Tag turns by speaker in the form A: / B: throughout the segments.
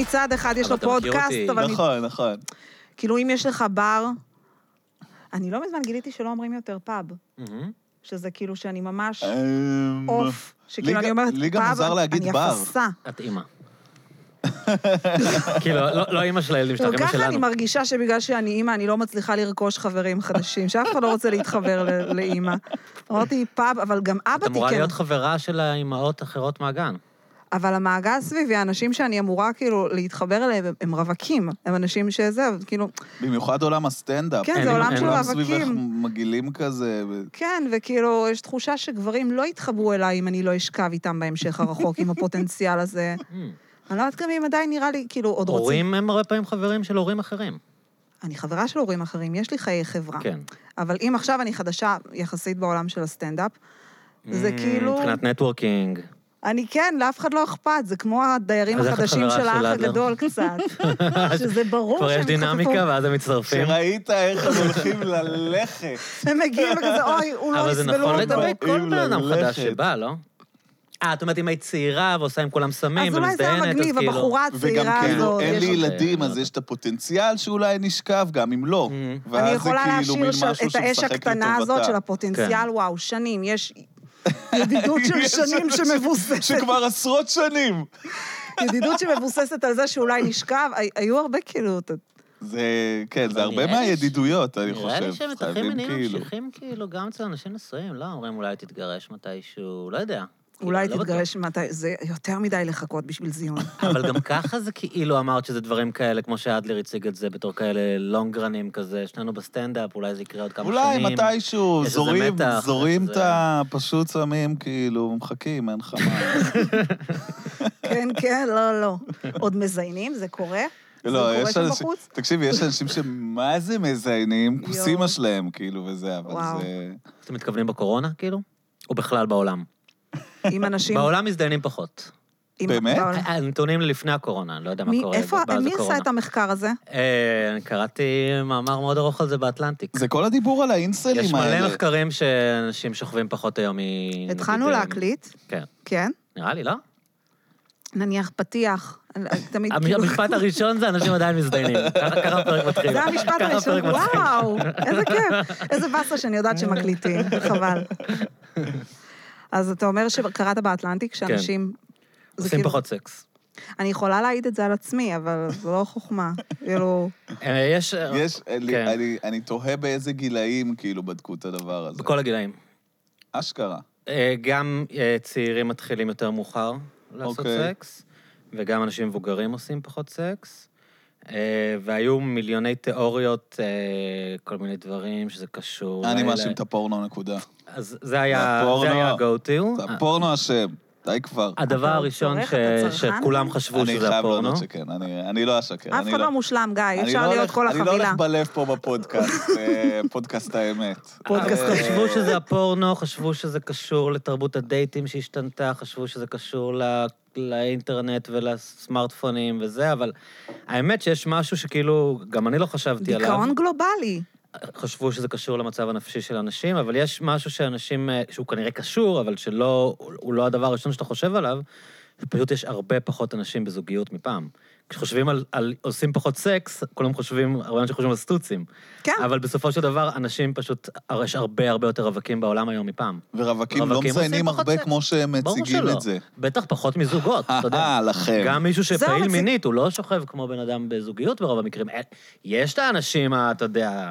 A: מצד אחד יש
B: אבל
A: לו
B: אתה מכיר
A: פודקאסט,
B: אותי.
A: אבל... אני-
C: נכון, נכון.
A: כאילו, אם יש לך בר... אני לא מזמן גיליתי שלא אומרים יותר פאב,
C: Mm-hmm.
B: מהמם.
A: שזה כאילו שאני ממש
C: אמ,
A: עוף.
C: לי
A: שכאילו,
C: גם-
A: אני אומרת,
C: לי גם
A: פאב,
C: מוזר להגיד
A: אני
C: בר."
A: אפסה.
B: את אימא. כאילו, לא לא אימא של הילדים שלך,
A: גם
B: אימא
A: ככה אני
B: שלנו.
A: מרגישה שבגלל שאני אימא, אני לא מצליחה לרכוש חברים חדשים, שאף אחד לא רוצה להתחבר ל- לאימא. אמרתי, פאב, אבל גם אבא
B: את
A: תיקן.
B: אמורה להיות חברה של האימהות האחרות מהגן.
A: אבל המעגל סביבי, האנשים שאני אמורה כאילו להתחבר אליהם, הם- הם רווקים. הם אנשים שזה, אבל כאילו,
C: במיוחד עולם הסטנדאפ.
A: כן,
B: זה עולם של
C: כולם
A: מאבקים.
C: סביבך מגעילים כזה. ו-
A: כן, וכאילו, יש תחושה שגברים לא יתחברו אליי אם אני לא אשכב איתם בהמשך הרחוק, עם הפוטנציאל הזה. אני לא יודעת גם אם עדיין נראה לי, כאילו, עוד רוצים...
B: הורים הם הרבה פעמים חברים של הורים אחרים.
A: אני חברה של הורים אחרים, יש לי חיי חברה.
B: כן.
A: אבל אם עכשיו אני חדשה יחסית בעולם של הסטנדאפ, זה
B: Mm,
A: כאילו...
B: מבחינת נטוורקינג.
A: אני כן, לאף אחד לא אכפת, זה כמו הדיירים
B: אז איך את
A: החדשים
B: חברה
A: של
B: של
A: האח
B: אדלר?
A: הגדול קצת. אה, שזה ברור שהם
B: כבר יש דינמיקה ואז הם מצטרפים.
C: שראית איך הם הולכים ללכת.
A: הם מגיעים וכזה, אוי, הוא לא
B: אבל זה
A: יסבלו
B: נכון
A: אותו.
B: לגבי כל
C: באים
B: בן אדם חדש
C: ללכת.
B: שבא, לא? אה, את אומרת, אם היית צעירה ועושה עם כולם סמים
A: אז אולי זה היה
B: ומזדיינת, אז
A: מגניב,
B: כאילו...
A: הבחורה
C: וגם
A: הצעירה
C: כאילו,
A: הזאת.
C: אין לי
B: יש עוד,
C: ילדים,
B: אה,
C: אז יש את הפוטנציאל שאולי נשכב, גם אם לא.
B: Mm.
C: ואז
A: אני
C: זה
A: יכולה
C: כאילו
A: להשאיר
C: מין
A: שם
C: משהו
A: את האש
C: שמשחק
A: הקטנה הזאת
C: לטובתה.
A: של הפוטנציאל,
B: כן.
A: וואו, שנים, יש ידידות של
C: יש
A: שנים
C: אנשים
A: שמבוססת,
C: שכבר עשרות שנים.
A: ידידות שמבוססת על זה שאולי נשכב, הי- היו הרבה כאילו,
B: לא,
A: אתה-
C: זה, כן, זה
B: אבל
C: הרבה
B: נראה לי ש-
C: מהידידויות, אני חושב.
B: נראה לי שהם את הכי
C: חייבים
B: מינים
C: כאילו.
B: ממשיכים כאילו גם אצל אנשים נשואים, לא? אומרים אולי תתגרש מתישהו, לא יודע.
A: אולי
B: כאילו, לא
A: תתגרש מתי, זה יותר מדי לחכות בשביל זיון.
B: בטוח. אבל גם ככה זה כאילו אמרת שזה דברים כאלה, כמו שאדלר הציג את זה, בתור כאלה לונגרנים כזה, שנינו בסטנדאפ, אולי זה יקרה עוד כמה
C: אולי
B: שנים.
C: מתישהו,
B: יש איזה
C: זורים,
B: מתח,
C: זורים
B: איזה-
C: את ה... פשוט שמים, כאילו, מחכים, אין לך מה.
A: כן, כן, לא, לא. עוד מזיינים? זה קורה?
C: לא,
A: זה קורה
C: יש
A: שם
C: אנשים...
A: בחוץ?
C: תקשיבי, יש אנשים שמה זה מזיינים, כוס
A: יואו.
C: אימא שלהם, כאילו, וזה,
A: וואו.
C: אבל זה...
B: אתם מתכוונים בקורונה, כאילו? או בכלל בעולם?
A: עם אנשים...
B: בעולם מזדיינים פחות.
A: עם-
C: באמת?
A: בעולם.
B: הנתונים לפני הקורונה, אני לא יודע אה, מה
A: נכון. מי-
B: קורה.
A: איפה,
B: באז
A: מי עשה
B: הקורונה.
A: את המחקר הזה?
B: אה, אני קראתי מאמר מאוד ארוך על זה באטלנטיק.
C: זה כל הדיבור על
B: יש
C: האינסלים האלה.
B: מלא מחקרים שאנשים שוכבים פחות היום מ...
A: התחלנו
B: נגיד, אה,
A: להקליט,
B: כן.
A: כן?
B: נראה לי, לא?
A: נניח פתיח,
B: אה,
A: תמיד
B: המ-
A: כאילו...
B: המשפט הראשון זה אנשים עדיין מזדיינים. ככה ככה הפרק מתחיל.
A: זה המשפט
B: כאילו, ככה הפרק
A: הראשון,
B: מתחיל.
A: וואו, איזה כיף. איזה באסה שאני יודעת שמקליטים, חבל. אז אתה אומר שקראת באטלנטיק שאנשים... זה
B: כן. עושים
A: כאילו-
B: פחות סקס.
A: אני יכולה להעיד את זה על עצמי, אבל זו לא חוכמה. כאילו,
B: אה, יש... אה,
C: יש, אני-
B: כן.
C: אני- אני תוהה באיזה גילאים, כאילו, בדקו את הדבר הזה.
B: בכל הגילאים.
C: אשכרה.
B: אה, גם אה, צעירים מתחילים יותר מאוחר לעשות
C: אוקיי.
B: סקס, וגם אנשים מבוגרים עושים פחות סקס. אה, והיו מיליוני תיאוריות, אה, כל מיני דברים שזה קשור.
C: אני
B: אולי
C: מאשים
B: ל-
C: את הפורנו, נקודה.
B: אז זה היה
C: הפורנו.
B: זה היה ה-go-to.
C: זה הפורנו אשם, די כבר.
B: הדבר
A: אתה
B: הראשון
A: צורך,
B: ש-
A: אתה צרכן?
B: שכולם חשבו
C: אני
B: שזה
C: חייב לא
B: הפורנו.
C: להודות שכן, אני אני לא אשקר.
A: אף
C: אני
A: אחד לא מושלם, גיא,
C: אני
A: אפשר
C: לא
A: להיות
C: הולך-
A: כל
C: אני לא
A: החבילה.
C: הולך בלב פה בפודקאסט, אה, פודקאסט האמת.
A: פודקאסט
C: אה,
B: חשבו שזה הפורנו, חשבו שזה קשור לתרבות הדייטים שהשתנתה, חשבו שזה קשור ל- לאינטרנט ולסמארטפונים וזה, אבל האמת שיש משהו שכאילו, גם אני לא חשבתי עליו.
A: דיכאון גלובלי.
B: חשבו שזה קשור למצב הנפשי של אנשים, אבל יש משהו שאנשים, אה, שהוא כנראה קשור, אבל שלא, הוא- הוא לא הדבר הראשון שאתה חושב עליו, שפשוט יש הרבה פחות אנשים בזוגיות מפעם. כשחושבים על, על עושים פחות סקס, כולם חושבים, הרבה אנשים חושבים על סטוצים.
A: כן.
B: אבל בסופו של דבר, אנשים פשוט, יש הרבה הרבה יותר רווקים בעולם היום מפעם.
C: ורווקים לא
B: רווקים עושים
C: מציינים
B: פחות
C: הרבה
B: סקס.
C: כמו שהם
B: ברור
C: מציגים
B: שלא.
C: את זה.
B: בטח פחות מזוגות, אתה יודע.
C: אה, לכם.
B: גם מישהו
A: זהו,
B: שפעיל
A: מציג-
B: מינית, הוא לא שוכב כמו בן אדם בזוגיות ברוב המקרים. אה, יש את האנשים, ה- אתה יודע,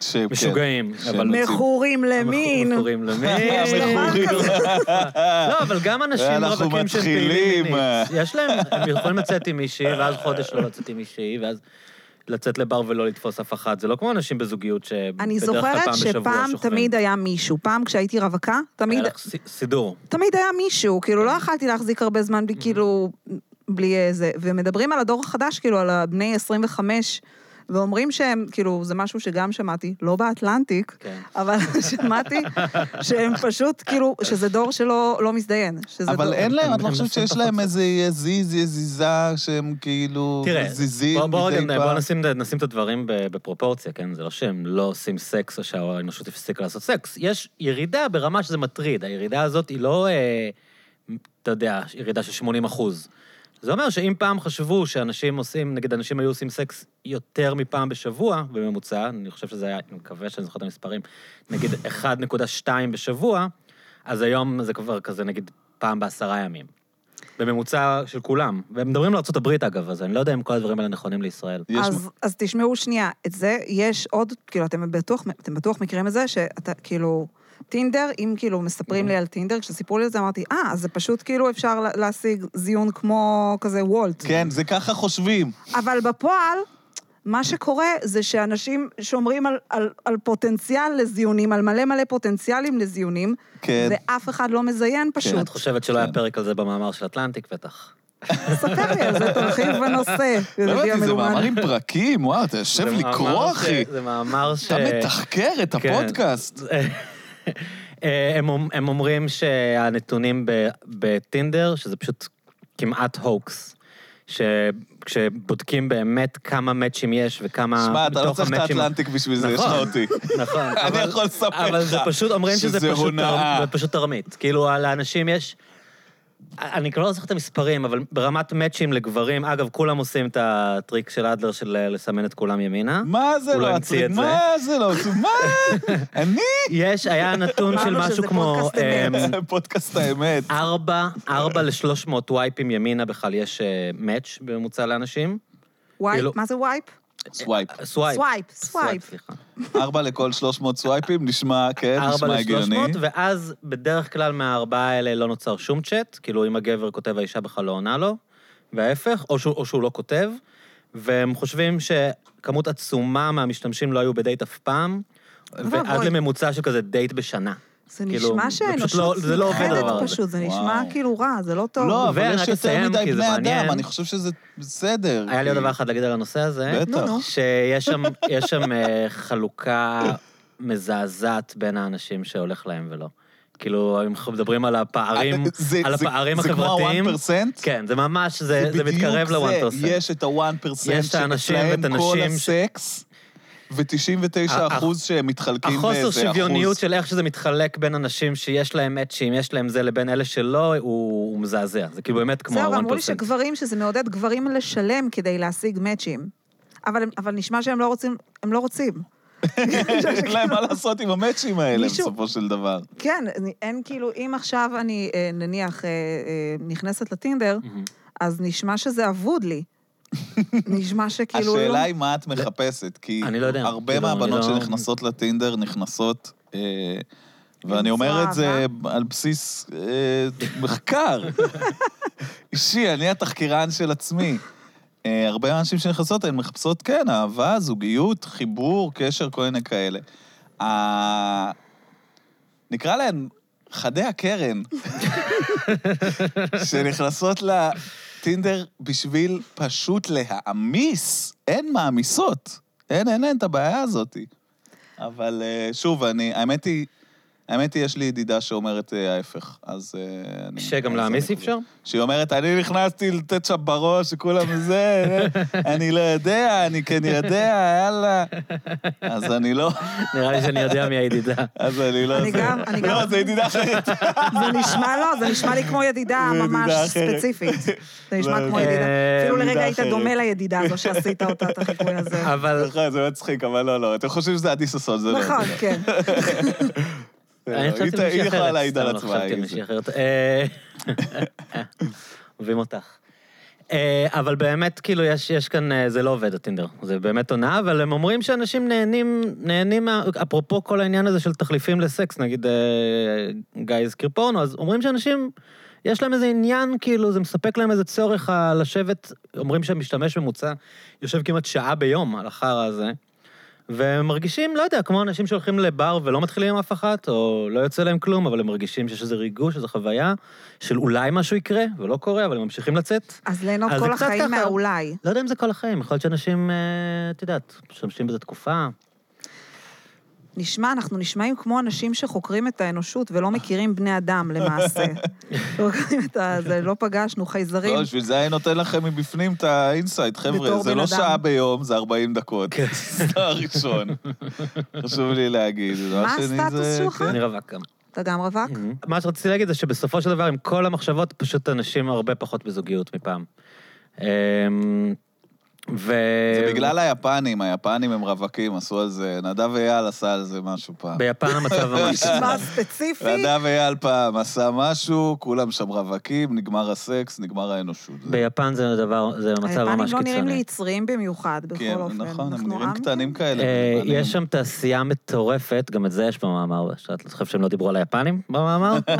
C: שהם, כן.
B: משוגעים, אה, אבל...
C: רוצים.
A: מכורים
C: לא
A: למין.
B: מכורים למין.
C: אה,
A: יש דבר כזה.
B: לא, אבל גם אנשים
C: ואנחנו
B: רווקים שהם פעילים
C: מתחילים,
B: מינית.
C: אה.
B: יש להם, הם יכולים לצאת עם מישהי, ואז חודש לא לצאת עם מישהי, ואז לצאת לבר ולא לתפוס אף אחת. זה לא כמו אנשים בזוגיות שבדרך כלל פעם
A: אני
B: בשבוע שוכבים.
A: זוכרת שפעם תמיד היה מישהו, פעם כשהייתי רווקה, תמיד,
B: היה לך ס- סידור.
A: תמיד היה מישהו, כאילו לא יכלתי להחזיק הרבה זמן בלי כאילו, בלי איזה, ומדברים על הדור החדש, כאילו על הבני 25, ואומרים שהם, כאילו, זה משהו שגם שמעתי, לא באטלנטיק,
B: כן.
A: אבל שמעתי שהם פשוט, כאילו, שזה דור שלא לא מזדיין. שזה
C: אבל
A: דור-
C: אין להם, את לא
B: הם
C: חושבת
B: עושים
C: שיש
B: פחות
C: להם איזה זיז, זיזה שהם כאילו
B: תראה,
C: זיזים
B: בוא- בוא רגע,
C: מדי
B: בוא
C: פעם?
B: נשים נשים את הדברים ב- בפרופורציה, כן? זה לא שהם לא עושים סקס או שהאנושות הפסיקה לעשות סקס. יש ירידה ברמה שזה מטריד. הירידה הזאת היא לא, אה, אתה יודע, ירידה של 80 אחוז. זה אומר שאם פעם חשבו שאנשים עושים, נגיד אנשים היו עושים סקס יותר מפעם בשבוע, בממוצע, אני חושב שזה היה, אני מקווה שאני זוכר את המספרים, נגיד 1.2 בשבוע, אז היום זה כבר כזה נגיד פעם בעשרה ימים. בממוצע של כולם. והם מדברים על ארה"ב אגב, אז אני לא יודע אם כל הדברים האלה נכונים לישראל.
C: יש מ-
A: אז, אז תשמעו שנייה, את זה יש עוד, כאילו, אתם בטוח, אתם בטוח מכירים את זה, שאתה, כאילו, טינדר, אם כאילו מספרים לי על טינדר, כשסיפרו לי את זה אמרתי, אה, אז זה פשוט כאילו אפשר לה- להשיג זיון כמו כזה וולט.
C: כן, זה ככה חושבים.
A: אבל בפועל, מה שקורה זה שאנשים שומרים על, על, על פוטנציאל לזיונים, על מלא מלא פוטנציאלים לזיונים,
C: כן.
A: ואף אחד לא מזיין
B: את
A: פשוט.
B: חושבת שלא היה
C: כן.
B: פרק על זה במאמר של אטלנטיק, בטח.
A: ספר לי על זה, תרחיב בנושא.
C: לא
A: ידידי
C: ידעתי, זה
A: המלומד.
C: מאמרים פרקים? וואו, אתה יושב
B: זה מאמר
C: לקרוא,
B: ש-
C: אחי.
B: זה מאמר ש...
C: אתה מתחקר את
B: כן.
C: הפודקאסט.
B: אה, הם, אומ- הם אומרים שהנתונים ב- בטינדר, שזה פשוט כמעט הוקס. שכשבודקים באמת כמה מאצ'ים יש וכמה...
C: שמע, אתה לא
B: מתוך
C: צריך את
B: אה, המאצ'ים-
C: האטלנטיק בשביל זה, יש לך
B: נכון.
C: אותי.
B: נכון.
C: אני
B: אבל-
C: יכול לספר
B: אבל זה
C: לך
B: פשוט, אומרים שזה
C: שזה
B: פשוט תר-
C: הונאה.
B: זה פשוט תרמית. כאילו, על האנשים יש... אני כבר לא זוכר את המספרים, אבל ברמת מאצ'ים לגברים, אגב, כולם עושים את הטריק של אדלר של אה, לסמן את כולם ימינה.
C: מה זה
B: הוא לא
C: לא
B: המציא
C: עצמי?
B: את זה.
C: מה זה לא עצמי? מה? אני?
B: יש, היה נתון של
A: אמרנו
B: משהו
A: שזה
B: כמו...
A: פודקאסט אמת.
B: אמ,
C: פודקאסט האמת.
B: ארבע, ארבע לשלוש מאות וייפים ימינה בכלל יש אה, מאץ' בממוצע לאנשים.
A: וייפ,
B: כאילו-
A: מה זה וייפ?
C: סווייפ.
B: סווייפ.
A: סווייפ, סווייפ.
B: סליחה.
C: ארבע לכל 300 סווייפים, נשמע, כן,
B: ארבע
C: נשמע
B: לשלוש
C: הגיוני.
B: מאות, ואז בדרך כלל מהארבעה האלה לא נוצר שום צ'אט, כאילו אם הגבר כותב האישה בכלל לא עונה לו, וההפך, או שהוא, או שהוא לא כותב, והם חושבים שכמות עצומה מהמשתמשים לא היו בדייט אף פעם, ועד
A: ואבוי.
B: לממוצע של כזה דייט בשנה.
A: זה
B: כאילו,
A: נשמע
B: זה פשוט לא-
A: שהאנושות
B: זה לא עובד הדבר
A: נכחדת
B: הזה.
A: פשוט, זה נשמע
C: וואו.
A: כאילו רע, זה לא טוב.
C: לא, אבל
B: ורק
C: יש יותר
B: אסיים,
C: מדי
B: כי זה
C: בני
B: מעניין.
C: אדם, אני חושב שזה בסדר.
B: היה לי עוד דבר אחד להגיד על הנושא הזה.
A: נו, נו.
C: בטח.
B: שיש שם, יש שם אה, חלוקה מזעזעת בין האנשים שהולך להם ולא. כאילו, אם אנחנו מדברים על הפערים,
C: אתה- זה-
B: על
C: זה-
B: הפערים
C: זה כמו
B: החברתיים.
C: ה-1%?
B: כן, זה ממש, זה, זה,
C: בדיוק
B: מתקרב
C: זה.
B: ל-1%.
C: יש את ה-1%
B: יש את האנשים ואת
C: שאצלהם כל
B: הנשים ש-
C: הסקס, ו-99 אחוז שהם מתחלקים
B: החוסר
C: באיזה
B: שוויוניות
C: כאילו אחוז.
B: של איך שזה מתחלק בין אנשים שיש להם מאצ'ים, יש להם זה, לבין אלה שלא, הוא, הוא מזעזע. זה כאילו באמת כמו
A: זהו, אמרו לי
B: ה-1%.
A: שגברים, שזה מעודד גברים לשלם כדי להשיג מאצ'ים. אבל, הם- אבל נשמע שהם לא רוצים, הם לא רוצים.
C: אין להם מה לעשות עם המאצ'ים האלה
A: מישהו-
C: בסופו של דבר.
A: כן, אני- אין כאילו, אם עכשיו אני, אה, נניח, אה, אה, נכנסת לטינדר,
B: מהמם.
A: אז נשמע שזה אבוד לי. נשמע שכאילו... לא-
C: השאלה היא מה את מחפשת, כי
B: אני לא יודע,
C: הרבה
B: כאילו, אני
C: מהבנות
B: לא-
C: שנכנסות לטינדר נכנסות, אה,
A: למצוא
C: ואני אומר את זה
A: אהבה?
C: על בסיס אה, מחקר אישי, אני התחקירן של עצמי. אה, הרבה מהאנשים שנכנסות, הן מחפשות, כן, אהבה, זוגיות, חיבור, קשר, כל מיני כאלה. ה- נקרא להן חדי הקרן, שנכנסות לטינדר בשביל פשוט להעמיס. אין מעמיסות. אין, אין, אין את הבעיה הזאת. אבל אה, שוב, אני, האמת היא, האמת היא, יש לי ידידה שאומרת אה, ההפך, אז... אה, אני-
B: שגם
C: אז
B: להעמיס
C: אני-
B: אי אפשר?
C: שהיא אומרת, אני נכנסתי לתת שם בראש, שכולם זה, אני לא יודע, אני כן יודע, יאללה. אז אני לא,
B: נראה לי שאני יודע מי הידידה.
C: אז אני לא...
A: אני
C: זה.
A: גם- אני
C: לא,
A: גם-
C: זה ידידה אחרת.
A: זה נשמע לא, זה נשמע לי כמו ידידה
C: זה ידידה
A: ממש
C: אחרת.
A: ספציפית. זה
C: לא,
A: נשמע כמו
B: זה-
A: ידידה. אפילו
B: אה,
A: לרגע
C: ידידה
A: היית
C: אחרת.
A: דומה לידידה הזו שעשית אותה, את החיקוי הזה.
B: אבל
C: נכון, זה מצחיק, אבל לא, לא. אתם חושבים שזה עדי ששון, זה לא.
A: נכון,
C: זה לא.
A: כן.
C: זה לא.
B: אני
C: היא-
B: חשבתי על מישהי
C: היא יכולה
B: אחרת.
C: להעיד
B: סתם,
C: על
B: לא
C: עצמה.
B: חשבתי על
C: היא-
B: מישהי אחרת. אה, אוהבים אותך. אה, אבל באמת, כאילו, יש, יש כאן, אה, זה לא עובד, הטינדר. זה באמת הונאה, אבל הם אומרים שאנשים נהנים, נהנים, מה- אפרופו כל העניין הזה של תחליפים לסקס, נגיד אה, גיא הזכיר פורנו, אז אומרים שאנשים, יש להם איזה עניין, כאילו, זה מספק להם איזה צורך ה- לשבת, אומרים שהמשתמש ממוצע יושב כמעט שעה ביום על החרא הזה. והם מרגישים, לא יודע, כמו אנשים שהולכים לבר ולא מתחילים עם אף אחת, או לא יוצא להם כלום, אבל הם מרגישים שיש איזה ריגוש, איזו חוויה של אולי משהו יקרה, ולא קורה, אבל הם ממשיכים לצאת.
A: אז ליהנות
B: אז זה
A: כל
B: קצת
A: החיים
B: ככה.
A: מהאולי.
B: לא יודע אם זה כל החיים, יכול להיות שאנשים, אה, את יודעת, משתמשים בזה תקופה.
A: נשמע, אנחנו נשמעים כמו אנשים שחוקרים את האנושות ולא מכירים בני אדם למעשה. חוקרים את ה- זה, לא פגשנו, חייזרים.
C: לא, בשביל זה אני נותן לכם מבפנים את האינסייט, חבר'ה,
A: בתור
C: זה
A: בן
C: לא
A: אדם.
C: שעה ביום, זה 40 דקות.
B: כן.
A: כן.
C: זה הראשון. חשוב לי להגיד.
A: מה
C: והשני זה-
A: הסטטוס שלך?
C: כן.
B: אני רווק גם.
A: אתה גם רווק?
B: מה שרציתי להגיד זה שבסופו של דבר, עם כל המחשבות, פשוט אנשים הרבה פחות בזוגיות מפעם. אמ, ו...
C: זה בגלל היפנים, היפנים הם רווקים, עשו על זה, נדב אייל עשה על זה משהו פעם.
B: ביפן המצב ממש...
C: אה,
A: מה ספציפי?
C: נדב אייל פעם עשה משהו, כולם שם רווקים, נגמר הסקס, נגמר האנושות. זה-
B: ביפן זה דבר, זה מצב
A: היפנים
B: ממש
A: לא נראים לי
B: קיצוני.
A: יצריים במיוחד, בכל
C: כן,
A: אופן.
C: נכון, הם
A: אנחנו
C: נראים
A: עם-
C: קטנים כאלה.
B: אה,
C: ביפנים.
B: יש שם תעשייה מטורפת, גם את זה יש במאמר, שאת חושב שהם לא דיברו על היפנים במאמר?
A: לא,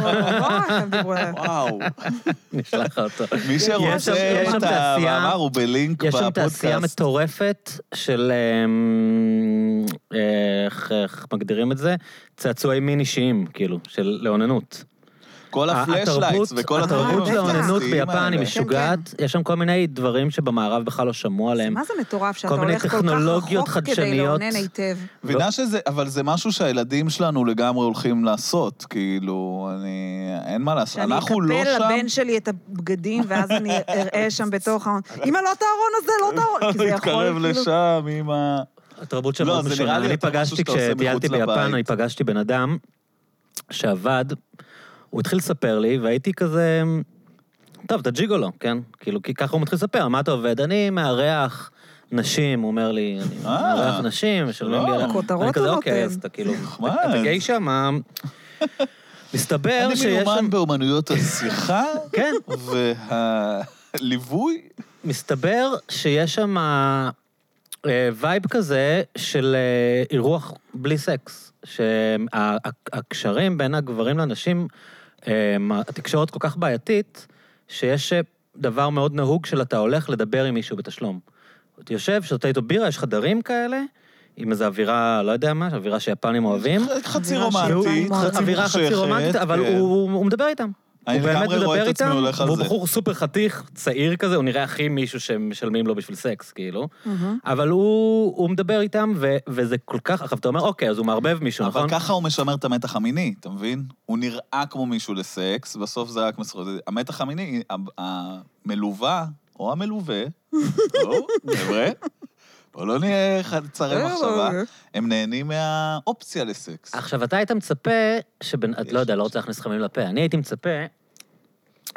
A: אוי, הם דיברו עליהם.
C: וואו.
B: נשלח אותו.
C: מי
B: יש שם-
C: שרוצה
B: יש שם
C: את
B: תעשייה-
C: המאמר הוא בלינק
B: יש שם תעשייה
C: בפודקאסט.
B: מטורפת של, אמ, איך איך מגדירים את זה? צעצועי מין אישיים, כאילו, של לאוננות.
C: כל הפלאשלייטס
B: התרבות-
C: וכל הדברים
B: התרבות של האוננות
C: הפנטסטיים
B: ביפן היא
C: האלה.
B: משוגעת, יש שם כל מיני דברים שבמערב בכלל לא שמעו עליהם.
A: מה זה מטורף שאתה
B: כל מיני
A: הולך כל כך
B: טכנולוגיות
A: רחוק כדי
B: חדשניות.
A: לאונן היטב.
C: מבינה שזה, אבל זה משהו שהילדים שלנו לגמרי הולכים לעשות, כאילו, אני, אין מה לעשות,
A: שאני
C: אנחנו לא
A: אקפל
C: שם.
A: לבן שלי את הבגדים, ואז אני אראה שם בתוך ה... אמא, לא את הארון הזה, לא את הארון. כי זה
C: הוא
A: יכול,
C: יתקרב
A: כאילו...
C: לשם, אמא.
B: התרבות
C: לא,
B: שלנו
C: זה
B: משונה.
C: נראה לי
B: אני
C: יותר משהו
B: פגשתי,
C: שאתה עושה
B: כשטיילתי
C: מחוץ
B: ביפן,
C: לבית.
B: אני פגשתי בן אדם שעבד, הוא התחיל לספר לי, והייתי כזה... טוב, אתה ג'יגולו, כן? כאילו, כי ככה הוא מתחיל לספר, מה אתה עובד? אני מארח נשים, הוא אומר לי, אני
C: אה.
B: מארח נשים, משלמים לי...
C: לא.
B: על ה-"
A: כותרות
B: אני כזה,
A: הוא
B: אוקיי,
A: נותן."
B: אז אתה כאילו...
C: נחמד.
B: אתה גיישה, מה... מסתבר
C: אני
B: כן, שיש שם...
C: מיומן באומנויות השיחה
B: כן.
C: והליווי.
B: מסתבר שיש שם אה, וייב כזה של אה, אירוח בלי סקס. שהקשרים בין הגברים לנשים, אה, התקשורת כל כך בעייתית, שיש אה, דבר מאוד נהוג של אתה הולך לדבר עם מישהו בתשלום. אתה יושב, שותה איתו בירה, יש חדרים כאלה, עם איזו אווירה, לא יודע מה, אווירה שיפנים אוהבים.
C: חצי
A: אווירה
C: רומנטית,
A: שהוא-
C: חצי
B: אווירה חצי
C: מוחשכת,
B: רומנטית, אבל
C: כן.
B: הוא- הוא הוא מדבר איתם.
C: אני
B: הוא באמת
C: לגמרי רואה
B: מדבר
C: את עצמי
B: איתם,
C: הולך על
B: והוא
C: זה.
B: בחור סופר חתיך, צעיר כזה, הוא נראה הכי מישהו שמשלמים לו בשביל סקס, כאילו. אבל הוא הוא מדבר איתם, ו- וזה כל כך... עכשיו, אתה אומר, אוקיי, אז הוא מערבב מישהו, נכון?
C: אבל ככה הוא משמר את המתח המיני, אתה מבין? הוא נראה כמו מישהו לסקס, בסוף זה רק מסחר. המתח המיני, ה- המלווה, או המלווה, לא, חבר'ה, בואו לא נהיה ח-
B: אה,
C: צרי
A: אה,
C: מחשבה, הם נהנים מהאופציה לסקס.
B: עכשיו, אתה היית מצפה שבן... את לא יודע, לא רוצה להכניס חמים לפה. אני הייתי מצפה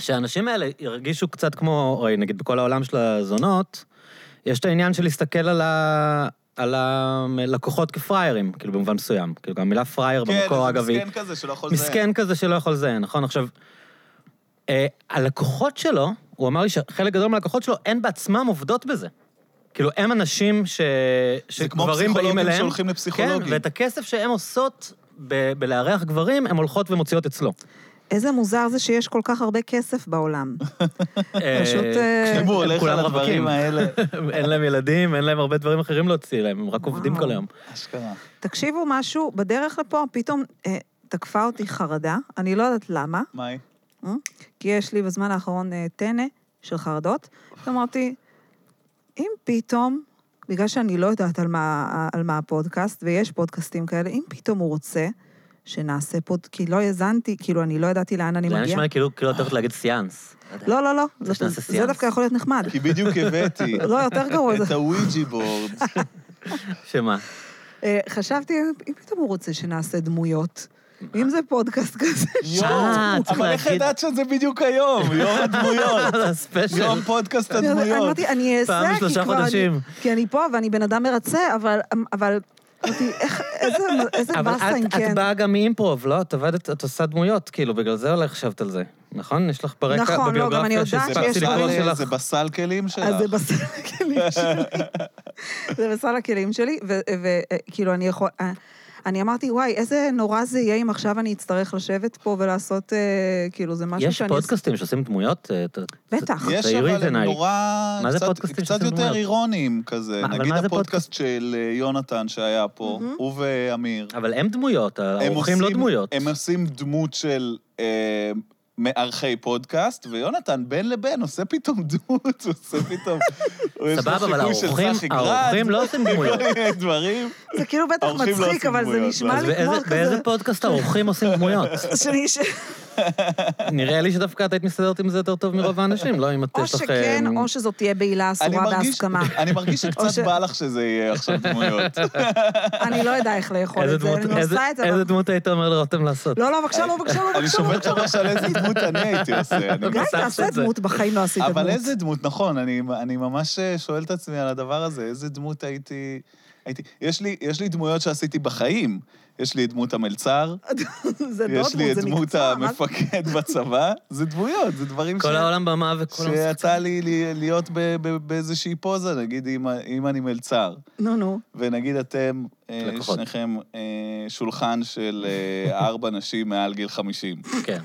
B: שהאנשים האלה ירגישו קצת כמו, או נגיד בכל העולם של הזונות, יש את העניין של להסתכל על ה... על הלקוחות כפראיירים, כאילו במובן מסוים. כאילו, גם המילה פראייר
C: כן,
B: במקור,
C: איזה
B: אגב, היא...
C: מסכן כזה שלא יכול לזהר.
B: מסכן כזה שלא יכול לזיין, נכון? עכשיו, אה, הלקוחות שלו, הוא אמר לי שחלק גדול מהלקוחות שלו, הן בעצמם עובדות בזה. כאילו, הם אנשים ש...
C: זה כמו
B: שגברים באים
C: פסיכולוגים
B: אליהם.
C: שהולכים לפסיכולוגים.
B: כן, ואת הכסף שהן עושות ב- בלארח גברים, הן הולכות ומוציאות אצלו.
A: איזה מוזר זה שיש כל כך הרבה כסף בעולם. פשוט, אה,
C: אם הוא
B: הם
C: הולך
B: כולם
C: על
B: רווקים.
C: הדברים האלה,
B: אין להם ילדים, אין להם הרבה דברים אחרים להוציא להם, הם רק עובדים
A: וואו.
B: כל היום.
C: אשכרה.
A: תקשיבו משהו, בדרך לפה פתאום אה, תקפה אותי חרדה, אני לא יודעת למה,
C: מה היא?
A: אה? כי יש לי בזמן האחרון אה, טנא של חרדות. אז אמרתי, אם פתאום, בגלל שאני לא יודעת על מה, על מה הפודקאסט, ויש פודקאסטים כאלה, אם פתאום הוא רוצה שנעשה פוד... כי לא האזנתי, כאילו, אני לא ידעתי לאן אני
B: זה היה
A: מגיעה.
B: נשמע כאילו כאילו את הולכת להגיד סיאנס.
A: לא, לא, לא, זה,
B: שנעשה
A: זה
B: סיאנס.
A: דווקא יכול להיות נחמד.
C: כי בדיוק הבאתי
A: לא, יותר גרוע זה.
C: את הוויג'י בורד.
B: אה, שמה?
A: אה, חשבתי, אם פתאום הוא רוצה שנעשה דמויות, אם זה פודקאסט כזה,
C: יואו,
B: אה, צריך
C: אבל איך
B: להגיד-
C: ידעת שזה בדיוק היום? יום הדמויות.
B: הספיישל.
A: לא,
C: יום פודקאסט
A: אני
C: הדמויות.
A: אמרתי, אני אעשה,
B: פעם
A: כי
B: בשלושה
A: כבר אני-
B: חודשים.
A: כי אני פה ואני בן אדם מרצה, אבל... אבל... אמרתי, איך- איזה- איזה
B: אבל
A: באסה אם
B: את,
A: כן.
B: את באה גם מאימפרוב, לא? את עבדת, את עושה דמויות, כאילו, בגלל זה אולי חשבת על זה. נכון? יש לך ברקע,
A: נכון, לא, גם
B: בביוגרפיה
A: אני יודעת
B: שסיפרת
A: שיש
C: בסל-
B: סיפור
A: דברים-
B: שלך.
C: זה בסל כלים
A: אז זה
C: שלך.
A: בסל הכלים שלי. זה בסל הכלים שלי, וכאילו, אני יכול... אה, אני אמרתי, וואי, איזה נורא זה יהיה אם עכשיו אני אצטרך לשבת פה ולעשות, אה, כאילו, זה משהו
B: יש
A: שאני...
B: פודקאסטים שעושים דמויות? אה, ת-
A: בטח.
B: ת-
C: יש
B: תאירי את
C: אבל הם
B: עיניי.
C: נורא...
B: מה זה
C: קצת-
B: פודקאסטים
C: קצת
B: של
C: יותר
B: דמויות?
C: אירוניים כזה.
B: מה, אבל
C: נגיד
B: מה זה
C: הפודקאסט של אה, יונתן שהיה פה, הוא ואמיר.
B: אבל הם דמויות,
C: הם
B: האורחים לא
C: עושים-
B: דמויות.
C: הם עושים דמות של... אה, מארחי פודקאסט, ויונתן בין לבין עושה פתאום דמות, הוא עושה פתאום... הוא יש לו
B: סבבה, אבל
C: חיקוי של
B: האורחים-
C: צחי גראד,
B: האורחים לא עושים דמויות.
C: כל מיני דברים.
A: זה כאילו בטח
C: האורחים לא
A: מצחיק,
C: עושים
A: אבל זה
C: דמויות,
A: נשמע
C: לא.
B: אז
A: לי כמו
B: באיזה-
A: כזה...
B: באיזה פודקאסט האורחים עושים דמויות?
A: שאני אשב-
B: נראה לי שדווקא את היית מסתדרת עם זה יותר טוב מרוב האנשים, לא אם את
A: או
B: יש לך...
A: שכן,
B: אה,
A: או שזאת תהיה בעילה
C: אני
A: אסורה
C: מרגיש,
A: בהסכמה.
C: אני מרגיש
A: או
C: שקצת
A: ש-
C: בא לך שזה יהיה עכשיו דמויות.
A: אני לא אדע איך לאכול
B: איזה
A: את זה,
B: דמות-
A: אני
B: איזה-
A: עושה את זה. אבל-
B: איזה דמות היית אומר לרותם לעשות?
A: לא, לא, בבקשה, לא, בבקשה, לא,
C: אני
A: בבקשה, לא,
C: שובר את
A: בבקשה.
C: הראש על איזה דמות אני הייתי עושה. אני-
A: גיא,
B: מסך
A: תעשה
B: של זה.
A: דמות, בחיים לא עשית דמות.
C: אבל איזה דמות, נכון, אני, אני ממש אה, שואל את עצמי על הדבר הזה, איזה דמות הייתי... הייתי יש, לי, יש לי דמויות שעשיתי בחיים. יש לי את דמות המלצר,
A: זה אה, לא
C: יש לי
A: דמות,
C: את
A: זה
C: דמות
A: מקצוע. מה זה-
C: המפקד בצבא, זה דמויות, זה דברים ש...
B: כל העולם במה וכל המשחק.
C: שיצא לי לי- להיות ב- ב- באיזושהי פוזה, נגיד אם- אם אני מלצר,
A: נו, נו.
C: ונגיד אתם, אה,
B: לקוחות.
C: שניכם, אה, שולחן של אה, ארבע נשים מעל גיל 50.
B: כן,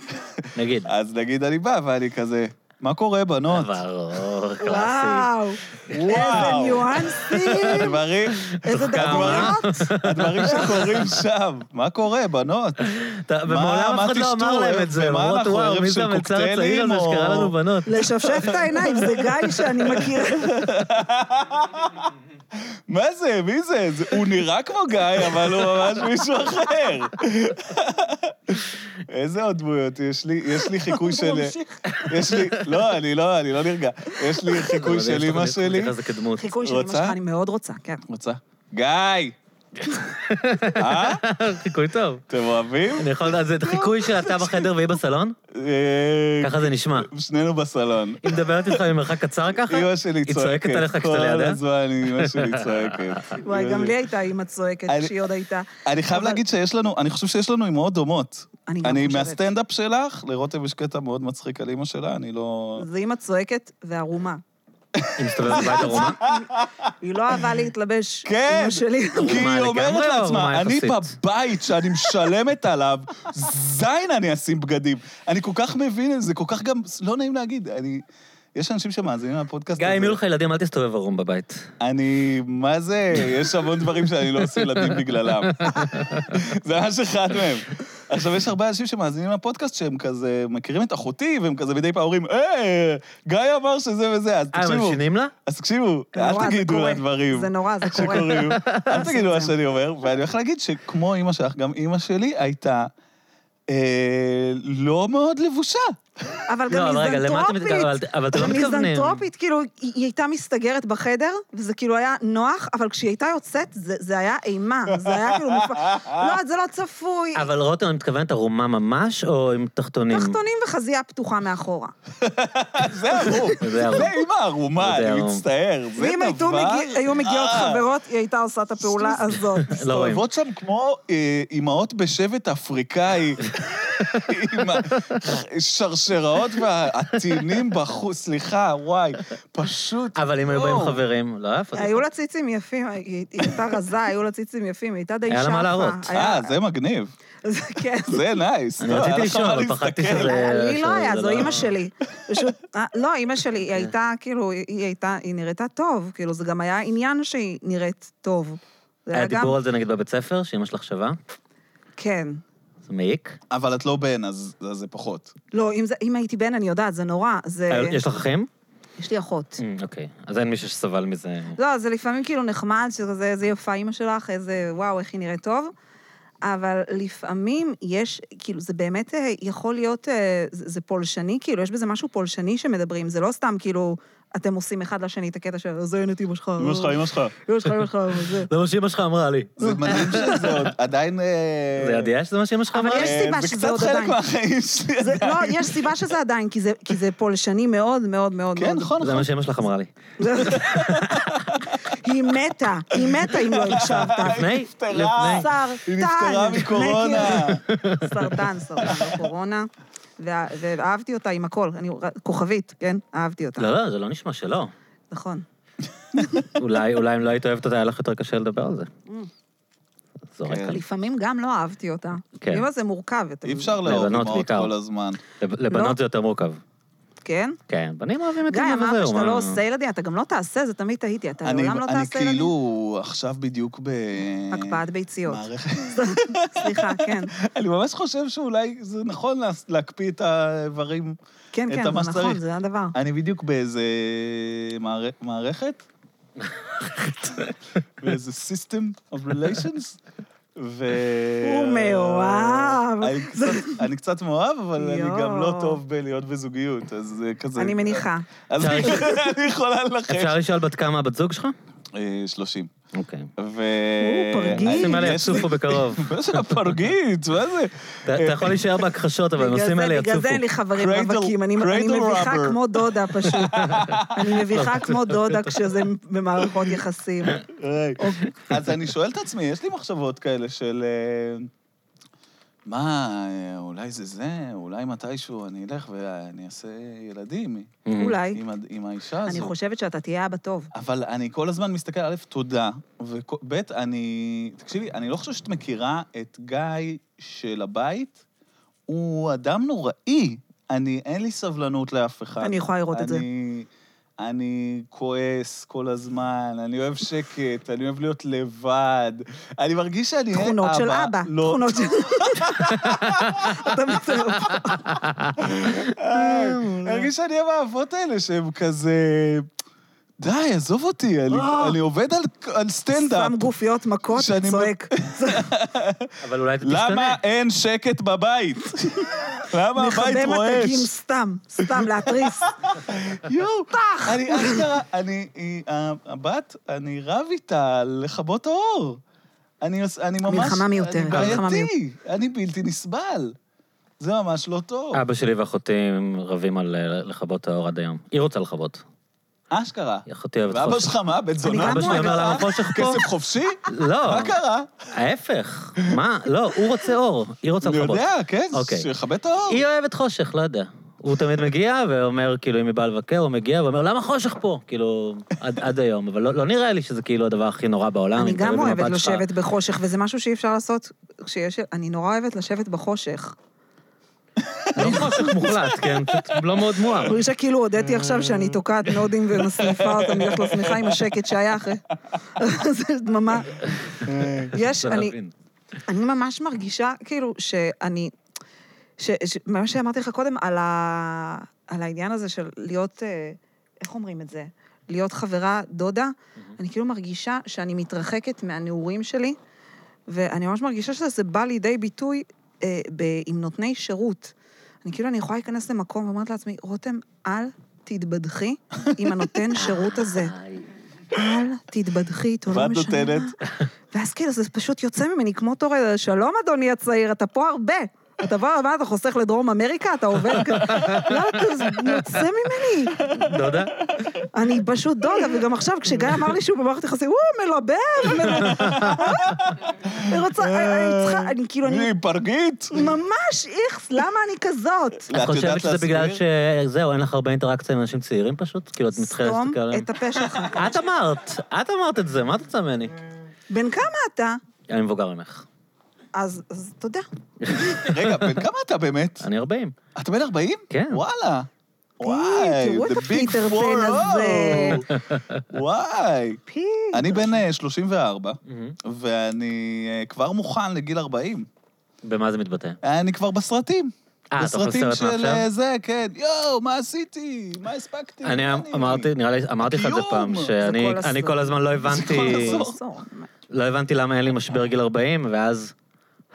B: נגיד.
C: אז נגיד אני בא ואני כזה, מה קורה, בנות?
B: ברור, קלאסי.
A: וואו, איזה
C: וואו,
A: ניואנסים,
C: הדברים,
A: איזה דקויות.
C: הדברים שקורים שם, מה קורה, בנות?
B: אתה- ומעולם
C: מה
B: אף אחד לא אמר
C: תשתו?
B: להם את זה, הם
C: ומה,
B: אמרו,
C: אנחנו
B: וואו,
C: ערב
B: מי
C: של
B: זה המלצר הצעיר
C: קוקטיילים,
B: הזה
C: או-
B: שקרא לנו בנות?
A: לשפשף את העיניים, זה גיא שאני מכירה.
C: מה זה, מי זה? זה- הוא נראה כמו גיא, אבל הוא ממש מישהו אחר. איזה עוד דמויות? יש לי, יש לי חיקוי
A: הוא
C: של...
A: ממשיך.
C: יש לי, לא, אני לא, אני לא נרגע. יש לי חיקוי של אמא שלי.
B: זה כדמות.
A: חיקוי של אמא
C: רוצה?
A: שלך, אני מאוד רוצה, כן.
C: רוצה? גיא! אה?
B: חיקוי טוב.
C: אתם אוהבים?
B: אני יכול לדעת, זה חיקוי של אתה בחדר והיא בסלון?
C: אה,
B: ככה זה נשמע.
C: שנינו בסלון.
B: היא מדברת איתך ממרחק קצר ככה?
C: אמא שלי
B: היא
C: צועקת.
B: צועקת עליך כשאתה
C: כל
B: לידה?
C: הזמן אמא שלי צועקת.
A: וואי, גם לי הייתה אימא צועקת
C: אה, אני-
A: כשהיא עוד הייתה.
C: אני חייב
A: אבל-
C: להגיד שיש לנו, אני חושב שיש לנו אמהות דומות.
A: אני גם
C: אני
A: חושבת.
C: מהסטנדאפ שלך, לרותם יש קטע מאוד מצחיק על אמא שלה, אני לא...
A: זה אימא צועקת וערומה.
B: היא מסתובבת בבית ערומה?
A: היא לא אהבה להתלבש,
C: כן!
A: אימא שלי.
C: כי
B: ערומה
C: היא אומרת
B: לגמרי,
C: לעצמה,
B: ערומה
C: אני
B: יחסית."
C: בבית שאני משלמת עליו, זין אני אשים בגדים. אני כל כך מבין את זה, כל כך גם, לא נעים להגיד, אני... יש אנשים שמאזינים לפודקאסט
B: גיא,
C: הזה.
B: אם יהיו לך ילדים, אל תסתובב ערום בבית. אה,
C: אני, מה זה, יש המון דברים שאני לא עושה ילדים בגללם. זה ממש אחד מהם. עכשיו, יש הרבה אנשים שמאזינים לפודקאסט שהם כזה מכירים את אחותי, והם כזה מדי פעם אומרים, אה, גיא אמר שזה וזה, אז
B: אה, אבל
C: תקשיבו,
B: שינים לה?
C: אז תקשיבו,
A: זה נורא, זה
C: אל תגידו
A: קורה.
C: לדברים
A: זה נורא, זה קורה.
C: שקורים, אל תגידו מה
A: זה.
C: שאני אומר, ואני הולך להגיד שכמו אימא שלך, גם אימא שלי הייתה אה, לא מאוד לבושה.
A: אבל גם
B: לא, אבל רגע, למה אתם
A: מיזנטרופית.
B: מתכוונים? אבל- אבל אתם לא מתכוונים.
A: מיזנטרופית, כאילו, היא היא הייתה מסתגרת בחדר, וזה כאילו היה נוח, אבל כשהיא הייתה יוצאת, זה זה היה אימה. זה היה כאילו מופ... לא, זה לא צפוי.
B: אבל רותם, אני מתכוונת ערומה ממש, או עם תחתונים?
A: תחתונים וחזייה פתוחה מאחורה.
C: זה ערום,
B: זה ערום.
C: זה אימא ערומה,
B: זה
C: אני
B: ערום.
C: מצטער, זה דבר...
A: ואם הייתו מגיע- היו מגיעות
C: אה.
A: חברות, היא הייתה עושה את הפעולה הזאת.
B: לא רואים.
C: מסתובבות שם כמו אה, אימהות בשבט אפריקאי, עם השרשראות והעטינים בחוץ, סליחה, וואי, פשוט...
B: אבל אם היו באים
C: לא.
B: חברים, לא היה איפה זה.
A: היו לה ציצים יפים, היא היא הייתה רזה, היו לה ציצים יפים, היא הייתה די שפה.
B: היה לה מה להראות.
A: היה-
C: אה, זה מגניב,
A: זה- כן.
C: זה נייס.
B: אני
C: לא,
B: רציתי
C: היה לך
B: לשאול,
C: מה
B: אבל פחדתי
C: להסתכל.
B: שזה-
A: אה, לי לא
B: שזה
A: היה,
B: לא- כן.
A: זו אימא שלי. פשוט, אה, לא, אימא שלי, היא הייתה, כאילו, היא היא הייתה, היא נראתה טוב, כאילו, זה גם היה עניין שהיא נראית טוב. זה
B: היה
A: היה גם...
B: דיבור על זה נגיד בבית ספר, שאימא שלך שווה?
A: כן.
B: זה מעיק.
C: אבל את לא בן, אז אז זה פחות.
A: לא, אם זה- אם הייתי בן, אני יודעת, זה נורא, זה...
B: אה, יש לך אחים?
A: יש לי אחות.
B: אה, אוקיי. אז אין מישהו שסבל מזה.
A: לא, זה לפעמים כאילו נחמד, שכזה, איזה יפה אימא שלך, איזה, וואו, איך היא נראית טוב. אבל לפעמים יש, כאילו, זה באמת אה, יכול להיות, אה, זה זה פולשני, כאילו, יש בזה משהו פולשני שמדברים, זה לא סתם, כאילו, אתם עושים אחד לשני את הקטע של, זה אין את אימא שלך.
C: אמא שלך, אמא שלך.
A: אמא שלך, אמא שלך, אבל זה.
B: זה מה שאימא שלך אמרה לי.
C: זה מדהים שזה עוד עדיין... אה,
B: זה ידיעה שזה מה שאימא שלך
A: אבל
B: אמרה לי?
A: יש סיבה
C: אה,
A: שזה עוד
C: זה קצת חלק
A: עדיין.
C: מהחיים שלי.
A: זה- לא, יש סיבה שזה עדיין, כי זה- כי זה פולשני מאוד מאוד מאוד.
C: כן,
A: מאוד.
C: נכון,
B: זה
C: נכון.
B: מה שאימא שלך אמרה לי.
A: היא מתה, היא מתה אם לא הקשבת.
B: לפני?
C: נפטרה.
B: לפני.
A: סרטן.
C: היא נפטרה מקורונה.
A: סרטן, סרטן, לא קורונה. וה- ואהבתי אותה עם הכל, אני- כוכבית, כן? אהבתי אותה.
B: לא, לא, זה לא נשמע שלא.
A: נכון.
B: אולי אולי אם לא היית אוהבת אותה, היה לך יותר קשה לדבר על זה.
A: Mm.
B: זורק
C: כן.
B: על
A: לפעמים גם לא אהבתי אותה.
B: כן.
A: כן. זה מורכב. אתם-
C: אי אפשר לאהוב
B: לבנות
C: אמהות
B: בעיקר.
C: כל הזמן.
B: לב- לבנות זה יותר מורכב.
A: כן?
B: כן, בנים אוהבים את
A: גיא,
B: אימא וזהו.
A: לא. אמרת שאתה
B: מה-
A: לא עושה ילדים, אתה גם לא תעשה, זה תמיד תהיתי, אתה
C: אני,
A: לעולם לא
C: אני
A: תעשה ילדים.
C: כאילו עכשיו בדיוק ב...
A: הקפאת ביציות.
C: מערכת.
A: סליחה, כן.
C: אני ממש חושב שאולי זה נכון לה- להקפיא את האיברים.
A: כן,
C: את
A: כן,
C: מה
A: זה נכון,
C: שצריך.
A: זה הדבר.
C: אני בדיוק באיזה מער... מערכת, באיזה system of relations, ו...
A: הוא מאוהב.
C: אני קצת- אני קצת מאוהב, אבל אני גם לא
A: יואו.
C: טוב בלהיות בזוגיות, אז זה כזה...
A: אני מניחה.
C: אז אני אני יכולה לנחש.
B: אפשר לשאול בת כמה הבת זוג שלך?
C: אה, 30.
B: אוקיי.
C: ו...
A: או, פרגית.
B: הנושאים האלה
C: יש לי-
B: יצופו בקרוב.
C: מה זה הפרגית? מה זה?
B: אתה אתה יכול להישאר בהכחשות, אבל
A: בגלל
B: הנושאים
A: זה-
B: האלה
A: בגלל זה אין לי
B: יצופו.
A: חברים
C: Cradle-
A: רווקים, אני
C: Cradle
A: אני מביכה
C: robber.
A: כמו דודה פשוט. אני מביכה כמו דודה כשזה במערכות יחסים.
C: אוקיי. אז אני שואל את עצמי, יש לי מחשבות כאלה של... אה, מה, אה, אולי זה זה, אולי מתישהו אני אלך ואני אעשה ילדים
B: Mhm.
A: אולי.
C: עם, ה- עם האישה הזו.
A: אני חושבת שאתה תהיה אבא טוב.
C: אבל אני כל הזמן מסתכל, א', תודה, וב', אני... תקשיבי, אני לא חושב שאת מכירה את גיא של הבית. הוא אדם נוראי. אני, אין לי סבלנות לאף אחד.
A: אני יכולה לראות את זה.
C: אני- אני כועס כל הזמן, אני אוהב שקט, אני אוהב להיות לבד. אני מרגיש שאני אהיה אבא.
A: תכונות של אבא.
C: לא,
A: תכונות של... אתה מצטער.
C: אה, אני מרגיש שאני אהיה באבות האלה שהם כזה... די, עזוב אותי, אני- אני עובד על- על סטנדאפ.
A: שם גופיות מכות,
C: שאני-
A: צועק.
B: אבל אולי אתה תשתנה.
C: למה אין שקט בבית? למה הבית
A: מכבה מתגים
C: רועש?
A: סתם, סתם להתריס.
C: יואו, פח! אני אשכרה, אני, היא- הבת, אני רב איתה על לכבות האור. אני עוש- אני ממש...
A: מלחמה מיותרת, מלחמה
C: אני בעייתי, אני בלתי נסבל. זה ממש לא טוב.
B: אבא שלי ואחותי הם רבים על אה, לכבות האור עד היום. היא רוצה לכבות.
C: אשכרה.
B: אחותי אוהבת
C: ואבא
B: חושך.
C: שלך מה, בן זונה?
A: אבא שלי
B: אומר,
C: מה
B: למה
C: קרה?
B: חושך פה?
C: כסף חופשי?
B: לא,
C: מה קרה?
B: ההפך. מה? לא, הוא רוצה אור, היא רוצה
C: אני
B: לכבות.
C: יודע, כן,
B: אוקיי.
C: שיכבה את האור.
B: היא אוהבת חושך, לא יודע. הוא תמיד מגיע ואומר, כאילו, אם היא באה לבקר, הוא מגיע ואומר, למה חושך פה? כאילו, עד, עד היום. אבל לא, לא נראה לי שזה כאילו הדבר הכי נורא בעולם.
A: אני
B: אם תדבר
A: גם
B: עם
A: אוהבת
B: הבת שלך.
A: לשבת בחושך, וזה משהו שאי אפשר לעשות כשיש... אני נורא אוהבת לשבת בחושך.
B: לא חושך מוחלט, כן, פשוט לא מאוד מואר.
A: מרגישה כאילו הודיתי עכשיו שאני תוקעת נודים ומסניפה אותם, הולכת לשמיכה עם השקט שהיה אחרי. זה דממה. יש,
B: זה
A: אני,
B: להבין.
A: אני ממש מרגישה כאילו שאני... ש, ש, מה שאמרתי לך קודם על, ה, על העניין הזה של להיות, אה, איך אומרים את זה? להיות חברה דודה,
C: Mm-hmm.
A: אני כאילו מרגישה שאני מתרחקת מהנעורים שלי, ואני ממש מרגישה שזה בא לידי ביטוי אה, ב, עם נותני שירות. אני כאילו, אני יכולה להיכנס למקום ואומרת לעצמי, רותם, אל תתבדחי עם הנותן שירות הזה.
B: איי.
A: אל תתבדחי איתו, לא
C: ואת
A: משנה.
C: נותנת.
A: מה. ואז כאילו, זה פשוט יוצא ממני כמו תורל, שלום אדוני הצעיר, אתה פה הרבה. אתה פה הרבה, אתה חוסך לדרום אמריקה, אתה עובד כאן. לא, זה יוצא ממני.
B: דודה?
A: אני פשוט דודה, וגם עכשיו, כשגיא אמר לי שהוא במערכת יחסים, הוא מלבר, מלבר. אני רוצה, אני- אני אה, צריכה, אני כאילו, אני
C: היא פרגית?
A: ממש איכס, למה אני כזאת?
B: את חושבת שזה בגלל שזהו, אין לך הרבה אינטראקציה עם אנשים צעירים פשוט? כאילו, את מתחילה
A: סתום
B: להסתכל עליהם.
A: את הפה שלך.
B: את אמרת, את אמרת את זה, מה את רוצה ממני?
A: בן כמה אתה?
B: אני מבוגר ממך.
A: אז אז תודה.
C: רגע, בן כמה אתה באמת?
B: אני 40.
C: אתה בן 40?
B: כן.
C: וואלה.
A: אה,
C: וואי,
A: תראו את
C: the big
A: הפיטר
C: four,
A: פן הזה.
C: oh. וואי.
A: פי.
C: אני בן אה, 34,
B: Mm-hmm.
C: ואני אה, כבר מוכן לגיל 40.
B: במה זה מתבטא?
C: אני כבר בסרטים.
B: אה, אתה
C: בסרטים
B: בסרט
C: של
B: מעכשיו?
C: אה, זה, כן. יואו, מה עשיתי? מה הספקתי?
B: אני אמ-
C: מה
B: אמרתי, נראה לי, אמרתי לך את זה
C: קיום!
B: פעם,
C: זה
B: שאני
A: כל
B: אני
A: עשור.
B: כל הזמן לא הבנתי,
C: כל עשור.
A: עשור.
B: לא הבנתי למה אין לי משבר גיל 40, ואז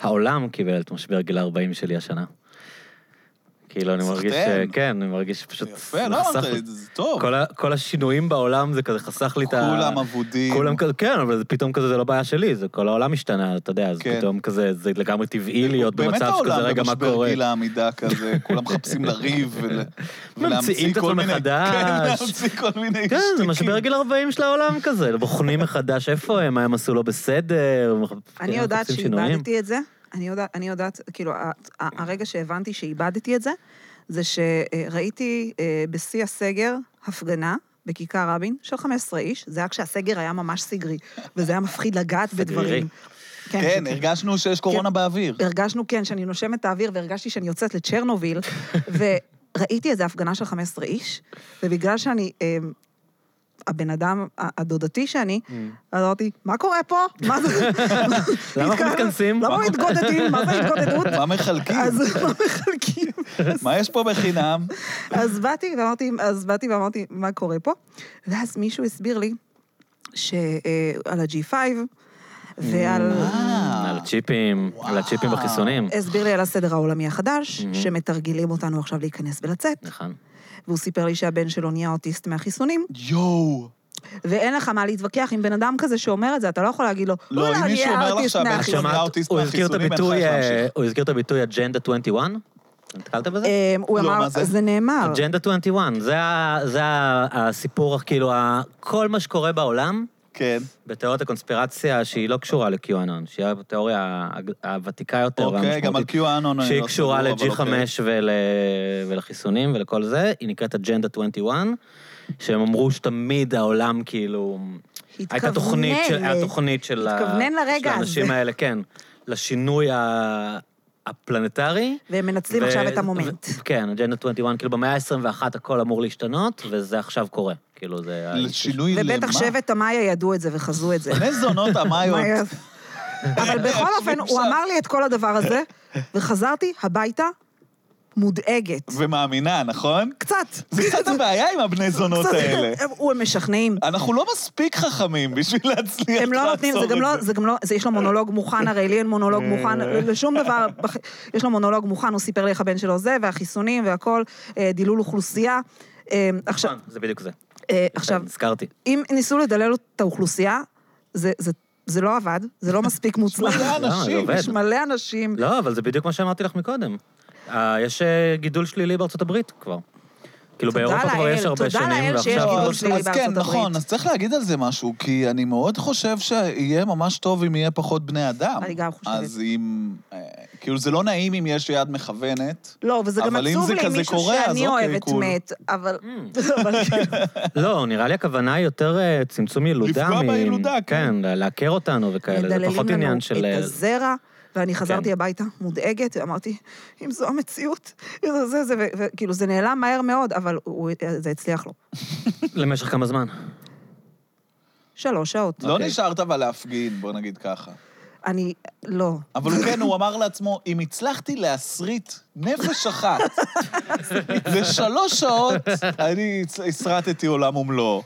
B: העולם קיבל את משבר גיל 40 שלי השנה. כאילו, אני מרגיש,
C: סחטיין.
B: ש- כן, אני מרגיש פשוט...
C: יפה, לא
B: חסך
C: אמרת
B: לי-
C: את זה, זה טוב.
B: כל ה- כל השינויים בעולם זה כזה חסך לי את ה...
C: כולם אבודים.
B: כולם כזה, כן, אבל זה פתאום כזה, זה לא בעיה שלי, זה כל העולם השתנה, אתה יודע, אז
C: כן.
B: פתאום כזה, זה לגמרי טבעי להיות
C: באמת
B: במצב שכזה,
C: העולם
B: רגע, מה
C: במשבר
B: קורה?
C: גיל העמידה כזה, כולם מחפשים לריב ול-
B: ממציאים
C: ולהמציא
B: את
C: כל
B: עצמם
C: מיני... כן,
B: מחדש.
C: להמציא כל מיני
B: כן, זה
C: שטיקים.
B: משבר גיל 40 של העולם כזה, בוחנים מחדש איפה הם, מה הם עשו לא בסדר, מח-
A: אני יודעת
B: מחפשים כן, שינויים.
A: שאיבדתי את זה. אני יודעת, אני יודעת, כאילו, ה- ה- הרגע שהבנתי שאיבדתי את זה, זה שראיתי אה, בשיא הסגר הפגנה בכיכר רבין של 15 איש, זה היה כשהסגר היה ממש סגרי, וזה היה מפחיד לגעת
B: סגרירי.
A: בדברים.
C: כן,
A: שכאילו-
C: הרגשנו שיש
A: כן.
C: קורונה באוויר.
A: הרגשנו, כן, שאני נושמת את האוויר, והרגשתי שאני יוצאת לצ'רנוביל, וראיתי איזו הפגנה של 15 איש, ובגלל שאני... אה, הבן אדם ה- הדודתי שאני, אז אמרתי, מה קורה פה? מה זה?
B: Mm. למה אנחנו מתכנסים?
A: למה מתגודדים? מה זה התגודדות?
C: מה מחלקים?
A: אז מה מחלקים?
C: מה יש פה בחינם?
A: אז באתי ואמרתי, אז באתי ואמרתי, מה אה, קורה פה? ואז מישהו הסביר לי שעל ה-G5, ועל...
C: אה.
B: על הצ'יפים, על הצ'יפים
C: וואו.
B: בחיסונים.
A: הסביר לי על הסדר העולמי החדש,
B: Mhm.
A: שמתרגלים אותנו עכשיו להיכנס ולצאת,
B: נכון.
A: והוא סיפר לי שהבן שלו נהיה אוטיסט מהחיסונים,
C: יואו.
A: ואין לך מה להתווכח עם בן אדם כזה שאומר את זה, אתה לא יכול להגיד לו,
C: לא,
A: "וואלה,
C: אם מישהו
A: נהיה
C: אומר לך
A: אוטיסט
C: שהבן שלך לא,
A: מהחיסונים."
C: נהיה אוטיסט
B: הוא הזכיר את
C: מהחיסונים, אין
B: הביטוי,
C: לך איך
B: אה,
C: להמשיך.
B: הוא הזכיר את הביטוי אג'נדה 21? נתקלת בזה?
A: אמ, הוא
C: לא,
A: אמר,
C: מה זה?
A: זה נאמר.
B: אג'נדה 21, זה ה- זה ה- הסיפור, כאילו, ה- כל מה שקורה בעולם,
C: כן.
B: בתיאוריית הקונספירציה שהיא לא קשורה ל-QAnon, שהיא התיאוריה ה- הוותיקה יותר
C: אוקיי, גם על
B: והמשמעותית,
C: QAnon. אני
B: שהיא
C: לא
B: קשורה
C: סגור, אבל
B: ל-G5
C: אוקיי.
B: ול- ולחיסונים ולכל זה, היא נקראת אג'נדה 21, שהם אמרו שתמיד העולם כאילו... הייתה
A: התכוונן
B: תוכנית של,
A: ל-
B: היה תוכנית של, ה-
A: התכוונן
B: של
A: לרגע
B: האנשים
A: הזה.
B: האלה, כן, לשינוי ה- הפלנטרי.
A: והם מנצלים
B: ו-
A: עכשיו את המומנט.
B: ו- כן, אג'נדה 21, כאילו במאה ה-21 הכל אמור להשתנות, וזה עכשיו קורה. כאילו זה... ה-
C: אוקיי. לשינוי למה?
A: ובטח שבט המאיה ידעו את זה וחזו את זה.
C: בני זונות
A: מאיה-
C: המאיות.
A: אבל בכל אופן, הוא אמר לי את כל הדבר הזה, וחזרתי הביתה מודאגת.
C: ומאמינה, נכון?
A: קצת.
C: זה קצת הבעיה עם הבני זונות
A: קצת-
C: האלה.
A: הם- הוא- הם משכנעים.
C: אנחנו לא מספיק חכמים בשביל להצליח לעצור את
A: הם
C: זה. אה.
A: לא נותנים, זה גם לא, זה גם לא, זה יש לו מונולוג מוכן, הרי לי אין מונולוג מוכן, לשום דבר, בח- יש לו מונולוג מוכן, הוא סיפר לי איך הבן שלו זה, והחיסונים והכל, אה, דילול אוכלוסייה. אה, עכשיו,
B: נכון, זה בדיוק זה. כן,
A: אה, עכשיו,
B: נזכרתי.
A: אם ניסו לדלל את האוכלוסייה, זה- זה- זה לא עבד, זה לא מספיק מוצלח.
C: מלא
B: למה? זה
C: אנשים.
B: עובד.
A: יש מלא אנשים,
B: לא, אבל זה בדיוק מה שאמרתי לך מקודם. אה, יש אה, גידול שלילי בארצות הברית כבר. כאילו
A: תודה
B: באירופה כבר
A: לאל,
B: יש הרבה
A: תודה
B: שנים,
A: לאל שיש
B: ועכשיו...
A: גידול
B: כאילו-
C: אז-
A: שלילי
C: אז
A: בארצות
C: כן,
A: הברית.
C: נכון, אז צריך להגיד על זה משהו, כי אני מאוד חושב שיהיה ממש טוב אם יהיה פחות בני אדם.
A: אני גם חושבת.
C: אז אם... אה, כאילו, זה לא נעים אם יש יד מכוונת.
A: לא, וזה גם
C: אבל אם
A: עצוב
C: זה
A: לי,
C: כזה
A: מישהו
C: קורה, אז
A: שאני
C: אוקיי, Mm.
A: אוהבת
C: cool.
A: מת, אבל...
B: לא, נראה לי הכוונה היא יותר אה, צמצום ילודה.
C: לפגוע
B: מ-
C: בילודה, כן.
B: כן, לה- לעקר אותנו וכאלה, כן, זה
A: מדללים
B: פחות
A: לנו
B: עניין של...
A: את
B: אה,
A: הזרע, ואני חזרתי
B: כן.
A: הביתה מודאגת, ואמרתי, אם זו המציאות, זה זה זה, ו- וכאילו, זה נעלם מהר מאוד, אבל הוא- אה, זה הצליח לו.
B: למשך כמה זמן.
A: שלוש שעות.
C: לא
B: אוקיי.
C: נשארת אבל להפגין, בוא נגיד ככה.
A: אני, לא.
C: אבל הוא כן, הוא אמר לעצמו, אם הצלחתי להסריט נפש אחת לשלוש שעות, אני הצ- הסרטתי עולם ומלואו.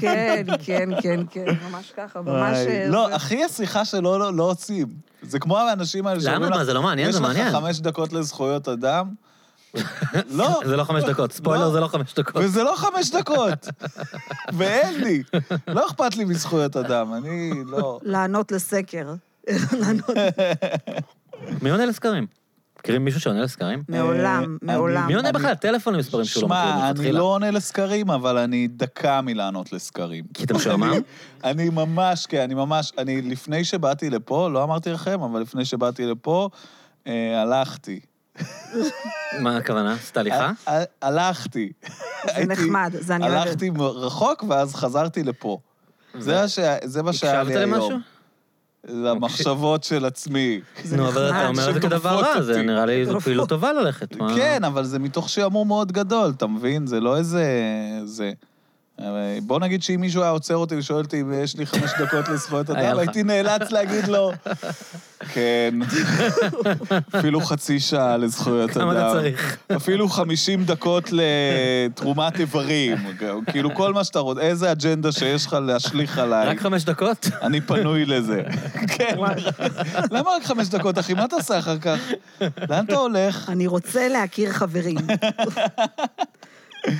A: כן, כן, כן, כן, ממש ככה, ממש... אה,
C: לא,
A: זה-
C: אחי, השיחה שלא לא- לא עושים. זה כמו האנשים האלה שאומרים
B: למה?
C: לך,
B: מה, זה לא מעניין, זה
C: יש
B: מעניין."
C: לך חמש דקות לזכויות אדם? לא,
B: זה לא חמש דקות, ספוילר
C: לא.
B: זה לא חמש דקות.
C: וזה לא חמש דקות. ואין לי. לא אכפת לי מזכויות אדם, אני לא...
A: לענות
C: אה,
A: לסקר.
B: מי עונה לסקרים? מכירים מישהו שעונה לסקרים?
A: מעולם,
C: אה,
A: מעולם.
B: מי עונה
C: אני-
B: בכלל לטלפון למספרים שהוא לא מכיר
C: שמע, אני
B: מלכתחילה?
C: לא עונה לסקרים, אבל אני דקה מלענות לסקרים.
B: כי אתה משועמם?
C: אני ממש, כן, אני ממש, אני לפני שבאתי לפה, לא אמרתי לכם, אבל לפני שבאתי לפה, אה, הלכתי.
B: מה הכוונה? סליחה?
C: ה- ה- הלכתי.
A: זה נחמד, זה אני אוהבת.
C: הלכתי רחוק, ואז חזרתי לפה. זה מה ש- זה מה שהיה
B: הקשבת
C: לא לי היום.
B: למשהו?
C: למחשבות של עצמי.
A: זה
B: נו, אבל
A: נחמד.
B: אתה אומר את זה כדבר
C: שדוחפות
B: רע, זה
C: אותי.
B: נראה לי זו
A: דוחפות.
B: פעילות טובה ללכת. מה-
C: כן, אבל זה מתוך שעמום מאוד גדול, אתה מבין? זה לא איזה... זה... אבל בוא נגיד שאם מישהו היה עוצר אותי ושואל אותי אם יש לי חמש דקות לזכויות
B: היה
C: אדם,
B: לך.
C: הייתי נאלץ להגיד לו, כן, אפילו חצי שעה לזכויות אדם.
B: כמה אתה צריך?
C: אפילו 50 דקות לתרומת איברים. כאילו כל מה שאתה רוצה, איזה אג'נדה שיש לך להשליך עליי.
B: רק חמש דקות?
C: אני פנוי לזה. כן. למה רק חמש דקות, אחי? מה אתה עושה אחר כך? לאן אתה הולך?
A: אני רוצה להכיר חברים.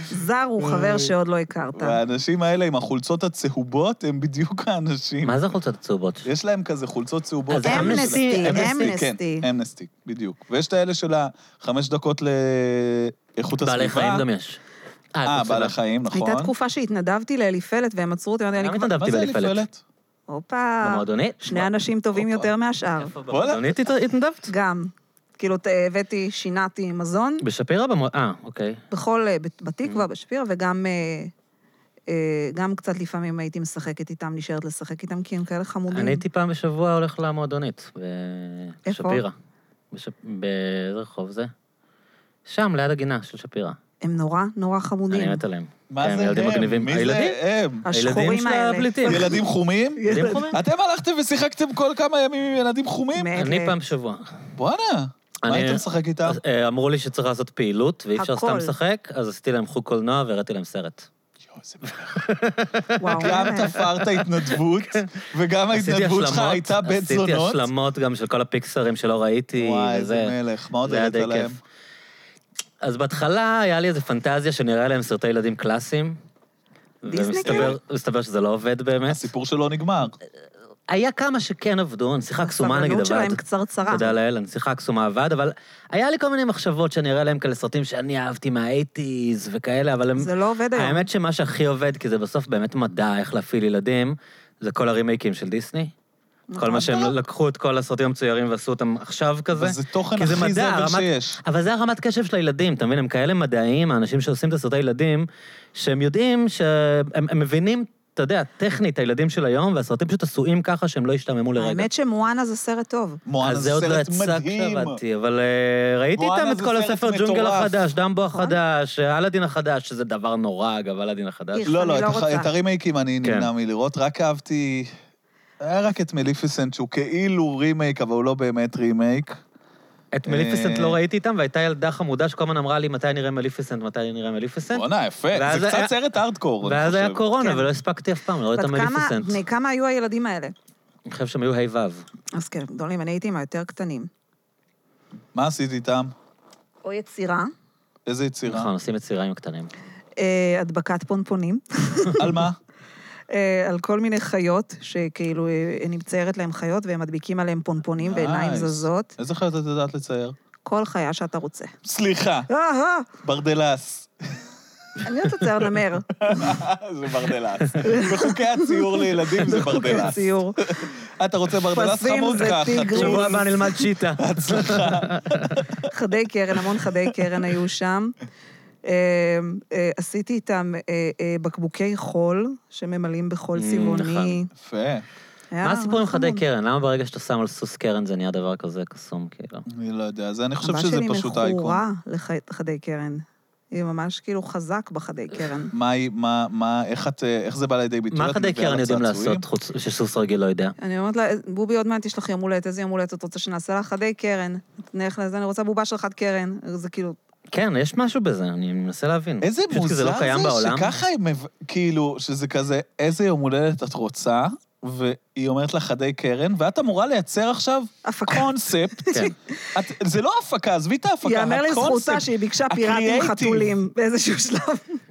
A: זר הוא חבר שעוד לא הכרת.
C: והאנשים האלה עם החולצות הצהובות הם בדיוק האנשים.
B: מה זה החולצות הצהובות?
C: יש להם כזה חולצות צהובות.
B: אז אמנסטי,
A: אמנסטי.
C: כן, אמנסטי, בדיוק. ויש את האלה של החמש דקות לאיכות הסביבה.
B: בעלי חיים גם יש. לא.
C: אה,
B: איכות
C: בעלי
B: סביבה.
C: חיים, נכון.
A: הייתה תקופה שהתנדבתי לאליפלת, והם עצרו אותי, אמרתי, אני
B: למה
A: כבר...
B: התנדבתי
C: מה זה
B: באליפלת?
C: אליפלט?
A: הופה.
B: במועדונית?
A: שני אנשים טובים
C: הופה.
A: יותר מהשאר.
B: איפה, במועדונית הת- התנדבת?
A: גם. כאילו, ת- הבאתי, שינעתי מזון,
B: בשפירא? במו- אה, אוקיי.
A: בכל... אה, בת-
B: Mm.
A: בתקווה, בשפירא, וגם... אה, אה, גם קצת לפעמים הייתי משחקת איתם, נשארת לשחק איתם, כי הם כאלה חמודים.
B: אני הייתי פעם בשבוע הולך למועדונית. ב-
A: איפה?
B: בשפירא. בש- באיזה רחוב זה? שם, ליד הגינה של שפירא.
A: הם נורא נורא חמודים.
B: אני מת עליהם.
C: מה
B: כן,
C: זה
B: ילדים מגניבים.
C: הם? מי
B: הילדים? כן.
C: זה הם?
B: הילדים
A: השחורים
B: של
A: האלה.
B: הפליטים.
C: ילדים חומים?
B: ילדים חומים?
C: אתם הלכתם ושיחקתם כל כמה ימים עם ילדים חומים?
A: מעת
B: אני
A: לעת.
B: פעם בשבוע.
C: בואנה, מה
B: אני-
C: היית משחק איתם?
B: אה, אמרו לי שצריך לעשות פעילות, ואי אפשר
A: הכל.
B: סתם לשחק, אז עשיתי להם חוג קולנוע והראיתי להם סרט.
C: יואו, איזה מלך.
A: וואו, אה,
C: גם
A: באמת.
C: תפרת התנדבות, וגם
B: עשיתי
C: ההתנדבות שלך
B: השלמות-
C: הייתה בית
B: עשיתי
C: זונות.
B: השלמות גם של כל הפיקסרים שלא ראיתי.
C: וואי,
B: וזה-
C: איזה מלך, מה עוד
B: זה היה
C: העלית
B: די
C: להם?
B: כיף. אז בהתחלה היה לי איזו פנטזיה שנראה להם סרטי ילדים קלאסיים.
A: דיסני
B: ומסתבר מסתבר שזה לא עובד באמת.
C: הסיפור שלו נגמר.
B: היה כמה שכן עבדו, הנסיכה הקסומה נגיד
A: הסבלנות
B: עבד.
A: שלהם קצרצרה.
B: תודה לאל, הנסיכה הקסומה עבד, אבל היה לי כל מיני מחשבות שאני אראה להם כאלה סרטים שאני אהבתי מהאייטיז וכאלה, אבל הם...
A: זה לא עובד היום.
B: האמת שמה שהכי עובד, כי זה בסוף באמת מדע איך להפעיל ילדים, זה כל הרימייקים של דיסני. כל
A: נכון,
B: מה שהם לקחו את כל הסרטים המצוירים ועשו אותם עכשיו כזה.
C: וזה תוכן
B: כי זה
C: הכי
B: מדע,
C: זבל
B: הרמת-
C: שיש.
B: אבל זה הרמת קשב של הילדים, אתה מבין? הם כאלה מדעיים, האנשים שעושים את הסרטי ילדים, שהם יודעים שהם הם מבינים, אתה יודע, טכנית, הילדים של היום, והסרטים פשוט עשויים ככה שהם לא השתעממו לרגע.
A: האמת שמואנה זה סרט טוב.
C: מואנה
B: אז
C: זה
B: זה עוד לא
C: סרט
B: יצא
C: מדהים.
B: כשעבדתי, אבל אה, ראיתי
C: מואנה
B: איתם את
C: זה
B: כל
C: סרט
B: הספר ג'ונגל
C: מטורף.
B: החדש, דמבו
A: נכון.
B: החדש, אלאדין החדש, שזה דבר נורא, אגב, אלאדין החדש.
A: איך?
C: לא,
A: אני
C: לא,
A: לא
C: את הח-
A: רוצה.
C: את הרימייקים אני נמנע
B: כן.
C: מלראות, רק אהבתי... היה רק את מליפיסנט, שהוא כאילו רימייק, אבל הוא לא באמת רימייק.
B: כן. את מליפיסנט
C: אה.
B: לא ראיתי איתם, והייתה ילדה חמודה שכל הזמן אמרה לי, מתי נראה מליפיסנט, מתי נראה מליפיסנט.
C: בואנה, יפה,
B: ואז
C: זה
B: היה-
C: קצת סרט ארדקור, אני
B: ואז היה
C: חושב.
B: קורונה,
A: כן.
B: ולא הספקתי אף פעם, לא ראיתי
A: בת
B: את
A: כמה-
B: מליפיסנט.
A: בני כמה היו הילדים האלה?
B: אני חושב שהם היו ה'-ו'.
A: אז כן, גדולים, אני הייתי עם היותר קטנים.
C: מה עשית איתם?
A: או יצירה,
C: איזה יצירה?
B: נכון, עושים את סיריים הקטנים.
A: אה, הדבקת פונפונים,
B: נכון.
C: על מה?
A: אה, על כל מיני חיות, שכאילו אה, אני מציירת להם חיות, והם מדביקים עליהם פונפונים ועיניים
C: Nice.
A: זזות.
C: איזה חיות את יודעת לצייר?
A: כל חיה שאתה רוצה.
C: סליחה,
A: אה, אה,
C: ברדלס.
A: אני לא תצייר נמר.
C: זה ברדלס. בחוקי הציור לילדים זה ברדלס.
A: ציור.
C: אתה רוצה ברדלס
A: פסים
C: חמוד
A: זה
C: ככה.
A: טיגריס.
C: חתול.
B: שבוע הבא נלמד שיטה.
A: חדי קרן, המון חדי קרן היו שם. אה, אה, עשיתי איתם אה, אה, בקבוקי חול, שממלאים בחול
B: Mm,
A: צבעוני.
C: יפה.
A: היה
B: מה הסיפור עם חדי
A: חמוד.
B: קרן? למה ברגע שאתה שם על סוס קרן זה נהיה דבר כזה קסום, כאילו?
C: אני לא יודע, זה אני חושב שזה פשוט
A: הבת שלי
C: אייקון.
A: מכורה לחדי קרן. היא ממש כאילו חזק בחדי קרן.
C: מה, היא- מה, מה, איך את, אה, איך זה בא לידי ביטוי?
B: מה
C: את
B: חדי
C: מביאה
B: קרן יודעים
C: לצעצועים?
B: לעשות, חוץ שסוס רגיל לא יודע?
A: אני אומרת לה, בובי, עוד מעט יש לך יום הולדת, איזה יום הולדת את רוצה שנעשה לך? חדי קרן. נלך לזה, אני רוצה בובה של חד קרן. זה כאילו,
B: כן, יש משהו בזה, אני מנסה להבין.
C: איזה
B: פשוט כי
C: מוזר
B: זה לא קיים
C: זה
B: בעולם.
C: שככה הם, מב- כאילו, שזה כזה, איזה יום הולדת את רוצה, והיא אומרת לך חדי קרן, ואת אמורה לייצר עכשיו
A: הפקה.
C: קונספט.
B: כן.
C: את- זה לא הפקה, עזבי את ההפקה,
A: יאמר לזכותה
C: הקונספט.
A: שהיא ביקשה פיראטים
C: הקריאייטיב.
A: חתולים באיזשהו שלב.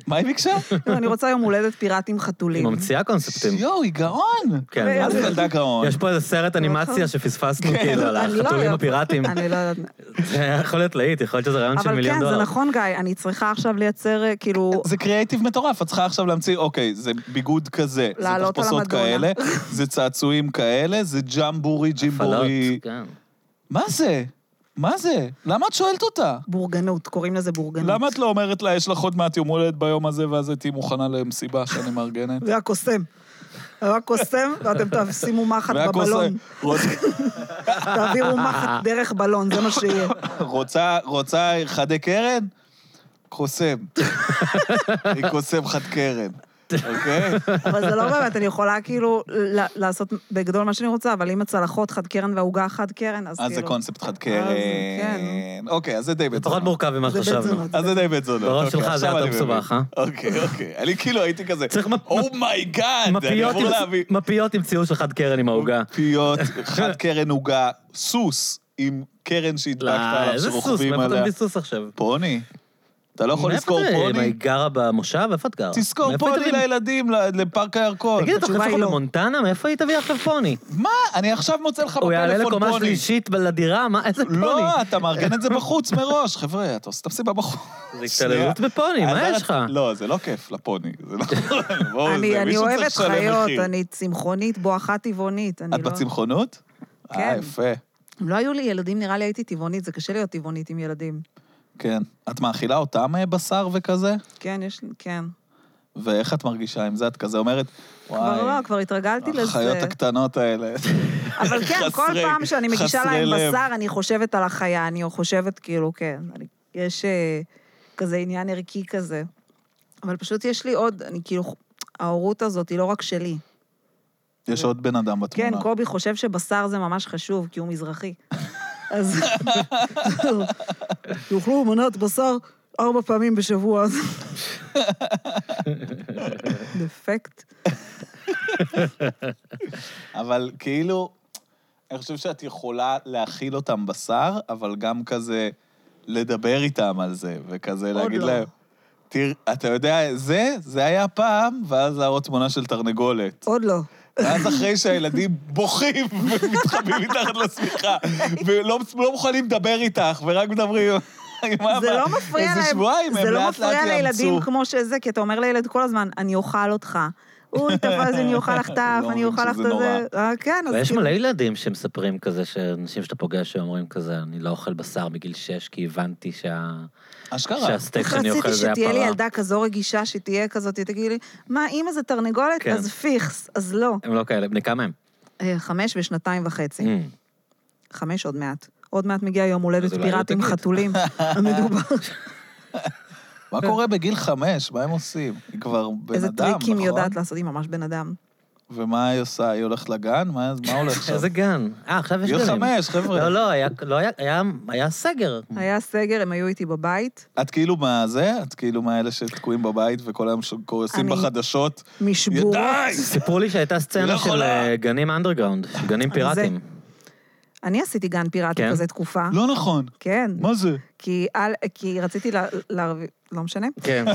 C: מה היא ביקשה?
A: לא, אני רוצה יום הולדת פיראטים חתולים.
B: היא ממציאה קונספטים.
C: יואו, היא גאון.
B: כן,
A: אה,
B: מה
C: אז
B: זה?
C: ילדה גאון.
B: יש פה איזה סרט אנימציה שפספסנו, כאילו, על
A: נכון. אני לא
B: החתולים
A: יודעת.
B: הפיראטים.
A: אני לא יודעת.
B: זה היה יכול להיות להיט, יכול להיות שזה רעיון של
A: אבל
B: מיליון
A: כן,
B: דולר.
A: זה נכון, גיא, אני צריכה עכשיו לייצר, אה, כאילו...
C: זה קריאייטיב מטורף, את צריכה עכשיו להמציא, אוקיי, זה ביגוד כזה, זה
A: לעלות על
C: תחפושות
A: המדונה.
C: כאלה, זה צעצועים כאלה, זה ג'מבורי,
B: הפעלות,
C: ג'ימבורי.
B: כן.
C: מה זה? מה זה? למה את שואלת אותה?
A: בורגנות, קוראים לזה בורגנות.
C: למה את לא אומרת לה, יש לך עוד מעט יום הולדת ביום הזה, ואז את תהיי מוכנה למסיבה שאני מארגנת?
A: זה הקוסם. רק קוסם, ואתם תשימו מחט בבלון.
C: רוצ-
A: תעבירו מחט דרך בלון, זה מה שיהיה.
C: רוצה, רוצה חדי קרן? קוסם. היא קוסם חד קרן, אוקיי?
A: אבל זה לא באמת, אני יכולה כאילו ל- לעשות בגדול מה שאני רוצה, אבל אם הצלחות חד קרן והעוגה חד קרן, אז
C: אז אה, זה
A: כאילו...
C: קונספט חד קרן.
A: כן.
C: אוקיי, אז זה די
B: זה
C: בית
B: פחות
C: זונות.
B: מורכב ממה
A: זה בית
B: שחשבנו.
A: זונות.
C: אז זה די בית זונות.
B: בראש
C: אוקיי,
B: שלך זה
C: עכשיו
B: יותר
C: אני מבין.
B: מסובך, אה?
C: אוקיי, אוקיי. אני כאילו הייתי כזה,
B: צריך מפ-
C: אומייגאד, אני
B: מפיות
C: אמור
B: עם-
C: להביא.
B: מפיות עם ציור של חד קרן עם העוגה.
C: פיות, חד קרן עוגה, סוס עם קרן שהדבקת
B: לא,
C: עליו,
B: איזה סוס,
C: שרוכבים
B: מאיפה אתה
C: עליה.
B: מביא סוס עכשיו?
C: פוני. אתה לא יכול לזכור
B: מאיפה זה? מה,
C: פוני?
B: היא גרה במושב? איפה את גרה?
C: תזכור
B: מאיפה היא
C: פוני
B: תביא-
C: לילדים, ל- לפארק הירקון.
B: תגיד, אתה חושב
A: התשובה היא
B: לך
A: לא.
B: למונטנה? מאיפה היא תביא עכשיו פוני?
C: מה? אני עכשיו מוצא לך
B: הוא יעלה
C: בפלאפון
B: לקומה
C: פוני.
B: שלישית ב- לדירה? מה, איזה פוני?
C: לא, אתה מארגן את זה בחוץ מראש. חבר'ה, אתה עושה את המסיבה בחוץ.
B: זה
C: שנייה.
B: התעללות בפוני, מה
C: אז
B: יש לך?
C: לא, זה לא כיף לפוני. זה לא... בואו, זה-
A: אני, אני
C: מישהו צריך
A: אוהבת
C: לשלם
A: חיות,
C: מחיר.
A: אני צמחונית, בואכה טבעונית. אני
C: את
A: לא...
C: בצמחונות? אה,
A: כן.
C: יפה.
A: אם לא היו לי ילדים, נראה לי הייתי טבעונית, זה קשה להיות טבעונית עם ילדים.
C: כן. את מאכילה אותם אה, בשר וכזה?
A: כן, יש לי, כן.
C: ואיך את מרגישה עם זה? את כזה אומרת,
A: כבר לא,
C: וואי,
A: כבר התרגלתי לזה.
C: החיות הקטנות האלה.
A: אבל כן, כל
C: חסרי-
A: פעם שאני מגישה
C: חסרי
A: להם
C: לב.
A: בשר, אני חושבת על החיה, אני חושבת כאילו, כן, אני, יש אה, כזה עניין ערכי כזה. אבל פשוט יש לי עוד, אני כאילו, ההורות הזאת היא לא רק שלי.
C: יש עוד בן אדם
A: כן,
C: בתמונה.
A: קובי חושב שבשר זה ממש חשוב, כי הוא מזרחי. אז... יאכלו מנת בשר ארבע פעמים בשבוע. אז- דפקט.
C: אבל כאילו, אני חושב שאת יכולה להכיל אותם בשר, אבל גם כזה לדבר איתם על זה, וכזה
A: עוד
C: להגיד
A: לא.
C: להם, תראה, אתה יודע, זה, זה היה פעם, ואז להראות תמונה של תרנגולת.
A: עוד לא.
C: ואז אחרי שהילדים בוכים ומתחבאים מתחת לשמיכה, ולא לא מוכנים לדבר איתך, ורק מדברים עם אבא.
A: זה לא מפריע להם.
C: איזה שבועיים, הם
A: זה לא
C: לאט לאט
A: מפריע לילדים
C: יאמצו.
A: כמו שזה, כי אתה אומר לילד כל הזמן, אני אוכל אותך. אוי, תפס, אני אוכל לך טף,
C: לא
A: אני
C: אומרים
A: אוכל לך
C: שזה
A: את זה.
C: נורא.
A: אה, כן, אז
B: ויש
A: כאילו-
B: מלא ילדים שמספרים כזה, שאנשים שאתה פוגש שאומרים כזה, אני לא אוכל בשר בגיל 6, כי הבנתי שה...
C: אשכרה.
B: שהסטייק
A: איך
B: שאני אוכל
A: רציתי
B: זה היה
A: שתהיה לי
B: פרה.
A: ילדה כזו רגישה, שתהיה כזאת, תגידי לי, מה, אימא זה תרנגולת?
B: כן.
A: אז פיכס, אז לא.
B: הם לא כאלה, בני כמה הם?
A: אה, חמש ושנתיים וחצי.
B: אמ,
A: חמש עוד מעט. עוד מעט מגיע יום הולדת
B: אז אולי לא
A: פיראט עם
B: תגיד.
A: חתולים. המדובר.
C: מה קורה בגיל חמש? מה הם עושים? היא כבר בן
A: כן. איזה
C: אדם, נכון?
A: טריקים היא יודעת לעשות, היא ממש בן אדם.
C: ומה היא עושה? היא הולכת לגן? מה מה הולך עכשיו?
B: איזה גן. אה, עכשיו יש
C: גיל
B: גנים.
C: חמש, חבר'ה. לא
B: לא, לא, היה- לא היה- היה- היה סגר.
A: היה סגר, הם היו איתי בבית.
C: את כאילו מה זה? את כאילו מאלה שתקועים בבית וכל היום ש- קורסים
A: אני-
C: בחדשות?
A: משבורות.
C: ידיי!
B: סיפרו לי שהייתה
C: לא
B: סצנה של
C: יכולה.
B: אה, גנים אנדרגראונד, גנים פיראטיים.
A: אני עשיתי גן פיראטי
B: כן?
A: כזה תקופה.
C: לא נכון.
A: כן.
C: מה זה?
A: כי על- כי רציתי לה- להרוויח... לא משנה.
B: כן.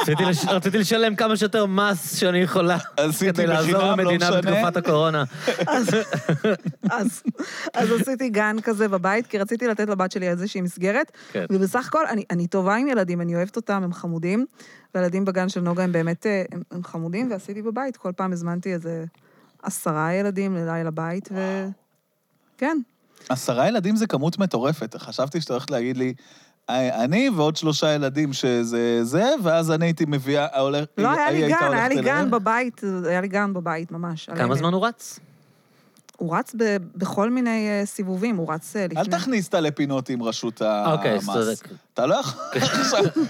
B: רציתי לש- רציתי לשלם כמה שיותר מס שאני יכולה,
C: עשיתי
B: כדי לעזור
C: בחינם, לא
B: למדינה
C: משנה.
B: בתקופת הקורונה.
A: אז, אז עשיתי גן כזה בבית, כי רציתי לתת לבת שלי איזושהי מסגרת.
B: כן.
A: ובסך הכל, אני, אני טובה עם ילדים, אני אוהבת אותם, הם חמודים. והילדים בגן של נוגה הם באמת, אה, הם, הם חמודים, ועשיתי בבית. כל פעם הזמנתי איזה עשרה ילדים ללילה בית, ו... כן.
C: עשרה ילדים זה כמות מטורפת. חשבתי שאתה הולכת להגיד לי, "אה, אני ועוד שלושה ילדים שזה זה, ואז אני הייתי מביאה, הולך...
A: לא, היה
C: היא
A: לי
C: הייתה
A: גן, היה
C: הולכת
A: לי
C: אליהם.
A: גן בבית, היה לי גן בבית ממש. על
B: כמה
A: האמת.
B: זמן הוא רץ?
A: הוא רץ ב, בכל מיני אה, סיבובים, הוא רץ אה, לפני...
C: אל תכניס אותה לפינות עם רשות המס.
B: אוקיי, אז צודק. כן.
C: אתה לא יכול...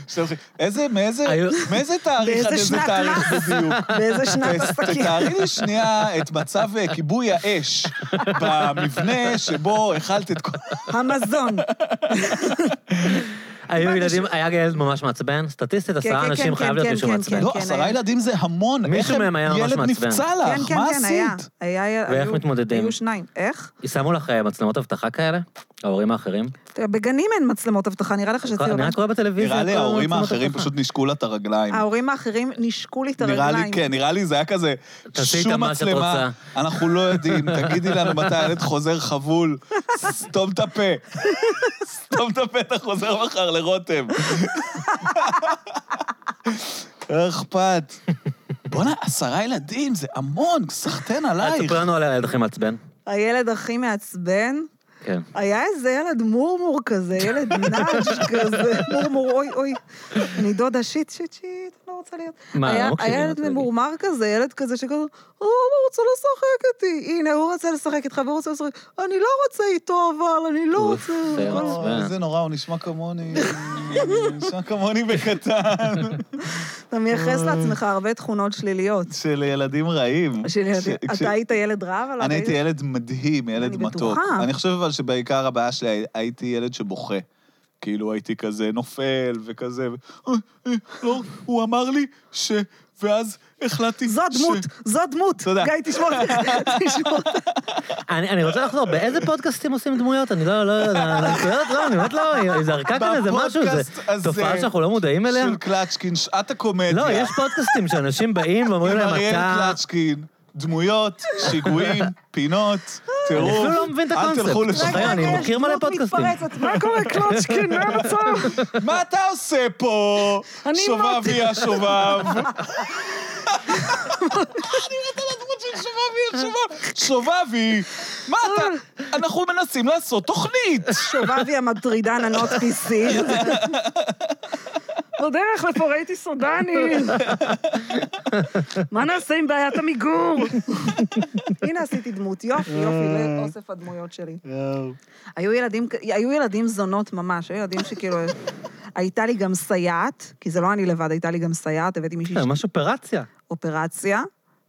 C: עכשיו, איזה, מאיזה,
B: היו-
C: מאיזה תאריך עד
A: באיזה
C: איזה
A: שנת
C: תאריך
A: מס?
C: בדיוק?
A: באיזה שנת
C: ת-
A: עסקים.
C: תתארי לי שנייה את מצב אה, כיבוי האש במבנה שבו הכלת את כל...
A: המזון.
C: אה,
B: היו ילדים, היה ילד ממש מעצבן, סטטיסטית, עשרה
A: כן,
B: אנשים
A: כן,
B: חייב להיות
A: כן,
B: מישהו
A: כן,
B: מעצבן.
A: כן.
C: לא, עשרה
A: היה.
C: ילדים זה המון. איך
B: מישהו
C: הם-
B: מהם היה ממש
C: ילד
B: מעצבן.
C: נפצע
A: כן,
C: לך,
A: כן,
C: מה
A: כן, היה.
C: עשית?
A: היה,
B: ואיך
A: היו-
B: מתמודדים?
A: היו שניים. איך?
B: שמו לך אה, מצלמות אבטחה כאלה? ההורים האחרים?
A: תראה, בגנים אין מצלמות אבטחה, נראה לך שזה...
B: אני רק רואה בטלוויזיה.
C: נראה לי
B: כל
C: ההורים
B: מצלמות
C: האחרים
B: אבטחה.
C: פשוט נישקו לה את הרגליים.
A: ההורים האחרים נישקו לי את
C: נראה לי,
A: הרגליים.
C: כן, נראה לי זה היה כזה,
B: תעשי איתם
C: שום
B: מה שאת
C: מצלמה, אנחנו לא יודעים, תגידי לנו מתי הילד חוזר חבול, סתום את הפה. סתום את הפה, אתה חוזר מחר לרותם. לא אכפת. בואנה, עשרה ילדים, זה המון, סחטיין
B: אל
C: עלייך.
B: תספר אה, לנו על הילד הכי מעצבן.
A: הילד הכי מעצבן,
B: כן.
A: היה איזה ילד מורמור כזה, ילד נאג' כזה, מורמור, אוי אוי, אני דודה שיט, שיט, שיט, אני לא רוצה להיות.
B: מה,
A: היה-
B: לא מקשיבים,
A: היה
B: אתה
A: ילד
B: יודע.
A: ממורמר כזה, ילד כזה שכזה, "אה, הוא לא רוצה לשחק איתי, הנה, הוא רוצה לשחק איתך והוא רוצה לשחק, אני לא רוצה איתו, אבל אני לא
B: אוף,
A: רוצה...
B: זה
A: כל-
B: מעצבן.
C: אוי, איזה נורא, הוא נשמע כמוני, הוא נשמע כמוני בקטן,
A: אתה מייחס לעצמך הרבה תכונות שליליות.
C: של ילדים רעים.
A: של ילדים.
C: כש- כש-
A: אתה היית ילד רע, אבל...
C: אני הייתי ילד מדהים, ילד
A: אני
C: מתוק.
A: בטוחה.
C: אני חושב אבל שבעיקר הבעיה שלי, הי- הייתי ילד שבוכה. כאילו הייתי כזה נופל וכזה, "אה, אה, לא, הוא אמר לי ש... ואז החלטתי
A: זו
C: ש-
A: דמות, זו דמות.
C: תודה.
A: גיא, תשמור את זה, תשמור את זה.
B: אני אני רוצה לחזור, באיזה פודקאסטים עושים דמויות? אני לא, לא יודע, אני לא, לא, אני באמת לא, זה ערכה כאן איזה משהו,
C: בפודקאסט
B: זה
C: הזה
B: תופעה שאנחנו לא מודעים אליה?
C: של קלצ'קין, שעת הקומדיה.
B: לא, יש פודקאסטים שאנשים באים ואומרים
C: עם
B: להם,
C: אריאל
B: אתה...
C: קלצ'קין, דמויות, שיגועים, פינות, טירוף.
B: אני אפילו לא מבין את
C: אל תלכו
B: הקונספט.
C: לשחק.
B: רגע, אני
A: יש
B: מכיר מלא
A: דמות
B: פודקאסטים.
A: מתפרצת, מה קורה, קלוצ'קין, מה המצב?
C: מה אתה עושה פה?
A: אני
C: שובב
A: מוטי.
C: היא השובב. אני מתה לדמות של שובב היא השובב. שובב היא, מה אתה? אנחנו מנסים לעשות תוכנית.
A: שובבי המטרידן הנוט PC. בדרך לפורייטי סודני. מה נעשה עם בעיית המיגור? הנה עשיתי דמות, יופי, יופי, לאוסף הדמויות שלי. היו ילדים, היו ילדים זונות ממש, היו ילדים שכאילו... הייתה לי גם סייעת, כי זה לא אני לבד, הייתה לי גם סייעת, הבאתי מישהי
B: כן, ממש אופרציה.
A: אופרציה,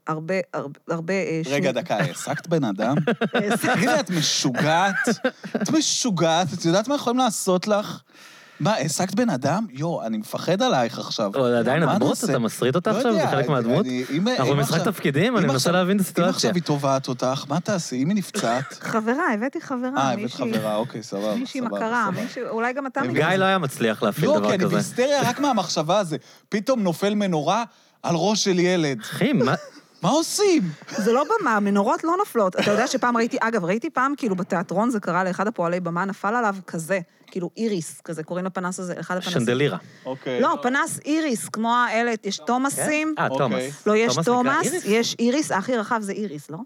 A: הרבה, הרבה, הרבה... אה,
C: רגע,
A: שינ-
C: דקה, העסקת בן אדם?
A: אה,
C: תגידי, את משוגעת? את משוגעת? את יודעת מה יכולים לעשות לך? מה, העסקת בן אדם? יואו, אני מפחד עלייך עכשיו.
B: לא, זה עדיין
C: מה
B: הדמות?
C: נעשה?
B: אתה מסריט אותה
C: לא
B: עכשיו? זה
C: יודע,
B: חלק מהדמות?
C: אני- אם-
B: אנחנו
C: אם
B: במשחק
C: עכשיו-
B: תפקידים?
C: אם
B: אני מנסה
C: עכשיו-
B: להבין את
C: אם
B: הסיטואציה.
C: עכשיו היא תובעת אותך, מה תעשי? אם היא נפצעת...
A: חברה, הבאתי
C: אה,
A: חברה,
C: הבאת
A: מישהי.
C: חברה, אוקיי, סבבה.
A: מישהי
C: סבבה,
A: מכרה,
C: סבבה.
A: מישהו, אולי גם אתה
C: הביא-
B: גיא לא היה מצליח להפעיל
C: לא, כי
B: דבר
C: אני
B: כזה.
C: בהיסטריה רק מהמחשבה הזה. פתאום נופל מנורה על ראש של ילד.
B: אחי, מה...
C: מה עושים?
A: זה לא במה, מנורות לא נופלות. אתה יודע שפעם ראיתי, אגב, ראיתי פעם, כאילו, בתיאטרון זה קרה לאחד הפועלי במה, נפל עליו כזה, כאילו איריס, כזה, קוראים לפנס הזה, אחד הפנסים.
B: שנדלירה.
C: אוקיי.
A: לא, פנס איריס, כמו האלה, יש תומאסים.
B: אה,
C: אוקיי.
B: תומאס.
A: לא, יש
B: נקרא
A: תומאס,
B: איריס?
A: יש איריס, הכי רחב זה איריס, לא?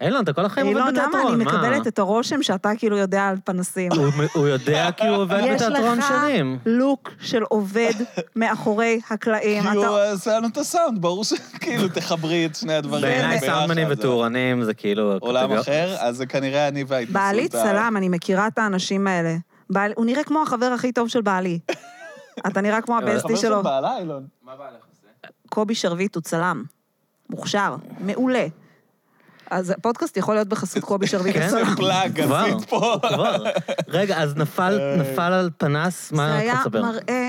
B: אילון, אתה כל החיים
A: אילון,
B: עובד
A: למה אני
B: בתיאטרון, מה?
A: מקבלת את הרושם שאתה כאילו יודע על פנסים?
B: הוא- הוא יודע כי הוא עובד
A: יש
B: בתיאטרון
A: לך
B: שנים.
A: לוק של עובד מאחורי הקלעים.
C: כי הוא
A: אתה-
C: עשה לנו את הסאונד, ברור שכאילו תחברי את שני הדברים.
B: בעיניי
A: כן.
C: ביחד,
B: סאונדמנים
C: זה
B: וטורנים זה כאילו...
C: עולם
B: הקטגור-
C: אחר, אז זה כנראה אני וההתנסות.
A: בעלי
C: ה-
A: צלם, אני מכירה את האנשים האלה. בעל- הוא נראה כמו החבר הכי טוב של בעלי. אתה נראה כמו
B: אבל
A: הבסטי
C: חבר
A: שלו.
C: של בעלה, אילון.
A: קובי שרביט הוא צלם. מוכשר, מעולה. אז הפודקאסט יכול להיות בחסות קובי שרביט
B: כן?
A: הצלם.
C: פלאג,
B: כבר,
C: עשית פה.
B: הוא כבר. רגע, אז נפל נפל על פנס,
A: זה
B: מה אתה
A: היה
B: מספר?
A: מראה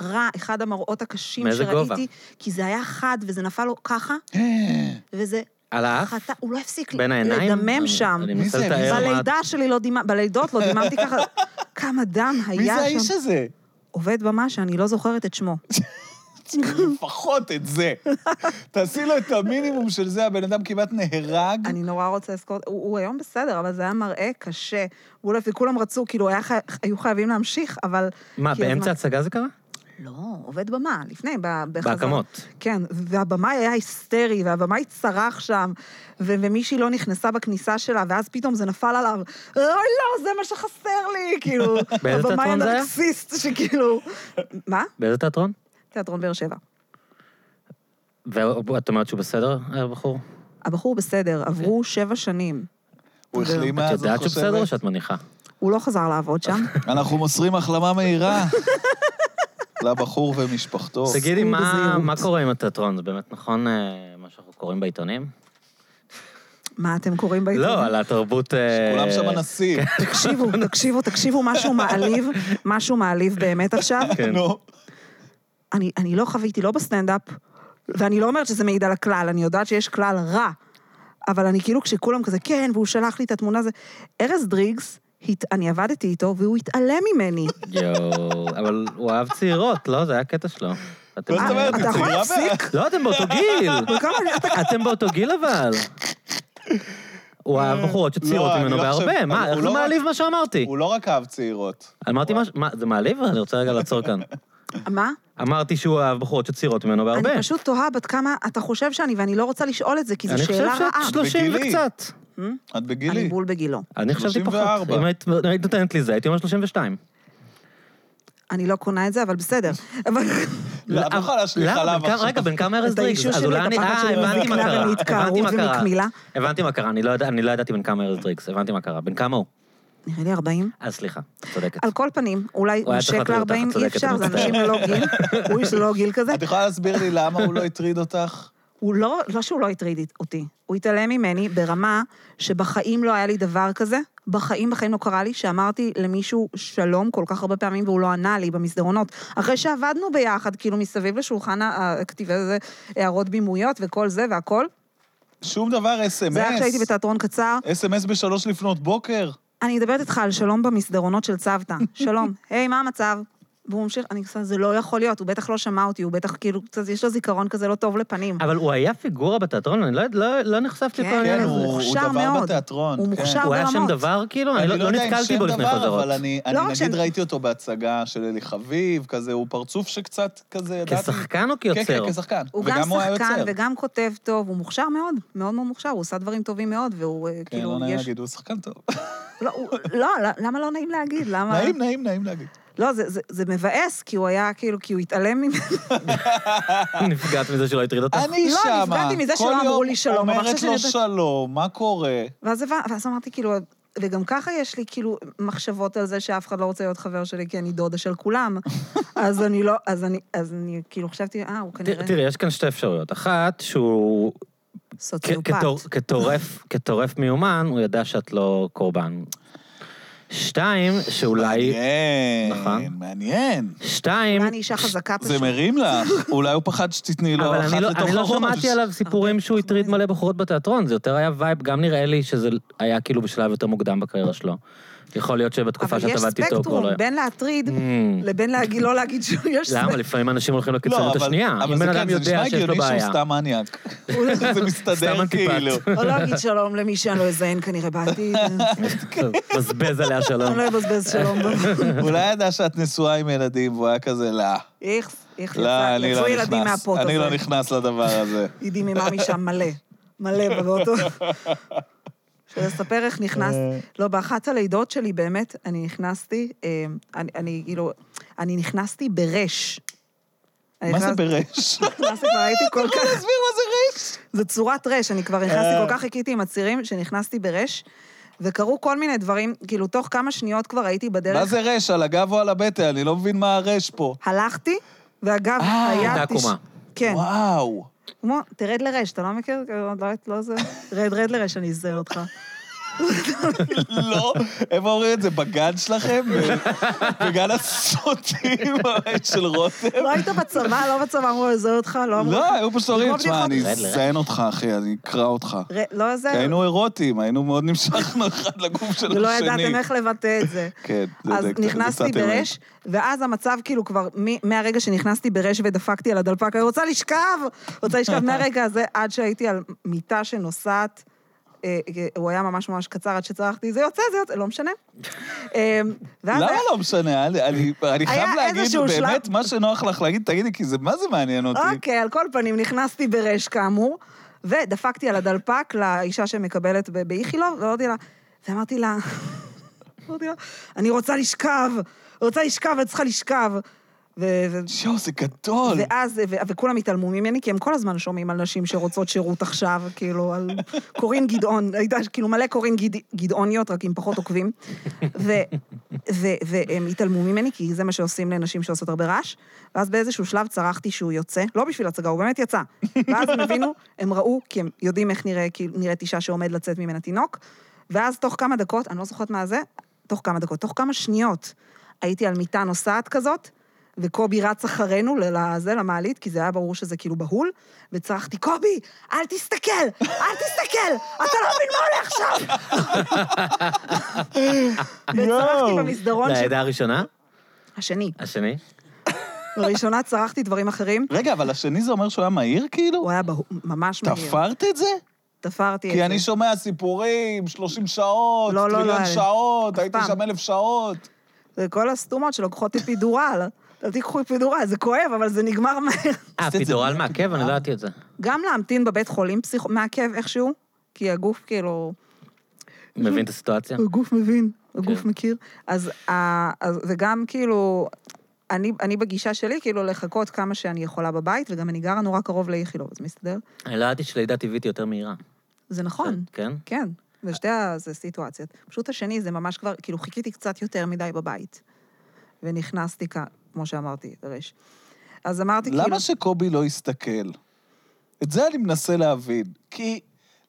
A: רע, אחד המראות הקשים
B: מאיזה גובה?
A: שראיתי, כי זה היה חד, וזה נפל לו ככה,
C: אה,
A: וזה
B: על האף?
A: חטא, הוא לא הפסיק
B: בין העיניים?
A: לדמם
B: אני-
A: שם.
B: אני
C: מי
B: מנסה
C: זה?
B: לתאר מה...
A: בלידה שלי לא דיממתי, בלידות לא דיממתי ככה. כמה דם
C: מי זה
A: היה
C: האיש
A: שם.
C: הזה?
A: עובד במה שאני לא זוכרת את שמו.
C: לפחות את זה. תעשי לו את המינימום של זה, הבן אדם כמעט נהרג.
A: אני נורא רוצה לזכור, הוא, הוא היום בסדר, אבל זה היה מראה קשה. מול וכולם רצו, כאילו, היה, חי- היו חייבים להמשיך, אבל...
B: מה,
A: כי הזמן-
B: באמצע הצגה זה קרה?
A: לא, עובד במה, לפני, ב- בחזרה.
B: בהקמות.
A: כן, והבמאי היה היסטרי, והבמאי צרח שם, ו- ומישהי לא נכנסה בכניסה שלה, ואז פתאום זה נפל עליו, אוי, לא, זה מה שחסר לי, כאילו,
B: באיזה
A: הבמאי
B: תיאטרון זה היה?
A: הנרקסיסט, שכאילו... מה?
B: באיזה תיאטרון?
A: תיאטרון באר שבע.
B: ואת אומרת שהוא בסדר, הבחור?
A: הבחור בסדר, עברו
B: אוקיי.
A: שבע שנים.
C: הוא החלים
B: את
C: מאז, את
B: יודעת שהוא בסדר או
C: חושבת?
B: שאת מניחה?
A: הוא לא חזר לעבוד שם.
C: אנחנו מוסרים החלמה מהירה לבחור ומשפחתו.
B: תגידי, מה-
A: בזהירות.
B: מה קורה עם התיאטרון? זה באמת נכון אה, מה שאנחנו קוראים בעיתונים?
A: מה אתם קוראים בעיתון?
B: לא, על התרבות... אה,
C: כולם שם אנסים.
A: תקשיבו, תקשיבו, תקשיבו, משהו מעליב, משהו מעליב באמת עכשיו.
B: כן.
C: נו.
A: אני, אני לא חוויתי, לא בסטנדאפ, ואני לא אומרת שזה מעיד על הכלל, אני יודעת שיש כלל רע, אבל אני כאילו, כשכולם כזה, כן, והוא שלח לי את התמונה, זה... ארז דריגס, הת... אני עבדתי איתו, והוא התעלם ממני.
B: יואו, אבל הוא אהב צעירות, לא? זה היה קטע שלו. אתם-
C: מה זאת אומרת?
A: אה, אתה יכול
C: צעירה
A: להפסיק?
B: לא, אתם באותו גיל. אתם באותו גיל אבל. הוא אהב בחורות שצעירות
C: לא, אני
B: ממנו
C: לא חושב-
B: בהרבה. מה,
C: הוא
B: איך זה
C: לא רק-
B: מעליב מה שאמרתי?
C: הוא לא רק אהב צעירות.
B: אמרתי משהו, מה, זה מעליב? אני רוצה רגע לעצור כאן.
A: מה?
B: אמרתי שהוא אהב בחורות שצעירות ממנו בהרבה.
A: אני פשוט תוהה בת כמה אתה חושב שאני, ואני לא רוצה לשאול את זה, כי זו
B: אני חושב
A: שאלה רעה.
B: שאת 30
C: בגילי.
B: וקצת.
C: את
A: אני
C: בגילי.
A: בול בגילו.
B: אני חשבתי פחות.
C: 34.
B: אם היית אם היית נותנת לי זה, הייתי אומר 32.
A: אני לא קונה את זה, אבל בסדר. אבל...
C: לא, את לא יכולה להשליך
B: למה?
C: עליו
B: בן כמה-
C: עכשיו.
B: רגע, בן כמה ארז
A: את האישור
B: דריגס? אז
A: שלי,
B: אולי
A: את
B: אני...
A: הפחד
B: אה,
A: שלי
B: הבנתי מה
A: ממקלע
B: קרה. הבנתי
A: ומהתקהרות
B: מה קרה.
A: ומקמילה.
B: הבנתי מה קרה, אני לא יודע- אני לא ידעתי בן כמה ארז דריגס. הבנתי מה קרה. בן כמה הוא?
A: נראה לי 40.
B: אז סליחה, את צודקת.
A: על כל פנים, אולי
B: הוא היה צריך
A: נשק
B: להטריד אותך,
A: ל-40, אי
B: צודקת,
A: אפשר,
B: אני
A: זה
B: מצטער.
A: אנשים ללא גיל, הוא איש ללא גיל כזה.
C: את יכולה להסביר לי למה הוא לא הטריד אותך?
A: הוא לא, לא שהוא לא הטריד אותי, הוא התעלם ממני ברמה שבחיים לא היה לי דבר כזה, בחיים, בחיים לא קרה לי, שאמרתי למישהו שלום כל כך הרבה פעמים והוא לא ענה לי במסדרונות. אחרי שעבדנו ביחד, כאילו מסביב לשולחן הכתיבי הזה, הערות בימויות וכל זה והכל.
C: שום דבר אס.אם.אס.
A: זה היה כשהייתי בתיאטרון קצר.
C: אס.אם.אס בשלוש לפנות בוקר.
A: אני מדברת איתך על שלום במסדרונות של צוותא. שלום, היי, מה המצב? והוא ממשיך, אני עושה, זה לא יכול להיות, הוא בטח לא שמע אותי, הוא בטח כאילו, קצת, יש לו זיכרון כזה לא טוב לפנים.
B: אבל הוא היה פיגורה בתיאטרון, אני לא- לא- לא נחשפתי
A: כן,
B: לכל העניין
C: כן,
B: הזה.
C: הוא הוא
A: מוכשר
C: דבר
A: מאוד.
C: בתיאטרון.
A: הוא
C: כן.
A: מוכשר
B: הוא היה שם
A: ברמות.
B: דבר כאילו? אני לא- לא
C: יודע אם
B: נתקלתי
C: שם
B: בו לפני
C: דבר,
B: חזרות.
C: אבל אני,
A: לא
C: אני
A: רק
C: נגיד
A: שם.
C: ראיתי אותו בהצגה של אלי חביב, כזה, הוא פרצוף שקצת כזה, ידעתי...
B: כשחקן או
C: כן, כן,
B: כיוצר?
C: כשחקן.
A: הוא
C: וגם
A: גם
C: הוא היה
A: שחקן
C: יוצר.
A: וגם כותב טוב, הוא מוכשר מאוד, מאוד מאוד מוכשר, הוא עושה דברים טובים מאוד, והוא אה,
C: כן, לא
A: כאילו,
C: נעים
A: יש...
C: להגיד, הוא שחקן טוב.
A: לא, הוא- לא, למה לא נעים להגיד? למה...
C: נעים, נעים, נעים להגיד.
A: לא, זה- זה זה מבאס, כי הוא היה כאילו, כי הוא התעלם ממנו.
B: נפגעת מזה שלא הטריד אותך?
C: אני
A: לא,
C: שמה.
A: נפגעתי מזה
C: כל
A: שלא אמרו
C: יום
A: לי שלום, אבל
C: אומרת
A: עכשיו
C: לו
A: שאני-
C: שלום, מה קורה?
A: ואז הבנ- ואז אמרתי, כאילו, וגם ככה יש לי כאילו מחשבות על זה שאף אחד לא רוצה להיות חבר שלי, כי אני דודה של כולם. אז אני לא, אז אני, אז אני כאילו חשבתי, אה, הוא
B: תראה,
A: כנראה
B: תראה, יש כאן שתי אפשרויות. אחת, שהוא כ-
A: סוציופט.
B: כטור- כטורף- כטורף מיומן, הוא ידע שאת לא קורבן. שתיים, שאולי...
C: מעניין,
B: נכון.
C: מעניין.
B: שתיים,
A: אולי אני אישה חזקה פשוט.
C: זה מרים לך. אולי הוא פחד שתתני לו
B: אבל
C: אחת
B: אני לא,
C: לתוך הראש.
B: אני לא שמעתי עליו סיפורים שהוא הטריד מלא בחורות בתיאטרון, זה יותר היה וייב, גם נראה לי שזה היה כאילו בשלב יותר מוקדם בקריירה שלו. יכול להיות שבתקופה
A: אבל
B: שאת
A: יש
B: עבדת איתו הוא כבר
A: ספקטרום
B: לא...
A: בין להטריד
B: Mm.
A: לבין להגיד, לא להגיד שיש
B: למה? לפעמים אנשים
C: לא,
B: הולכים לקיצוניות השנייה. אם בן אדם יודע שיש לו
C: כן, זה נשמע הגיוני
B: בעיה.
C: שהוא סתם מניאק.
A: לא
C: זה
B: סתם
C: מסתדר
B: אנטיפט.
C: כאילו.
A: או לא להגיד שלום למי שאני לא אזיין כנראה בעתיד,
B: מבזבז עליה שלום.
A: אני לא אבזבז שלום.
C: אולי ידע שאת נשואה עם ילדים, והוא היה כזה, לא,
A: איכס, איכס,
C: לא, אני
A: יצאו
C: לא
A: ילדים
C: נכנס.
A: מהפוט הזה.
C: אני לא נכנס לדבר הזה.
A: עידי ממאמי שם מלא, מלא באותו... שלספר איך נכנסת. לא, באחת הלידות שלי, באמת, אני נכנסתי, אה, אני, אני כאילו, אני נכנסתי ברש. אני
C: מה זה
A: נכנס-
C: ברש?
A: נכנסתי, כבר הייתי כל כך...
C: תסביר מה זה רש.
A: זו צורת רש, אני כבר נכנסתי,
C: אה.
A: כל כך חיכיתי עם הצירים, שנכנסתי ברש, וקרו כל מיני דברים, כאילו, תוך כמה שניות כבר הייתי
C: מה
A: בדרך,
C: זה רש, על הגב או על הבטן? אני לא מבין מה הרש פה.
A: הלכתי, ואגב,
C: אה,
A: היה...
B: הייתה
A: תש-
B: עקומה.
A: כן.
C: וואו.
A: כמו, תרד לרש, אתה לא מכיר? לא, לא, לא זה... רד, רד לרש, אני אזיין אותך.
C: לא, איפה אומרים את זה? בגן שלכם? ב- בגן הסוטים של רותם?
A: לא היית בצבא, לא בצבא אמרו לזהות אותך, לא אמרו...
C: לא, היו פשוט אומרים,
A: כמו
C: תשמע,
A: בדיחות.
C: אני
B: רד לרד."
C: אזיין אותך, אחי, אני אקרא אותך.
A: ר- לא זה,
C: כי היינו אירוטים, היינו מאוד נמשכנו אחד לגוף של השני.
A: ולא ידעתם איך לבטא את זה.
C: כן, זה
A: אז
C: זה-
A: נכנסתי
C: קצת אמת.
A: ברש, ואז המצב כאילו כבר, מ- מהרגע שנכנסתי ברש ודפקתי על הדלפק, אני רוצה לשכב! רוצה לשכב מהרגע הזה עד שהייתי על מיטה שנוסעת. אה, אה, הוא היה ממש ממש קצר עד שצרחתי, זה יוצא, זה יוצא, לא משנה. אה, ואז
C: למה
A: היה-
C: לא משנה? אני- אני אני
A: היה
C: חייב להגיד,
A: איזשהו שלב-
C: באמת, מה שנוח לך להגיד, תגידי, כי זה, מה זה מעניין אותי?
A: אוקיי, על כל פנים, נכנסתי ברש כאמור, ודפקתי על הדלפק לאישה שמקבלת ב- באיכילוב, ואמרתי לה, ואמרתי לה, אמרתי לה, אני רוצה לשכב, רוצה לשכב, אני צריכה לשכב. ו- ו-
C: שואו, זה גדול.
A: ואז, ו- וכולם התעלמו ממני, כי הם כל הזמן שומעים על נשים שרוצות שירות עכשיו, כאילו, על קורין גדעון, הייתה כאילו מלא קורין גד... גדעוניות, רק עם פחות עוקבים. ו... ו- והם התעלמו ממני, כי זה מה שעושים לנשים שעושות הרבה רעש. ואז באיזשהו שלב צרחתי שהוא יוצא, לא בשביל הצגה, הוא באמת יצא. ואז הם הבינו, הם ראו, כי הם יודעים איך נראה, כאילו, נראית אישה שעומד לצאת ממנה תינוק, ואז תוך כמה דקות, אני לא זוכרת מה זה, תוך כמה דקות, תוך כמה שניות, הייתי על מיטה נוסעת כזאת, וקובי רץ אחרינו ל- לזה, למעלית, כי זה היה ברור שזה כאילו בהול, וצרחתי, קובי, אל תסתכל, אל תסתכל, אתה לא מבין מה הולך שם! וצרחתי
C: יואו.
A: במסדרון
B: זה
A: של...
B: לא, העדה הראשונה?
A: השני.
B: השני? אה,
A: בראשונה צרחתי דברים אחרים,
C: רגע, אבל השני זה אומר שהוא היה מהיר, כאילו?
A: הוא היה בהול, ממש מהיר.
C: תפרת את זה?
A: תפרתי את זה.
C: כי אני שומע סיפורים, 30 שעות,
A: לא, לא, לא,
C: טריליון
A: אלה.
C: שעות,
A: אף
C: הייתי
A: פעם.
C: שם אלף שעות.
A: זה כל הסתומות שלוקחות אפידורל. אל תיקחו אפידורל, זה כואב, אבל זה נגמר מהר.
B: אה,
C: עשית את זה
B: פידורל מעכב? אני לא ידעתי את זה.
A: גם להמתין בבית חולים פסיכו... מעכב איכשהו, כי הגוף כאילו...
B: מבין את הסיטואציה?
A: הגוף מבין, הגוף
B: כן.
A: מכיר. אז, ה- אז וגם כאילו, אני, אני בגישה שלי, כאילו לחכות כמה שאני יכולה בבית, וגם אני גרה נורא קרוב לאיכילוב, אז מסתדר?
B: אני לא ידעתי שלידה טבעית היא יותר מהירה.
A: זה נכון,
B: כן?
A: כן. זה שתי ה- זה סיטואציות. פשוט השני, זה ממש כבר, כאילו חיכיתי קצת יותר מדי בבית. ונכנסתי, כ- כמו שאמרתי, רש. אז אמרתי, כאילו...
C: למה שקובי לא יסתכל? את זה אני מנסה להבין. כי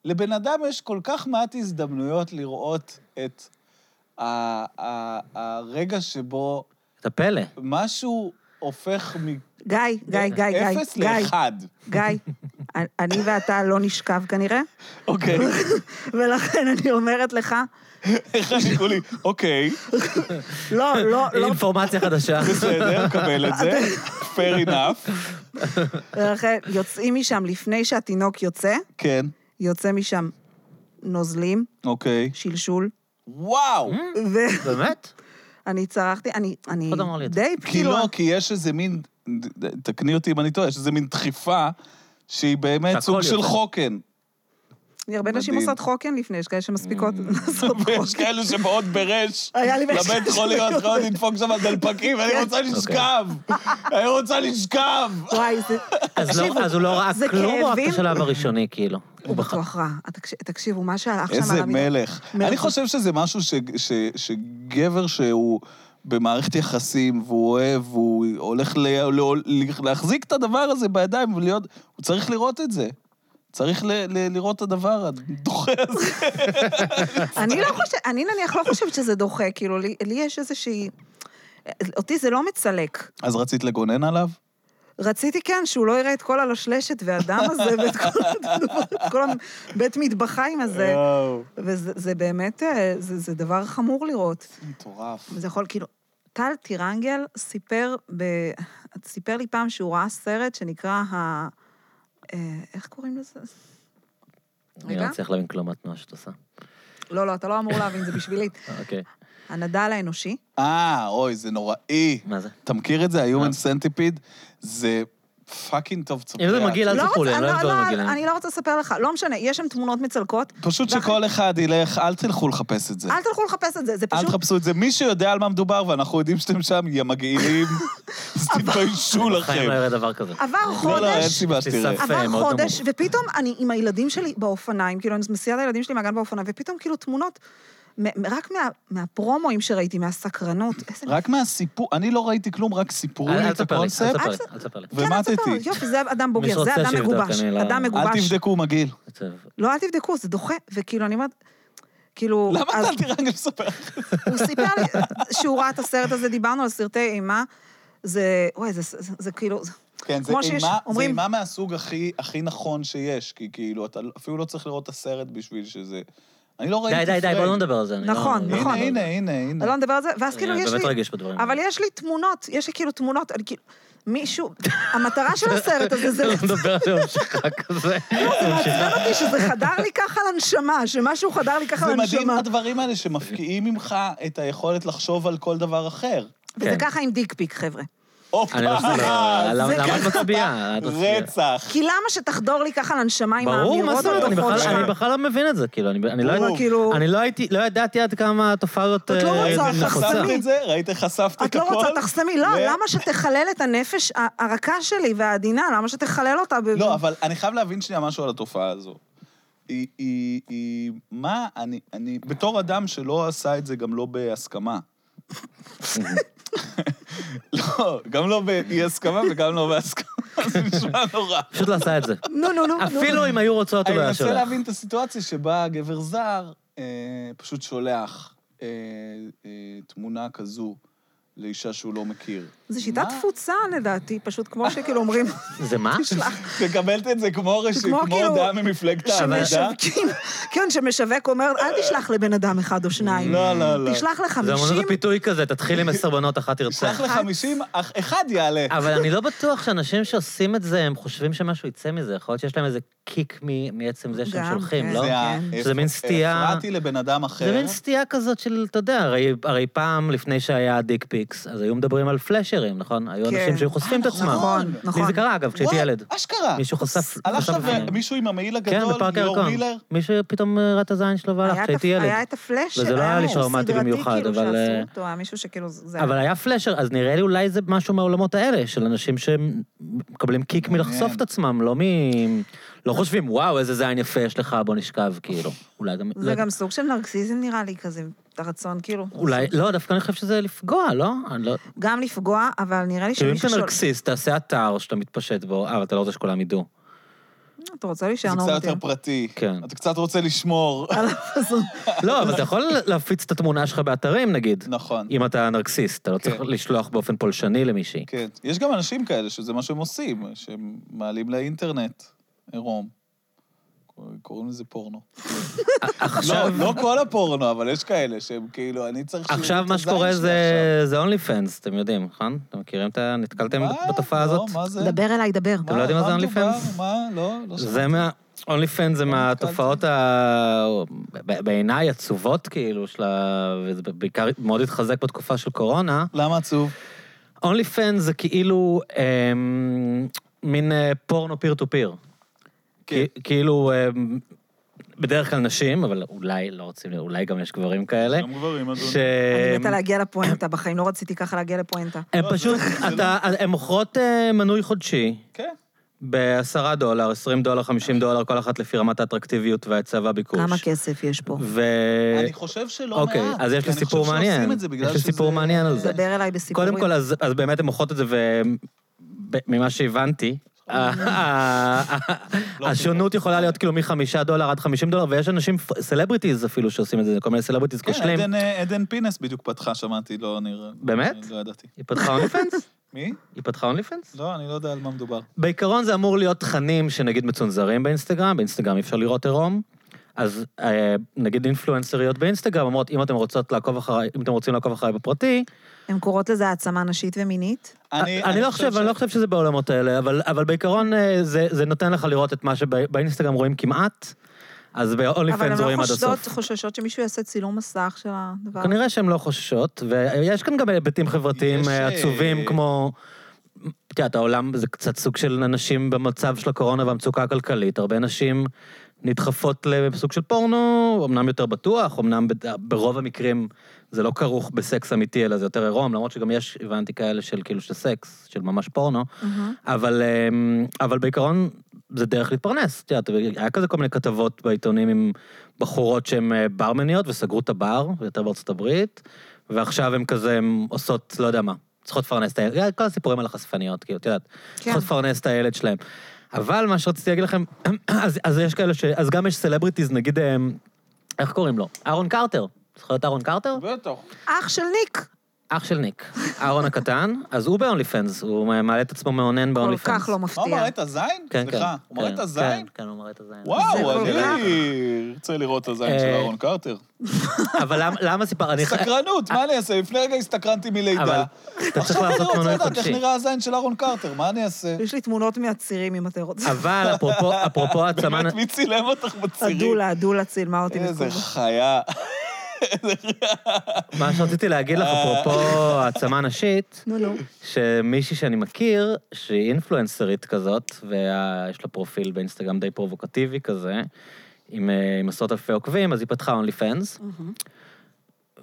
C: לבן אדם יש כל כך מעט הזדמנויות לראות את ה- ה- הרגע שבו
B: את הפלא.
C: משהו הופך מ...
A: גיא, גיא, גיא, גיא,
C: אפס
A: גיא,
C: לאחד.
A: גיא, אני ואתה לא נשכב כנראה,
C: אוקיי,
A: ולכן אני אומרת לך,
C: איך אני כולי, אוקיי,
A: לא, לא, לא,
B: אינפורמציה חדשה.
C: בסדר, קבל את זה, fair enough.
A: ולכן יוצאים משם לפני שהתינוק יוצא,
C: כן,
A: יוצא משם נוזלים,
C: אוקיי.
A: שלשול,
C: וואו!
A: ואני
B: באמת?
A: צרחתי, אני, אני
B: עוד אמר לי את זה.
A: די
C: כי
A: כאילו,
C: לא, כי יש איזה מין, תקני אותי אם אני טועה, יש איזה מין דחיפה שהיא באמת
B: שהכל
C: סוג של
B: יוצא.
C: חוקן.
A: הרבה נשים
C: מדהים.
A: עושות חוקן לפני, יש כאלה שמספיקות
B: Mm.
A: לעשות
C: ויש
A: חוקן.
C: כאלה שבאות ברש
A: היה לי
C: לבית
A: בהחלט
C: חולי,
A: שלא
C: את יכולה לדפוק שם דלפקים, אני רוצה לשכב! אני רוצה לשכב!
A: וואי, זה...
B: אז לא- אז הוא לא ראה
A: זה
B: כלום, הוא רק
A: כאבים?
B: בשלב הראשוני, כאילו.
A: הוא בטוח רע. תקש- תקשיבו, מה שהלך שם על
C: איזה
A: המיטה-
C: מלך.
A: מלך.
C: אני חושב שזה משהו ש- ש- שגבר שהוא במערכת יחסים, והוא אוהב, והוא הולך ל- ל- להחזיק את הדבר הזה בידיים ולהיות, הוא צריך לראות את זה. צריך ל- ל- לראות את הדבר הדוחה הזה.
A: אני לא חושבת, אני נניח לא חושבת שזה דוחה, כאילו, לי לי יש איזושהי... אותי זה לא מצלק.
C: אז רצית לגונן עליו?
A: רציתי, כן, שהוא לא יראה את כל הלשלשת והדם הזה ואת כל, את כל הבית מטבחיים הזה.
C: יואו,
A: וזה זה באמת, אה, זה, זה דבר חמור לראות.
C: מטורף.
A: זה יכול, כאילו... טל טירנגל סיפר, ב... סיפר לי פעם שהוא ראה סרט שנקרא ה... אה, איך קוראים לזה?
B: אני
A: רגע.
B: לא מצליח להבין כלום מהתנועה שאת עושה.
A: לא, לא, אתה לא אמור להבין, זה בשבילי.
B: אה, אוקיי.
A: הנדל האנושי.
C: אה, אוי, זה נוראי.
B: מה זה?
C: אתה מכיר את זה, ה-Human
B: אה.
C: Centipede? זה פאקינג טוב צופה.
B: אם זה מגעיל, אל
A: לא
B: תספרו לי,
A: רוצה-
B: אני לא אוהב דברים מגעילים.
A: אני לא רוצה לספר לך, לא משנה, יש שם תמונות מצלקות,
C: פשוט
A: ואחר-
C: שכל אחד ילך, אל תלכו לחפש את זה.
A: אל תלכו לחפש את זה, זה
C: אל
A: פשוט...
C: תחפשו את זה. מי שיודע על מה מדובר, ואנחנו יודעים שאתם שם, יא מגעילים, אז תתביישו
B: בחיים
C: לכם.
B: לא יראה דבר כזה.
A: עבר
C: לא, לא, אין
A: חודש,
C: סיבה
B: יש לי
C: שתראה.
B: סף.
A: עבר
B: יפה, מאוד
A: חודש,
B: נמוך.
A: ופתאום אני עם הילדים שלי באופניים, כאילו, אני מסיעה את הילדים שלי מהגן באופניים, ופתאום כאילו תמונות, מ- מ- רק מה- מהפרומואים שראיתי, מהסקרנות, איזה...
C: רק מהסיפור, אני לא ראיתי כלום, רק סיפרו
B: אל
C: לי
B: אל
C: את
B: תספר לי, אל
C: הקונספט.
B: תספר לי,
A: אל-
B: אל תספר לי.
A: כן, אל תספר,
C: ומטתי.
A: יופי, זה אדם
B: מי
A: בוגר, זה
B: שרוצה
A: אדם
B: שיבדוק,
A: מגובש,
B: אני לא-
A: אדם
B: אל
C: אל
A: מגובש.
C: תבדקו, מגעיל.
B: טוב.
A: לא, אל תבדקו, זה דוחה, וכאילו, אני אומרת... כאילו...
C: למה
A: אז-
C: אתה אל תירגע לספר?
A: הוא סיפר לי שהוא ראה את הסרט הזה, דיברנו על סרטי אימה. זה, וואי, זה, זה, זה כאילו,
C: כן, זה
A: כמו שיש-
C: אימה- זה
A: אומרים-
C: אימה מהסוג הכי הכי נכון שיש, כי כאילו, אתה אפילו לא צריך לראות את הסרט בשביל שזה... אני לא ראיתי
B: די, די, די,
C: פריים.
B: בואו לא נדבר על זה. אני לא-
A: נכון,
B: אני לא-
A: נכון.
C: הנה, הנה, הנה, הנה.
A: אני לא מדבר על זה, ואז כאילו
B: אני
A: יש לי...
B: באמת רגיש בדברים
A: אבל
B: האלה.
A: יש לי תמונות, יש לי כאילו תמונות, אני כאילו... מישהו, המטרה של הסרט הזה זה...
B: לא נדבר על זה בהמשך כזה.
A: זה מעצבן אותי שזה חדר לי ככה לנשמה, שמשהו חדר לי ככה
C: זה מדהים
A: לנשמה.
C: הדברים האלה שמפקיעים ממך את היכולת לחשוב על כל דבר אחר.
A: וזה
B: כן.
A: ככה עם דיק פיק, חבר'ה.
C: הופה!
B: אני לא סולח.
A: זה
B: למה
A: ככה.
B: את מצביעה? את מצביעה.
C: רצח.
A: כי למה שתחדור לי ככה לנשמה עם
B: ברור, מה
A: האמירות
B: זאת אומרת? אני
A: הדוחות
B: בכלל-
A: שלך?
B: אני בכלל לא מבין את זה, כאילו, אני אני לא
C: ברור.
B: ידעתי-
A: כאילו-
B: אני לא הייתי, לא ידעתי עד כמה התופעה הזאת
A: את לא
B: אה,
A: רוצה,
B: נחוצה.
A: תחסמי.
C: חשפת את זה? ראית איך חשפת
A: את
C: את
A: לא
C: הכל?
A: רוצה, תחסמי. לא,
C: ו-
A: למה שתחלל את הנפש ה- הרכה שלי והעדינה? למה שתחלל אותה? ב-
C: לא, אבל אני חייב להבין שנייה משהו על התופעה הזו. היא, היא, היא, מה, אני, אני, בתור אדם שלא עשה את זה גם לא בהסכמה. לא, גם לא באי הסכמה וגם לא בהסכמה, זה נשמע נורא.
B: פשוט לא עשה את זה.
A: נו, נו, נו. נו.
B: אפילו אם היו רוצות, הוא
C: אני
B: לא היה
C: מנסה
B: שולח.
C: להבין את הסיטואציה שבה גבר זר אה, פשוט שולח אה, אה, תמונה כזו לאישה שהוא לא מכיר.
A: זו שיטת
C: מה?
A: תפוצה, לדעתי, פשוט כמו שכאילו אומרים,
B: זה מה?
A: תשלח.
C: מקבלת את זה כמו
A: זה כמו
C: רשימה, כמו
A: כאילו-
C: הודעה ממפלגת העבודה.
A: שמשווקים, כן, שמשווק אומר, אל תשלח לבן אדם אחד או שניים.
C: לא, לא, לא.
A: תשלח
B: זה אמנות
A: לחמישים,
B: הפיתוי כזה, תתחיל עם עשר בנות, אחת תרצה.
C: תשלח לחמישים, אך אחד יעלה.
B: אבל אני לא בטוח שאנשים שעושים את זה, הם חושבים שמשהו יצא מזה. יכול להיות שיש להם איזה קיק מ- מעצם זה שהם
A: גם,
B: שולחים,
A: כן.
B: לא?
A: זה
C: ה- אה,
B: שזה מין סטייה.
C: הפרעתי לבן אדם
B: זה
C: אחר.
B: מין סטייה כזאת של, אתה יודע, הרי, הרי פעם, לפני שהיה דיק פיקס, אז היו מדברים על פלאשרים, נכון? היו
A: כן.
B: אנשים שהיו חושפים את עצמם.
A: נכון,
B: לי
A: נכון.
B: זה קרה, אגב, כשהייתי
C: וואי,
B: ילד.
C: אשכרה.
B: מישהו חשף...
C: הלך
B: חשף
C: שם
B: בפניהם.
C: מישהו עם המעיל
B: כן,
C: הגדול,
B: בפארק
C: ליאור
B: הירקון.
C: מילר.
B: מישהו פתאום ראה את הזין שלו והלך,
A: היה את
B: כשהייתי
A: הפ-
B: ילד.
A: היה את הפלאשר,
B: וזה לא היה לי
A: משהו
B: טראומטי
A: סדרתי,
B: במיוחד,
A: כאילו,
B: אבל,
A: שעשו
B: אה,
A: אותו, היה מישהו שכאילו,
C: כן.
A: זה
B: אבל היה פלאשר, אז נראה לי אולי זה משהו מהעולמות האלה, של אנשים שמקבלים קיק
C: מעניין.
B: מלחשוף את עצמם, לא מ... לא חושבים, וואו, איזה זין יפה יש לך, בוא נשכב, כאילו. אולי גם...
A: זה גם סוג של נרקסיזם נראה לי כזה, את הרצון, כאילו.
B: אולי, לא, דווקא אני חושב שזה לפגוע, לא? אני לא...
A: גם לפגוע, אבל נראה לי
B: כאילו, אם
A: שמי
B: אתה
A: ששואל...
B: נרקסיסט, תעשה אתר שאתה מתפשט בו, אה, אבל אתה לא רוצה שכולם ידעו.
A: "אה, אתה רוצה
C: זה
A: להישאר
C: קצת יותר
A: נורמטיבי.
C: פרטי.
B: כן.
C: אתה קצת רוצה לשמור.
B: לא, אבל אתה יכול להפיץ את התמונה שלך באתרים, נגיד.
C: נכון.
B: אם אתה נרקסיסט, אתה לא צריך לשלוח באופן פולשני למישהי.
C: כן. יש גם אנשים כאלה שזה מה שהם עושים, שהם מעלים לאינטרנט עירום. קוראים לזה פורנו.
B: עכשיו,
C: לא, לא כל הפורנו, אבל יש כאלה שהם כאילו, אני צריך... שיראו
B: עכשיו
C: את
B: מה
C: הזין
B: שקורה
C: שלי
B: זה זה אונלי פנס, אתם יודעים, נכון? אתם מכירים את ה... נתקלתם
C: עכשיו. מה?
B: בתופעה
C: לא,
B: הזאת?
C: מה זה?
A: דבר אליי, דבר.
B: אתם לא יודעים מה זה
C: מדובר?
B: OnlyFans?
C: מה? לא, לא
B: זה
C: שמעתי.
B: מה... אונלי פנס זה
C: לא
B: מהתופעות ה... ב- בעיניי עצובות, כאילו, של ה... וזה בעיקר מאוד התחזק בתקופה של קורונה.
C: למה עצוב?
B: אונלי פן זה כאילו אמ, מין אה, פורנו פיר טו פיר.
C: כן.
B: כי- כאילו, אמ, בדרך כלל נשים, אבל אולי לא רוצים, אולי גם יש גברים כאלה,
C: גם גברים, אדוני.
B: ש...
A: אני
B: אה,
A: מתה להגיע לפואנטה, בחיים לא רציתי ככה להגיע לפואנטה.
B: הם
C: לא,
B: פשוט,
C: זה- זה
B: אתה, הם מוכרות אה, מנוי חודשי
C: כן.
B: ב-10 דולר, 20 דולר, 50 דולר, כל אחת לפי רמת האטרקטיביות וההיצע והביקוש.
A: כמה כסף יש פה?
B: ו...
C: אוקיי. אני חושב שלא מעט.
B: אה, אוקיי, אז יש
C: כי
B: לי
C: אני
B: סיפור
C: חושב שעושים
B: מעניין.
C: את זה בגלל
B: יש לי
C: שזה-
B: סיפור מעניין על זה.
A: דבר אליי בסיפורים.
B: קודם כל, אז, אז באמת הן מוכרות את זה, וממה שהבנתי,
C: לא
B: אה, השונות יכולה להיות כאילו מחמישה דולר עד חמישים דולר, ויש אנשים, סלבריטיז אפילו, שעושים את זה, כל מיני סלבריטיז
C: כן,
B: כושלים.
C: עדן, אה, עדן פינס בדיוק פתחה, שמעתי, לא נראה.
B: באמת?
C: אני לא ידעתי.
B: היא פתחה אונלי פנס?
C: מי?
B: היא פתחה אונלי פנס?
C: לא, אני לא יודע על מה מדובר.
B: בעיקרון זה אמור להיות תכנים שנגיד מצונזרים באינסטגרם, באינסטגרם אי אפשר לראות עירום. אז אה, נגיד אינפלואנסריות באינסטגרם אומרות, אם אתם רוצות לעקוב אחריי, אם אתם רוצים לעקוב אחריי בפרטי,
A: הן קוראות לזה העצמה נשית ומינית?
B: אני, אני לא חושב,
C: ש-
B: אני לא חושב שזה בעולמות האלה, אבל, אבל בעיקרון אה, זה, זה נותן לך לראות את מה שבאינסטגרם רואים כמעט, אז ב-only
A: אבל
B: fans
A: הן
B: רואים
A: לא
B: עד
A: חושדות,
B: הסוף.
A: חוששות שמישהו יעשה צילום מסך של הדבר.
B: כנראה שהן לא חוששות, ויש כאן גם היבטים חברתיים
C: יש,
B: אה,
C: אה,
B: עצובים כמו... את יודעת, העולם זה קצת סוג של אנשים במצב של הקורונה והמצוקה הכלכלית. הרבה נשים נדחפות לסוג של פורנו, אמנם יותר בטוח, אמנם בד- ברוב המקרים זה לא כרוך בסקס אמיתי, אלא זה יותר עירום, למרות שגם יש, הבנתי כאלה של כאילו של סקס, של ממש פורנו,
A: מהמם.
B: אבל, אמ, אבל בעיקרון זה דרך להתפרנס. את יודעת, היה כזה כל מיני כתבות בעיתונים עם בחורות שהן אה, ברמניות וסגרו את הבר, יותר בארצות הברית, ועכשיו הן כזה הן עושות, לא יודע מה, צריכות לפרנס את הילד, אה, כל הסיפורים על החשפניות, כאילו, את יודעת,
A: כן.
B: צריכות לפרנס את הילד שלהם. אבל מה שרציתי להגיד לכם, אז, אז יש כאלה ש... אז גם יש סלבריטיז, נגיד, אמ, איך קוראים לו? אהרון קרטר. זוכר את אהרון קרטר?
C: בטח.
A: אח של ניק!
B: אח של ניק, אהרון הקטן, אז הוא ב-only fans, הוא מעלה את עצמו מאונן ב-only
A: כל
B: fans.
A: כך לא
C: מה, הוא
A: מפתיע.
C: מראה את הזין?
B: כן, כן.
C: סליחה, הוא מראה
B: כן,
C: את הזין?
B: כן, כן, הוא מראה את הזין.
A: זה
C: וואו,
A: כל
C: אני
A: כך.
C: ארצה לראות את הזין
B: אה,
C: של אהרון קרטר.
B: אבל למה- למה סיפר... אני-
C: סקרנות, מה אני אעשה? לפני רגע הסתכרנתי
B: אבל לא
C: מלידה.
B: אתה צריך
C: עכשיו אני
B: לעשות
C: רוצה
B: תמונות
C: לדעת איך
B: חודשי.
C: נראה הזין של אהרון קרטר, מה אני אעשה?
A: יש לי תמונות מהצירים, אם אתה רוצה.
B: אבל אפרופו- אפרופו העצמה...
C: באמת, מי צילם אותך בצירים?
A: הדולה, הדולה צילמה אותי
C: איזה
A: מקובה.
C: חיה.
B: אוקיי. מה שרציתי להגיד לך, אפרופו העצמה נשית,
A: נו, נו.
B: שמישהי שאני מכיר, שהיא אינפלואנסרית כזאת, ויש לה פרופיל באינסטגרם די פרובוקטיבי כזה, עם אה, עם עשרות אלפי עוקבים, אז היא פתחה אונלי פנס,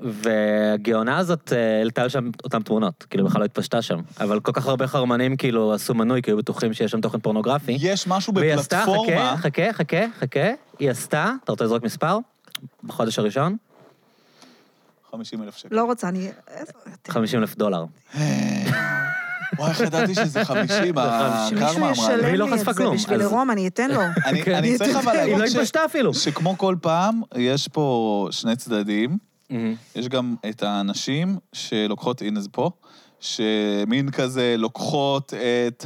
B: והגאונה הזאת אה, העלתה שם אותן תמונות, כאילו בכלל לא התפשטה שם. אבל כל כך הרבה חרמנים כאילו עשו מנוי, כי היו בטוחים שיש שם תוכן פורנוגרפי.
C: יש משהו
B: והיא עשתה, כן?
C: בפלטפורמה,
B: חכה, חכה, חכה, חכה, היא עשתה, אתה רוצה לזרוק מספר? בחודש הראשון,
C: 50 אלף שקל.
A: לא רוצה, אני... איזה-
B: 50 אלף דולר.
C: וואי, איך ידעתי שזה 50,
A: מישהו
C: הקרמה אמרה לי.
B: והיא
A: ישלם
B: לא
A: לי את
B: חשפה
A: זה
B: כלום,
A: בשביל
B: אז- אה,
A: עירום, אני אתן לו.
C: אני-
B: היא
C: אני צריך אבל
B: היא לא
C: להגיד ש-
B: התפשטה אפילו.
C: שכמו כל פעם, יש פה שני צדדים.
B: מהמם.
C: יש גם את הנשים שלוקחות, הנה זה פה, שמין כזה לוקחות את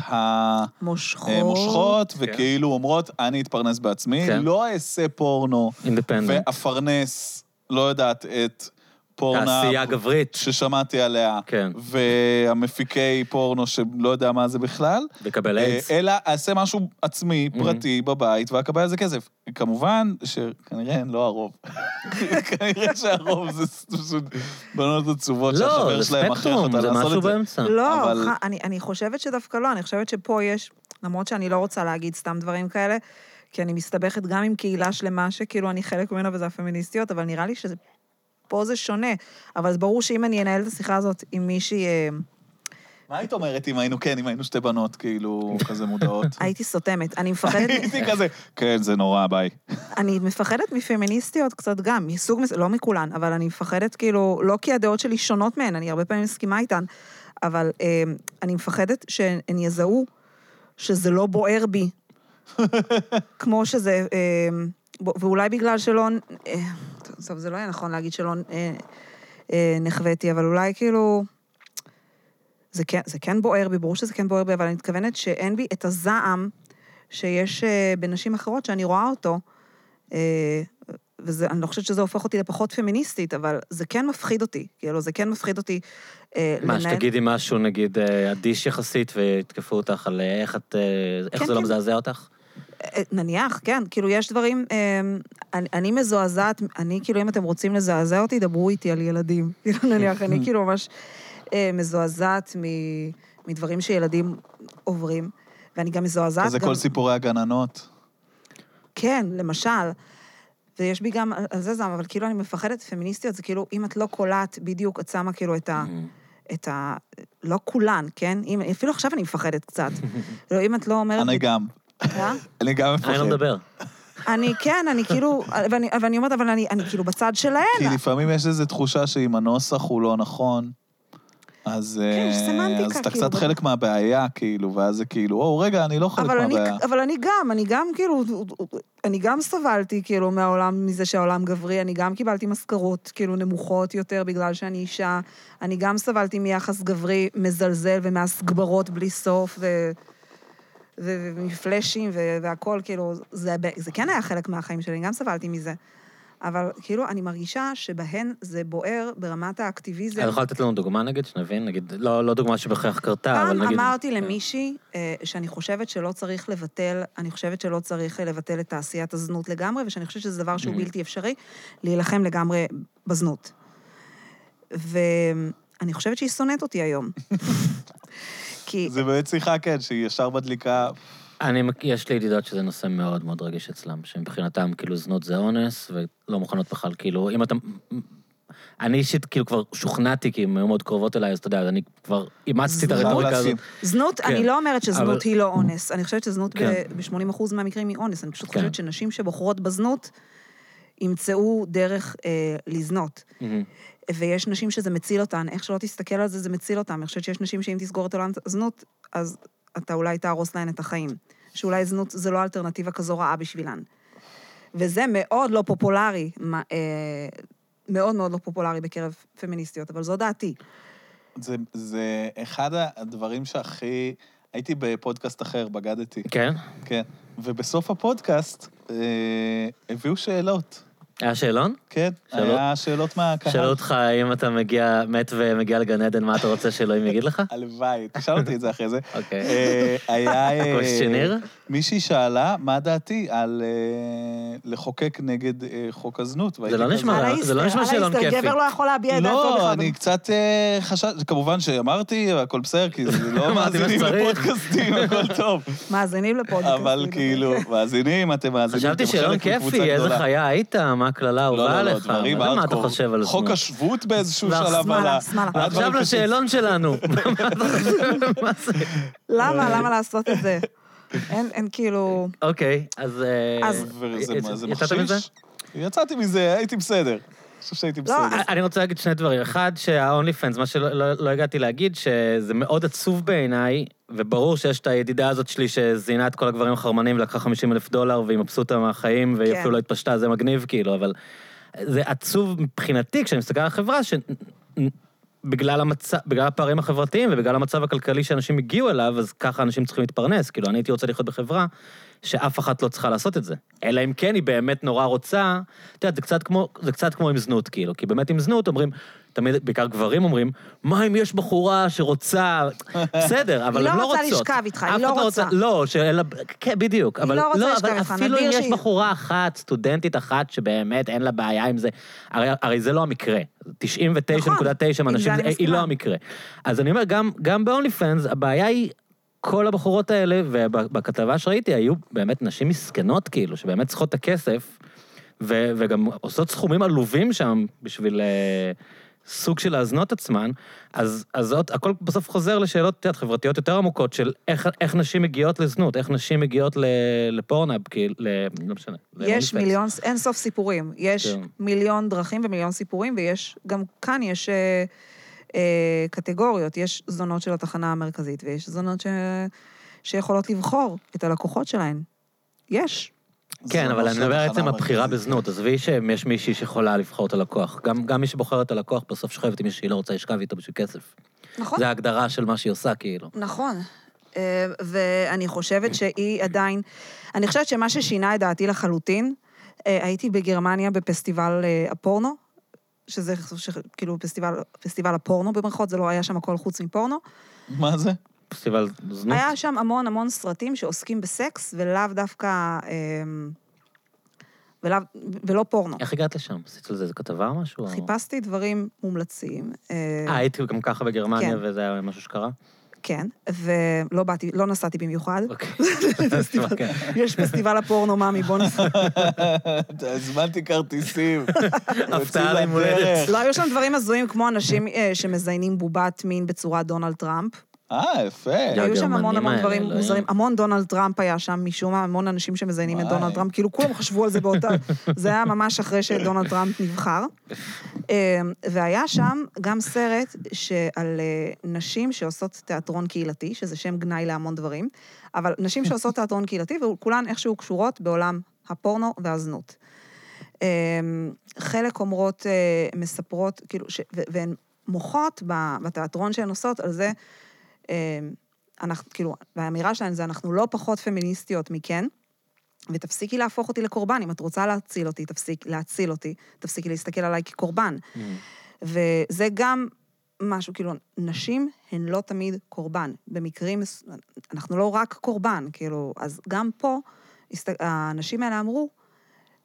A: מושכות.
C: המושכות,
B: כן.
C: וכאילו אומרות, אני אתפרנס בעצמי,
B: כן.
C: לא אעשה פורנו,
B: אינדפנדנט.
C: ואפרנס, לא יודעת, את פורנה
B: תעשייה גברית,
C: ששמעתי עליה,
B: כן.
C: והמפיקי פורנו שלא יודע מה זה בכלל. אה,
B: לקבל איידס.
C: אלא אעשה משהו עצמי,
B: Mhm.
C: פרטי, בבית, ואקבל על זה כסף. כמובן שכנראה הן לא הרוב. כנראה שהרוב זה פשוט בנות עצובות
B: לא,
C: אה, שהחבר
B: זה
C: שלהם מכריח
B: ספקטרום,
C: אותה
B: זה
C: לעשות
B: משהו
C: את זה.
B: באמצע.
A: לא,
C: אבל-
A: ח- אני- אני חושבת שדווקא לא, אני חושבת שפה יש, למרות שאני לא רוצה להגיד סתם דברים כאלה, כי אני מסתבכת גם עם קהילה שלמה שכאילו אני חלק ממנה וזה הפמיניסטיות, אבל נראה לי שזה... פה זה שונה. אבל זה ברור שאם אני אנהל את השיחה הזאת עם מישהי, אה,
C: מה היית אומרת אם היינו, כן, אם היינו שתי בנות כאילו כזה מודעות?
A: הייתי סותמת. אני מפחדת...
C: הייתי כזה, כן, זה נורא, ביי.
A: אני מפחדת מפמיניסטיות קצת גם, מסוג מסוים, לא מכולן, אבל אני מפחדת כאילו, לא כי הדעות שלי שונות מהן, אני הרבה פעמים מסכימה איתן, אבל אה, אני מפחדת שהן יזהו שזה לא בוער בי. כמו שזה, אה, ב- ואולי בגלל שלא, אה, טוב, זה לא היה נכון להגיד שלא אה, אה, נחוויתי, אבל אולי כאילו... זה כן, זה כן בוער בי, ברור שזה כן בוער בי, אבל אני מתכוונת שאין בי את הזעם שיש אה, בנשים אחרות שאני רואה אותו. אה, וזה, אני לא חושבת שזה הופך אותי לפחות פמיניסטית, אבל זה כן מפחיד אותי. כאילו, זה כן מפחיד אותי אה,
B: מה, שתגידי משהו, נגיד, אה, אדיש יחסית, ויתקפו אותך על אה, איך את... אה, איך
A: כן,
B: זה לא
A: כן.
B: מזעזע אותך?
A: אה, נניח, כן, כאילו, יש דברים... אה, אני, אני מזועזעת, אני, כאילו, אם אתם רוצים לזעזע אותי, דברו איתי על ילדים. כאילו, נניח, אני כאילו ממש אה, מזועזעת מ, מדברים שילדים עוברים, ואני גם מזועזעת...
C: כזה
A: גם-
C: כל סיפורי הגננות.
A: כן, למשל. ויש בי גם על זה זעם, אבל כאילו אני מפחדת, פמיניסטיות זה כאילו, אם את לא קולעת בדיוק, את שמה כאילו את ה... את ה... לא כולן, כן? אם, אפילו עכשיו אני מפחדת קצת. לא, אם את לא אומרת...
C: אני גם.
A: אה?
C: אני גם מפחד.
B: אני לא מדבר.
A: אני כן, אני כאילו... ואני, ואני אומרת, אבל אני, אני כאילו בצד שלהם.
C: כי לפעמים יש איזו תחושה שאם הנוסח הוא לא נכון, אז,
A: כן, יש
C: אה,
A: סמנטיקה,
C: אז אתה
A: כאילו,
C: קצת
A: בדבר.
C: חלק מהבעיה, כאילו, ואז זה כאילו, או, רגע, אני לא חלק
A: אבל אני,
C: מהבעיה.
A: אבל אני גם, אני גם כאילו, אני גם סבלתי כאילו מהעולם, מזה שהעולם גברי, אני גם קיבלתי משכורות כאילו נמוכות יותר בגלל שאני אישה, אני גם סבלתי מיחס גברי מזלזל ומהסגברות בלי סוף, ו... ו- ומפלאשים ו- והכל, כאילו, זה, זה כן היה חלק מהחיים שלי, אני גם סבלתי מזה. אבל כאילו, אני מרגישה שבהן זה בוער ברמת האקטיביזם.
B: אתה יכול לתת לנו דוגמה נגיד, שנבין? נגיד, לא לא דוגמה שבהכרח קרתה, אבל
A: פעם
B: נגיד... כן.
A: אמרתי למישהי אה, שאני חושבת שלא צריך לבטל, אני חושבת שלא צריך אה, לבטל את תעשיית הזנות לגמרי, ושאני חושבת שזה דבר שהוא
B: Mhm.
A: בלתי אפשרי, להילחם לגמרי בזנות. ואני חושבת שהיא שונאת אותי היום. כי
C: זה באמת שיחה, כן, שהיא ישר מדליקה,
B: אני, מכ- יש לי ידידות שזה נושא מאוד מאוד רגיש אצלם, שמבחינתם כאילו זנות זה אונס, ולא מוכנות בכלל, כאילו, אם אתה... אני אישית כאילו כבר שוכנעתי, כי הן היו מאוד קרובות אליי, אז אתה יודע, אני כבר אימצתי את
A: זנות.
B: הרטוריקה
C: חייב
B: הזאת.
A: זנות,
B: כן,
A: אני לא אומרת שזנות
B: אבל-
A: היא לא אונס. אני חושבת שזנות
B: כן.
A: ב-80% מהמקרים היא אונס. אני פשוט
B: כן.
A: חושבת שנשים שבוחרות בזנות ימצאו דרך אה, לזנות.
B: מהמם.
A: ויש נשים שזה מציל אותן, איך שלא תסתכל על זה, זה מציל אותן. אני חושבת שיש נשים שאם תסגור את עולם הזנות, אז אתה אולי תהרוס להן את החיים. שאולי זנות זה לא אלטרנטיבה כזו רעה בשבילן. וזה מאוד לא פופולרי, מה, אה, מאוד מאוד לא פופולרי בקרב פמיניסטיות, אבל זו דעתי.
C: זה, זה אחד הדברים שהכי... הייתי בפודקאסט אחר, בגדתי,
B: כן?
C: כן. ובסוף הפודקאסט אה, הביאו שאלות,
B: היה שאלון?
C: כן?
B: שאלות?
C: היה שאלות מהקהל.
B: שאלו אותך אם אתה מגיע, מת ומגיע לגן עדן, מה אתה רוצה שאלוהים יגיד לך?
C: הלוואי, תשאל אותי את זה אחרי זה.
B: אוקיי.
C: אה, היה... אה,
B: קושצ'ניר?
C: מישהי שאלה מה דעתי על אה, לחוקק נגד אה, חוק הזנות. והייתי
B: לא
C: כזה-
B: נשמע
A: על
B: זה
A: האיסטר,
B: לא נשמע
A: על
B: שאלון
A: האיסטר,
B: כיפי.
A: גבר לא יכול להביע את אה, דעתו בכלל.
C: לא, אני קצת אה, חשש, כמובן שאמרתי, הכל בסדר, כי זה לא
B: אמרתי מה
C: מאזינים
B: שצריך.
C: לפודקאסטים, הכל טוב.
A: מאזינים לפודקאסט.
C: אבל כאילו, מאזינים, אתם מאזינים,
B: חשבתי
C: אתם
B: שאלון
C: חלק
B: כיפי,
C: מקבוצה
B: איזה
C: גדולה. לא,
B: חיה היית, מה הקללה הובאה לך,
C: דברים
B: מה אתה
C: הארדקור.
B: חושב על
C: חוק
B: זנות?
C: השבות באיזשהו
B: ואח-
C: שלב
A: שמאלה,
C: עלה.
A: שמאלה.
C: היה
B: ועכשיו
C: דברים קשים.
B: לשאלון שלנו. מה אתה חושב? מה זה?
A: למה? למה לעשות את זה? אין, אין כאילו...
B: אוקיי, אז... אה,
A: אז-
C: וזה
B: יצ-
C: זה
B: יצאת מזה? לא,
C: מחשיש? יצאתי מזה, הייתי בסדר. אני חושב שהייתי בסדר.
A: אז-
B: אני רוצה להגיד שני דברים. אחד, שההונלי פנס, מה שלא לא- לא הגעתי להגיד, שזה מאוד עצוב בעיניי, וברור שיש את הידידה הזאת שלי שזיינה את כל הגברים החרמנים ולקחה 50 אלף דולר, והיא מבסוטה מהחיים, והיא
A: כן.
B: אפילו לא התפשטה, זה מגניב כאילו, אבל זה עצוב מבחינתי כשאני מסתכל על החברה, ש... בגלל, המצ... בגלל הפערים החברתיים ובגלל המצב הכלכלי שאנשים הגיעו אליו, אז ככה אנשים צריכים להתפרנס. כאילו, אני הייתי רוצה לחיות בחברה שאף אחת לא צריכה לעשות את זה. אלא אם כן היא באמת נורא רוצה, את יודעת, זה קצת כמו, זה קצת כמו עם זנות, כאילו. כי באמת עם זנות אומרים, תמיד, בעיקר גברים אומרים, מה אם יש בחורה שרוצה... בסדר, אבל
A: היא
B: הן
A: לא
B: לא רוצות.
A: רוצה לשכב איתך, היא
B: אף
A: לא
B: אחת
A: רוצה.
B: לא, שאלה... כן, בדיוק.
A: היא
B: אבל,
A: לא רוצה לשכב
B: אבל
A: איתך,
B: אפילו אם
A: נדיר
B: יש
A: שהיא-
B: בחורה אחת, סטודנטית אחת, שבאמת אין לה בעיה עם זה, הרי, הרי זה לא המקרה. 99.9
A: נכון, עם זה
B: אנשים,
A: אני
B: זה- היא
A: מסכימה.
B: לא המקרה. אז אני אומר, גם, גם ב-only fans, הבעיה היא כל הבחורות האלה, ובכתבה שראיתי, היו באמת נשים מסכנות, כאילו, שבאמת צריכות את הכסף, ו, וגם עושות סכומים עלובים שם בשביל... אה, סוג של להזנות עצמן, אז, אז זאת, הכל בסוף חוזר לשאלות את יודעת, חברתיות יותר עמוקות של איך, איך נשים מגיעות לזנות, איך נשים מגיעות ל- לפורנאב, כאילו, ל- לא משנה.
A: יש
B: ל-OnlyFans.
A: מיליון, אין סוף סיפורים. יש
B: כן.
A: מיליון דרכים ומיליון סיפורים, ויש, גם כאן יש אה, אה, קטגוריות. יש זונות של התחנה המרכזית, ויש זונות ש, שיכולות לבחור את הלקוחות שלהן. יש.
B: כן,
C: זה
B: אבל
C: ממש
B: אני
C: לא
B: מדבר על
C: התחנה
B: עצם הבחירה
C: המרכזית.
B: בזנות, עזבי שיש מישהי שיכולה לבחור את הלקוח. גם, גם מי שבוחר את הלקוח בסוף שוכבת עם מישהי שהיא לא רוצה לשכב איתו בשביל כסף.
A: נכון.
B: זה ההגדרה של מה שהיא עושה, כאילו.
A: נכון. אה, ואני
B: כן.
A: חושבת שהיא עדיין... אני חושבת שמה ששינה את דעתי לחלוטין, אה, הייתי בגרמניה בפסטיבל אה, הפורנו, שזה ש- כאילו פסטיבל, פסטיבל הפורנו במרכאות, זה לא היה שם הכל חוץ מפורנו.
C: מה זה?
B: פסטיבל זנות.
A: היה שם המון המון סרטים שעוסקים בסקס, ולאו דווקא... אמ, ולאו, ולא פורנו.
B: איך הגעת לשם? עשית על זה איזה כתבה או משהו? או-
A: חיפשתי דברים מומלצים.
B: אה, היית גם ככה בגרמניה
A: כן.
B: וזה היה משהו שקרה?
A: כן, ולא באתי, לא נסעתי במיוחד.
B: אוקיי.
A: פסטיבל.
B: כן.
A: יש פסטיבל הפורנו, מאמי, בוא נס...
B: אוקיי.
C: הזמנתי כרטיסים.
B: הפתעה ליום הולדת.
A: לא, היו שם דברים הזויים כמו אנשים אה, שמזיינים בובת מין בצורת דונלד טראמפ.
C: אה, יפה.
B: יא,
A: היו שם
B: הגרמנים
A: המון המון
B: האלה,
A: דברים
B: אלוהים.
A: מוזרים. המון דונלד טראמפ היה שם, משום מה, המון אנשים שמזיינים את
C: וואי.
A: דונלד טראמפ, כאילו כולם חשבו על זה באותה... זה היה ממש אחרי שדונלד טראמפ נבחר. אה, והיה שם גם סרט שעל אה, נשים שעושות תיאטרון קהילתי, שזה שם גנאי להמון דברים, אבל נשים שעושות תיאטרון קהילתי, וכולן איכשהו קשורות בעולם הפורנו והזנות. אה, חלק אומרות, אה, מספרות, כאילו, ש- ו- והן מוחות ב- בתיאטרון שהן עושות על זה אה, אנחנו, כאילו, והאמירה שלהם זה, אנחנו לא פחות פמיניסטיות מכן, ותפסיקי להפוך אותי לקורבן. אם את רוצה להציל אותי, תפסיק להציל אותי, תפסיקי להסתכל עליי כקורבן. וזה גם משהו, כאילו, נשים הן לא תמיד קורבן. במקרים, מס- אנחנו לא רק קורבן, כאילו, אז גם פה, הסת... האנשים האלה אמרו,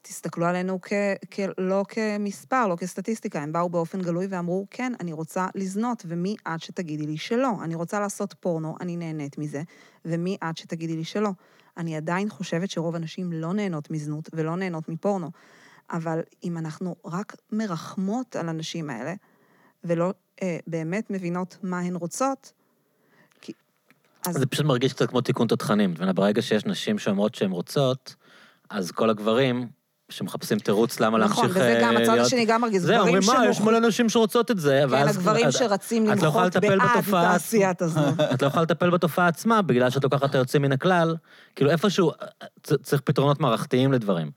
A: תסתכלו עלינו כ... כ... לא כמספר, לא כסטטיסטיקה. הם באו באופן גלוי ואמרו, כן, אני רוצה לזנות, ומי את שתגידי לי שלא? אני רוצה לעשות פורנו, אני נהנית מזה, ומי את שתגידי לי שלא? אני עדיין חושבת שרוב הנשים לא נהנות מזנות ולא נהנות מפורנו, אבל אם אנחנו רק מרחמות על הנשים האלה, ולא אה, באמת מבינות מה הן רוצות, כי... אז
B: זה פשוט מרגיש קצת כמו תיקון תותחנים. ואני- ברגע שיש נשים שאומרות שהן רוצות, אז כל הגברים שמחפשים תירוץ למה
A: נכון,
B: להמשיך
A: וזה
B: אה,
A: גם, הצד
B: להיות-
A: השני גם מרגיז,
B: זה, אומרים,
A: גברים
B: מה, יש
A: שמוכ-
B: מלא נשים שרוצות את זה,
A: כן,
B: ואז...
A: הגברים
B: את-
A: שרצים
B: את לא יכולה
A: למחות
B: לטפל
A: בעד
B: בתופעה.
A: תעשיית הזנות.
B: את לא יכולה לטפל בתופעה עצמה, בגלל שאת לוקחת את היוצאים מן הכלל. כאילו, איפשהו אה, צ- צריך פתרונות מערכתיים לדברים.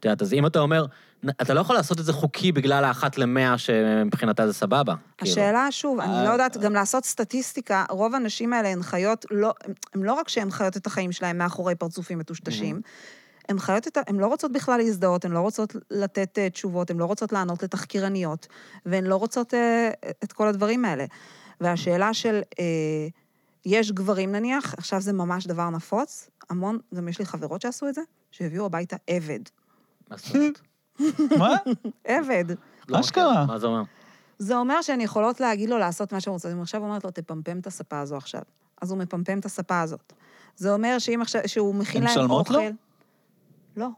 B: את יודעת, אז אם אתה אומר, נ- אתה לא יכול לעשות את זה חוקי בגלל האחת למאה שמבחינתה זה סבבה. כאילו.
A: השאלה, שוב, אני לא
C: אה,
A: יודעת, גם לעשות סטטיסטיקה, רוב הנשים האלה הן חיות, לא- הן לא רק שהן חיות את החיים שלהן מאחורי פרצופים מטושטשים, הן חיות את ה... הן לא רוצות בכלל להזדהות, הן לא רוצות לתת אה, תשובות, הן לא רוצות לענות לתחקירניות, והן לא רוצות אה, את כל הדברים האלה. והשאלה של, אה, יש גברים נניח, עכשיו זה ממש דבר נפוץ, המון, גם יש לי חברות שעשו את זה, שהביאו הביתה עבד.
B: מה זאת אומרת?
C: מה?
B: אה?
A: עבד.
B: לא מכיר.
C: אשכרה.
B: מה זה אומר?
A: זה אומר שהן יכולות להגיד לו לעשות מה שהן רוצות. אם עכשיו אומרת לו, תפמפם את הספה הזו עכשיו. אז הוא מפמפם את הספה הזאת. זה אומר שאם עכשיו, שהוא מכין
C: הן
A: להם אוכל...
C: משלמות לו?
A: לא.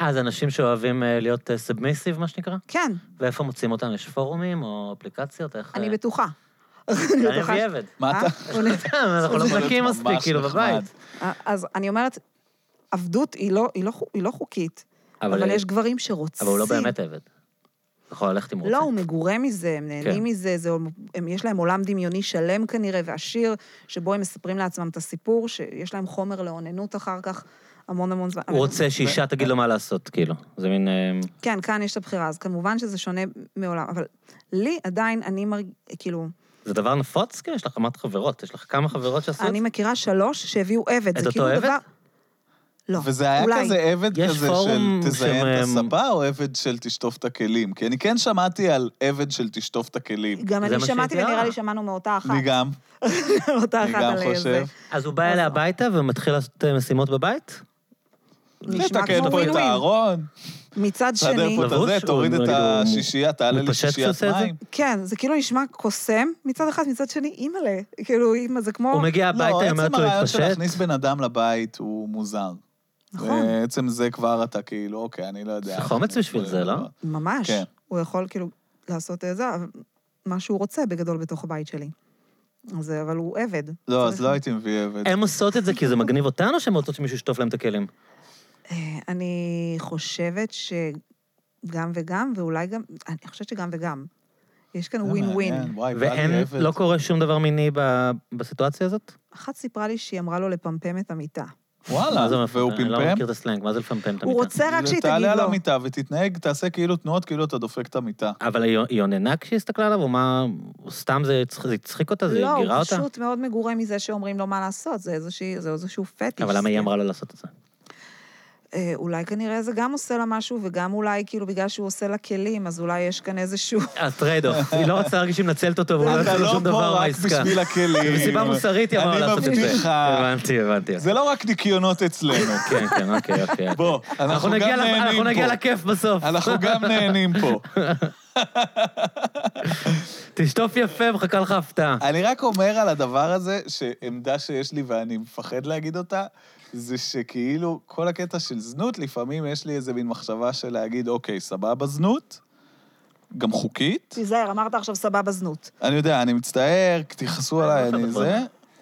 B: אה, זה אנשים שאוהבים אה, להיות סאבמיסיב, מה שנקרא?
A: כן,
B: ואיפה מוצאים אותם? יש פורומים או אפליקציות? איך...
A: אני
B: אה,
A: בטוחה. אני
B: אני
A: בטוחה.
B: אביא עבד.
C: מה
A: אה?
C: אתה...
A: הוא נ- אה,
B: אנחנו לא
C: זה
B: מחכים
C: ממש
B: מספיק, כאילו,
C: נחמד.
B: בבית.
A: אז אני אומרת, עבדות היא לא- היא לא חו- היא לא חוקית, אבל יש גברים שרוצים.
B: אה, אבל הוא לא באמת עבד. יכול ללכת אם הוא רוצה.
A: לא, הוא מגורה מזה, הם נהנים
B: כן.
A: מזה, זה, הם, יש להם עולם דמיוני שלם כנראה ועשיר, שבו הם מספרים לעצמם את הסיפור, שיש להם חומר לאוננות אחר כך, המון המון זמן.
B: הוא רוצה שאישה תגיד
A: אה.
B: לו מה לעשות, כאילו. זה מין... אה,
A: כן, כאן יש את הבחירה, אז כמובן שזה שונה מעולם, אבל לי עדיין, אני מרג... כאילו,
B: זה דבר נפוץ? כאילו, יש לך אמרת חברות, יש לך כמה חברות שעשו את
A: אני
B: זה?
A: מכירה שלוש שהביאו עבד.
B: את
A: זה
B: אותו
A: כאילו
B: עבד?
A: דבר... לא,
C: וזה היה
A: אולי.
C: כזה עבד
B: יש
C: כזה של
B: פורום
C: תזיין את
B: שהם-
C: הספה, או עבד של תשטוף את הכלים? כי אני כן שמעתי על עבד של תשטוף את הכלים.
A: גם
B: זה
A: אני
B: מה
A: שמעתי,
B: שהגיע.
A: ונראה לי שמענו מאותה אחת.
C: אני גם,
A: מאותה
C: אני
A: אחת
C: גם
A: על איזה...
C: חושב.
B: אז
A: לא,
B: הוא בא אליה הביתה ומתחיל לעשות אה, משימות בבית?
A: נשמע
C: תתקן
A: כמו
C: פה כן, את
A: וין-וין.
C: הארון,
A: מצד
C: תסדר
A: שני,
C: פה את הזה,
B: לבוש, או
C: תוריד את
B: נגיד הוא-
C: השישייה, תעלה לי
B: מתפשט
C: שישיית
B: כשעושה את זה?
C: מים.
A: כן, זה כאילו נשמע קוסם מצד אחד, מצד שני, אימא'לה. כאילו, אימא, זה כמו...
B: הוא מגיע הביתה,
C: לא,
B: היא אומרת
C: עצם
B: לו
C: הרעיון של
B: להתפשט.
C: להכניס בן אדם לבית הוא מוזר.
A: נכון.
C: עצם זה כבר אתה כאילו, אוקיי, אני לא יודע.
B: זה חומץ בשביל זה, לא?
A: ממש.
C: כן.
A: הוא יכול כאילו לעשות את זה, אבל מה שהוא רוצה בגדול בתוך הבית שלי. אז, אבל הוא עבד.
C: לא,
A: צריך-
C: אז לא הייתי מביא עבד.
B: הן עושות את זה כי זה מגניב אותן, או שהן רוצות שמישהו ישטוף להם את הכלים?
A: אה, אני חושבת שגם וגם, ואולי גם, אני חושבת שגם וגם. יש כאן
C: זה
A: ווין ווין.
C: מעניין, וואי, בא לי
B: ואין,
C: עבד.
B: לא קורה שום דבר מיני ב- בסיטואציה הזאת?
A: אחת סיפרה לי שהיא אמרה לו לפמפם את המיטה.
B: מה זה
C: וואלה,
B: מפמפם?
C: והוא
B: אני לא
C: פמפם?
B: מכיר את הסלנג, מה זה לפמפם את
A: הוא
B: המיטה?
A: רוצה רק שהיא תגיד
C: תעלה על
A: לו.
C: המיטה ותתנהג, תעשה כאילו תנועות כאילו אתה דופק את המיטה.
B: אבל היא היא אוננה כשהיא הסתכלה עליו, או מה, סתם זה הצח- זה הצחיק אותה? זה
A: לא, הוא
B: גירה אותה?
A: פשוט מאוד מגורה מזה שאומרים לו מה לעשות, זה איזושהי- זה איזשהו פטיש.
B: אבל למה היא אמרה לו לעשות את זה?
A: אה, אולי כנראה זה גם עושה לה משהו, וגם אולי כאילו בגלל שהוא עושה לה כלים, אז אולי יש כאן איזשהו...
B: אז טרייד אוף, היא לא רצתה להרגיש שהיא מנצלת אותו, והוא לא
C: אתה
B: יעשה לו
C: לא
B: שום
C: פה
B: דבר
C: רק
B: מהעסקה.
C: בשביל הכלים.
B: מסיבה מוסרית היא אמרה
C: אני
B: לעשות את זה.
C: מבטיחה.
B: הבנתי, הבנתי.
C: זה לא רק ניקיונות אצלנו.
B: כן, כן, אוקיי, אוקיי.
C: בוא, אנחנו
B: אנחנו
C: גם
B: נגיע ל- אנחנו
C: נהנים
B: נגיע
C: פה.
B: לכיף בסוף.
C: אנחנו גם נהנים פה.
B: תשטוף יפה, מחכה לך הפתעה.
C: אני רק אומר על הדבר הזה, שעמדה שיש לי ואני מפחד להגיד אותה, זה שכאילו כל הקטע של זנות, לפעמים יש לי איזה מין מחשבה של להגיד, אוקיי, סבבה זנות, גם חוקית.
A: תיזהר, אמרת עכשיו סבבה זנות.
C: אני יודע, אני מצטער, תכעסו עליי,
B: לא
C: אני
B: חייב
C: זה.
B: לדבר.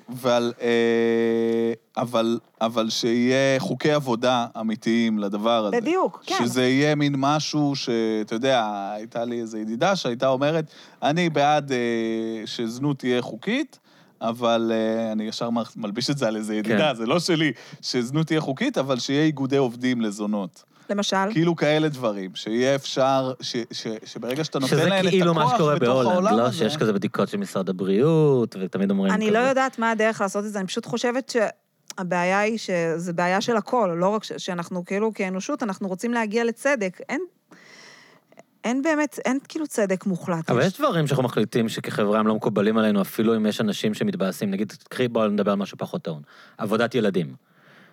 C: אבל, אה, אבל, אבל שיהיה חוקי עבודה אמיתיים לדבר הזה.
A: בדיוק, כן.
C: שזה יהיה מין משהו שאתה יודע, הייתה לי איזו ידידה שהייתה אומרת, אני בעד אה, שזנות תהיה חוקית, אבל אה, אני ישר מ- מלביש את זה על איזו ידידה,
B: כן.
C: זה לא שלי, שזנות תהיה חוקית, אבל שיהיה איגודי עובדים לזונות.
A: למשל,
C: כאילו כאלה דברים, שיהיה אפשר, ש, ש, שברגע שאתה נותן
B: שזה
C: להן את
B: כאילו מה
C: הכוח
B: שקורה
C: בתוך
B: בהולנד,
C: העולם
B: לא
C: הזה...
B: שיש כזה בדיקות של משרד הבריאות, ותמיד אומרים
A: אני
B: כזה.
A: לא יודעת מה הדרך לעשות את זה, אני פשוט חושבת שהבעיה היא שזו בעיה של הכל, לא רק ש- שאנחנו כאילו כאנושות, אנחנו רוצים להגיע לצדק. אין... אין באמת, אין כאילו צדק מוחלט.
B: אבל יש דברים שאנחנו מחליטים שכחברה הם לא מקובלים עלינו, אפילו אם יש אנשים שמתבאסים. נגיד, קחי, בואו נדבר על משהו פחות טעון. עבודת ילדים.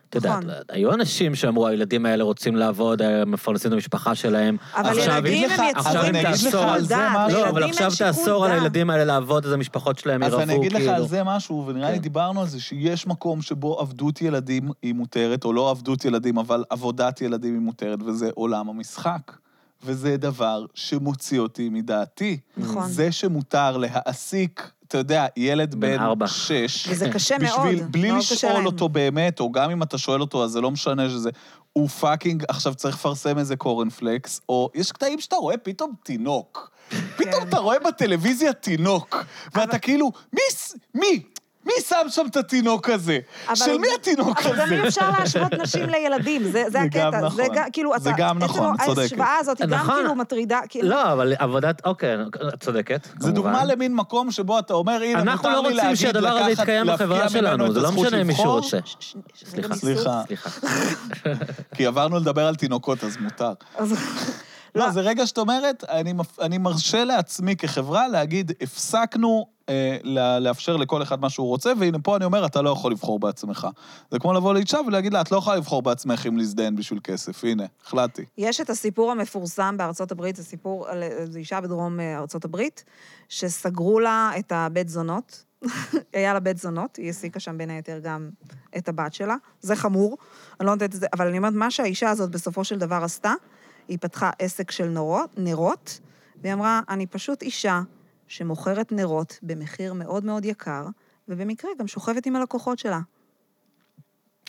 B: אתה יודע,
A: נכון.
B: היו אנשים שאמרו, הילדים האלה רוצים לעבוד, הם מפרנסים את המשפחה שלהם.
A: אבל
B: עכשיו, אם-
A: ילדים
C: לך-
A: הם
B: עכשיו
A: יצורים
B: אני
A: בלי
B: אגיד לך
A: שיקול
B: על
C: זה
A: דעת.
C: משהו.
B: לא, אבל
A: לילדים
B: עכשיו
A: אין שיקול
B: תאסור על
A: דעת.
B: הילדים האלה לעבוד, אז המשפחות שלהם
C: אז
B: ירעבו,
C: אני
B: כאילו.
C: אגיד לך על זה משהו, ונראה לי
B: כן.
C: דיברנו על זה, שיש מקום שבו עבדות ילדים היא מותרת, או לא עבדות ילדים, אבל עבודת ילדים היא מותרת, וזה עולם המשחק. וזה דבר שמוציא אותי מדעתי.
A: נכון.
C: זה שמותר להעסיק, אתה יודע, ילד
B: בן
C: בן
B: ארבע.
C: שש.
A: וזה קשה מאוד,
C: בשביל, בלי
A: מאוד קשה
C: לשאול
A: להם.
C: אותו באמת, או גם אם אתה שואל אותו, אז זה לא משנה שזה... הוא פאקינג, עכשיו צריך לפרסם איזה קורנפלקס, או יש קטעים שאתה רואה פתאום תינוק.
A: כן.
C: פתאום אתה רואה בטלוויזיה תינוק, ואתה כאילו, מי, ס- מי, מי שם שם את התינוק הזה?
A: אבל-
C: של מי התינוק
A: אבל לא- גם
C: הזה?
A: אי אפשר להשוות נשים לילדים, זה, זה,
C: זה
A: הקטע.
C: גם
A: זה
C: נכון.
A: גם, כאילו, אתה,
C: זה גם
A: עצם
C: נכון, את צודקת.
A: ההשוואה הזאת היא גם
B: נכון.
A: כאילו מטרידה, כאילו,
B: לא, אבל עבודת, אוקיי, את צודקת,
C: זה
B: כמובן.
C: דוגמה למין מקום שבו אתה אומר, הנה,
B: אנחנו לא
C: מותר לי
B: רוצים
C: להגיד,
B: שהדבר הזה
C: לקחת,
B: יתקיים
C: להפקיע
B: בחברה
C: ממנו את
B: שלנו, זה לא
C: הזכות
B: משנה אם מישהו
C: לבחור,
B: רוצה.
A: ש- ש- זה
B: סליחה,
A: גם
C: סליחה.
B: סליחה.
C: כי עברנו לדבר על תינוקות, אז מותר.
A: אז-
C: לא, זה רגע שאת אומרת, אני, מפ... אני מרשה לעצמי כחברה להגיד, הפסקנו אה, לה- לאפשר לכל אחד מה שהוא רוצה, והנה פה אני אומר, אתה לא יכול לבחור בעצמך. זה כמו לבוא לאישה ולהגיד לה, את לא יכולה לבחור בעצמך אם להזדיין בשביל כסף, הנה, החלטתי.
A: יש את הסיפור המפורסם בארצות הברית, זה סיפור על איזו אישה בדרום אה, ארצות הברית, שסגרו לה את הבית זונות. היה לה בית זונות, היא העסיקה שם בין היתר גם את הבת שלה. זה חמור, אני לא נותנת את זה, אבל אני אומרת, מה שהאישה הזאת בסופו של דבר עשתה, היא פתחה עסק של נורות, נרות, והיא אמרה, אני פשוט אישה שמוכרת נרות במחיר מאוד מאוד יקר, ובמקרה גם שוכבת עם הלקוחות שלה.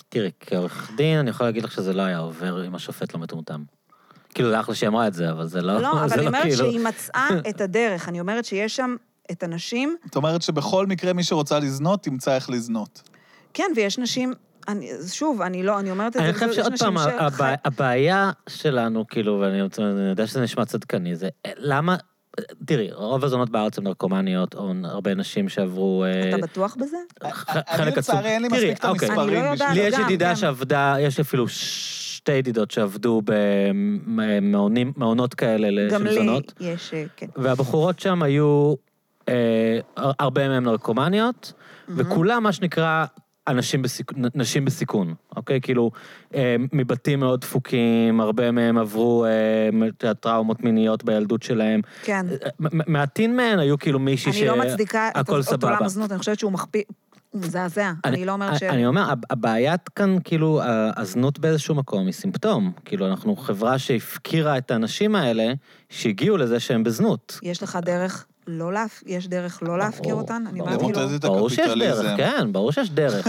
B: תראי, כעורך דין, אני יכול להגיד לך שזה לא היה עובר אם השופט לא מטומטם. כאילו, זה אחלה שהיא אמרה את זה, אבל זה לא,
A: לא, אבל
B: זה
A: אני
B: לא
A: אומרת
B: כאילו...
A: שהיא מצאה את הדרך, אני אומרת שיש שם את הנשים
C: זאת אומרת שבכל מקרה, מי שרוצה לזנות, תמצא איך לזנות.
A: כן, ויש נשים, אני, שוב, אני לא, אני אומרת את זה,
B: אני חושב
A: יש
B: שעוד
A: נשים
B: פעם,
A: שחי-
B: הבע- הבעיה שלנו, כאילו, ואני רוצה- אני יודע שזה נשמע צדקני, זה אה, למה... אה, תראי, רוב הזונות בארץ הן נרקומניות, או הרבה נשים שעברו... אה,
A: אתה בטוח בזה?
B: ח-
C: אני
B: חלק עצום.
C: לצערי, אין לי
B: תראי,
C: מספיק את
B: אוקיי.
A: אני לא
C: המספרים.
A: יודעת.
C: בשביל-
B: לי יש
A: גם,
B: ידידה
A: גם.
B: שעבדה, יש לי אפילו שתי ידידות שעבדו במעונות כאלה
A: גם לי
B: לשם זונות,
A: יש, אה, כן.
B: והבחורות שם היו, אה, הרבה מהן נרקומניות, וכולם מה שנקרא אנשים בסיכ... נ- נשים בסיכון, אוקיי? כאילו, אה, מבתים מאוד דפוקים, הרבה מהם עברו אה, טראומות מיניות בילדות שלהם.
A: כן.
B: אה, מ- מ- מעטין מהן היו כאילו מישהי
A: אני לא מצדיקה את
B: הכל
A: אותו
B: סבבה.
A: עולם הזנות, אני חושבת שהוא מחפיא, הוא מזעזע, אני לא אומרת ש...
B: אני אומר, הב- הבעיה כאן, כאילו, ה- הזנות באיזשהו מקום היא סימפטום. כאילו, אנחנו חברה שהפקירה את האנשים האלה, שהגיעו לזה שהם בזנות.
A: יש לך דרך לא להפ... יש דרך לא להפקיר
B: ברור,
A: אותן? אני
B: ברור.
A: אומרת כאילו...
C: למוטט את
B: ברור שיש
C: הקפיטליזם.
B: דרך, כן, ברור שיש דרך.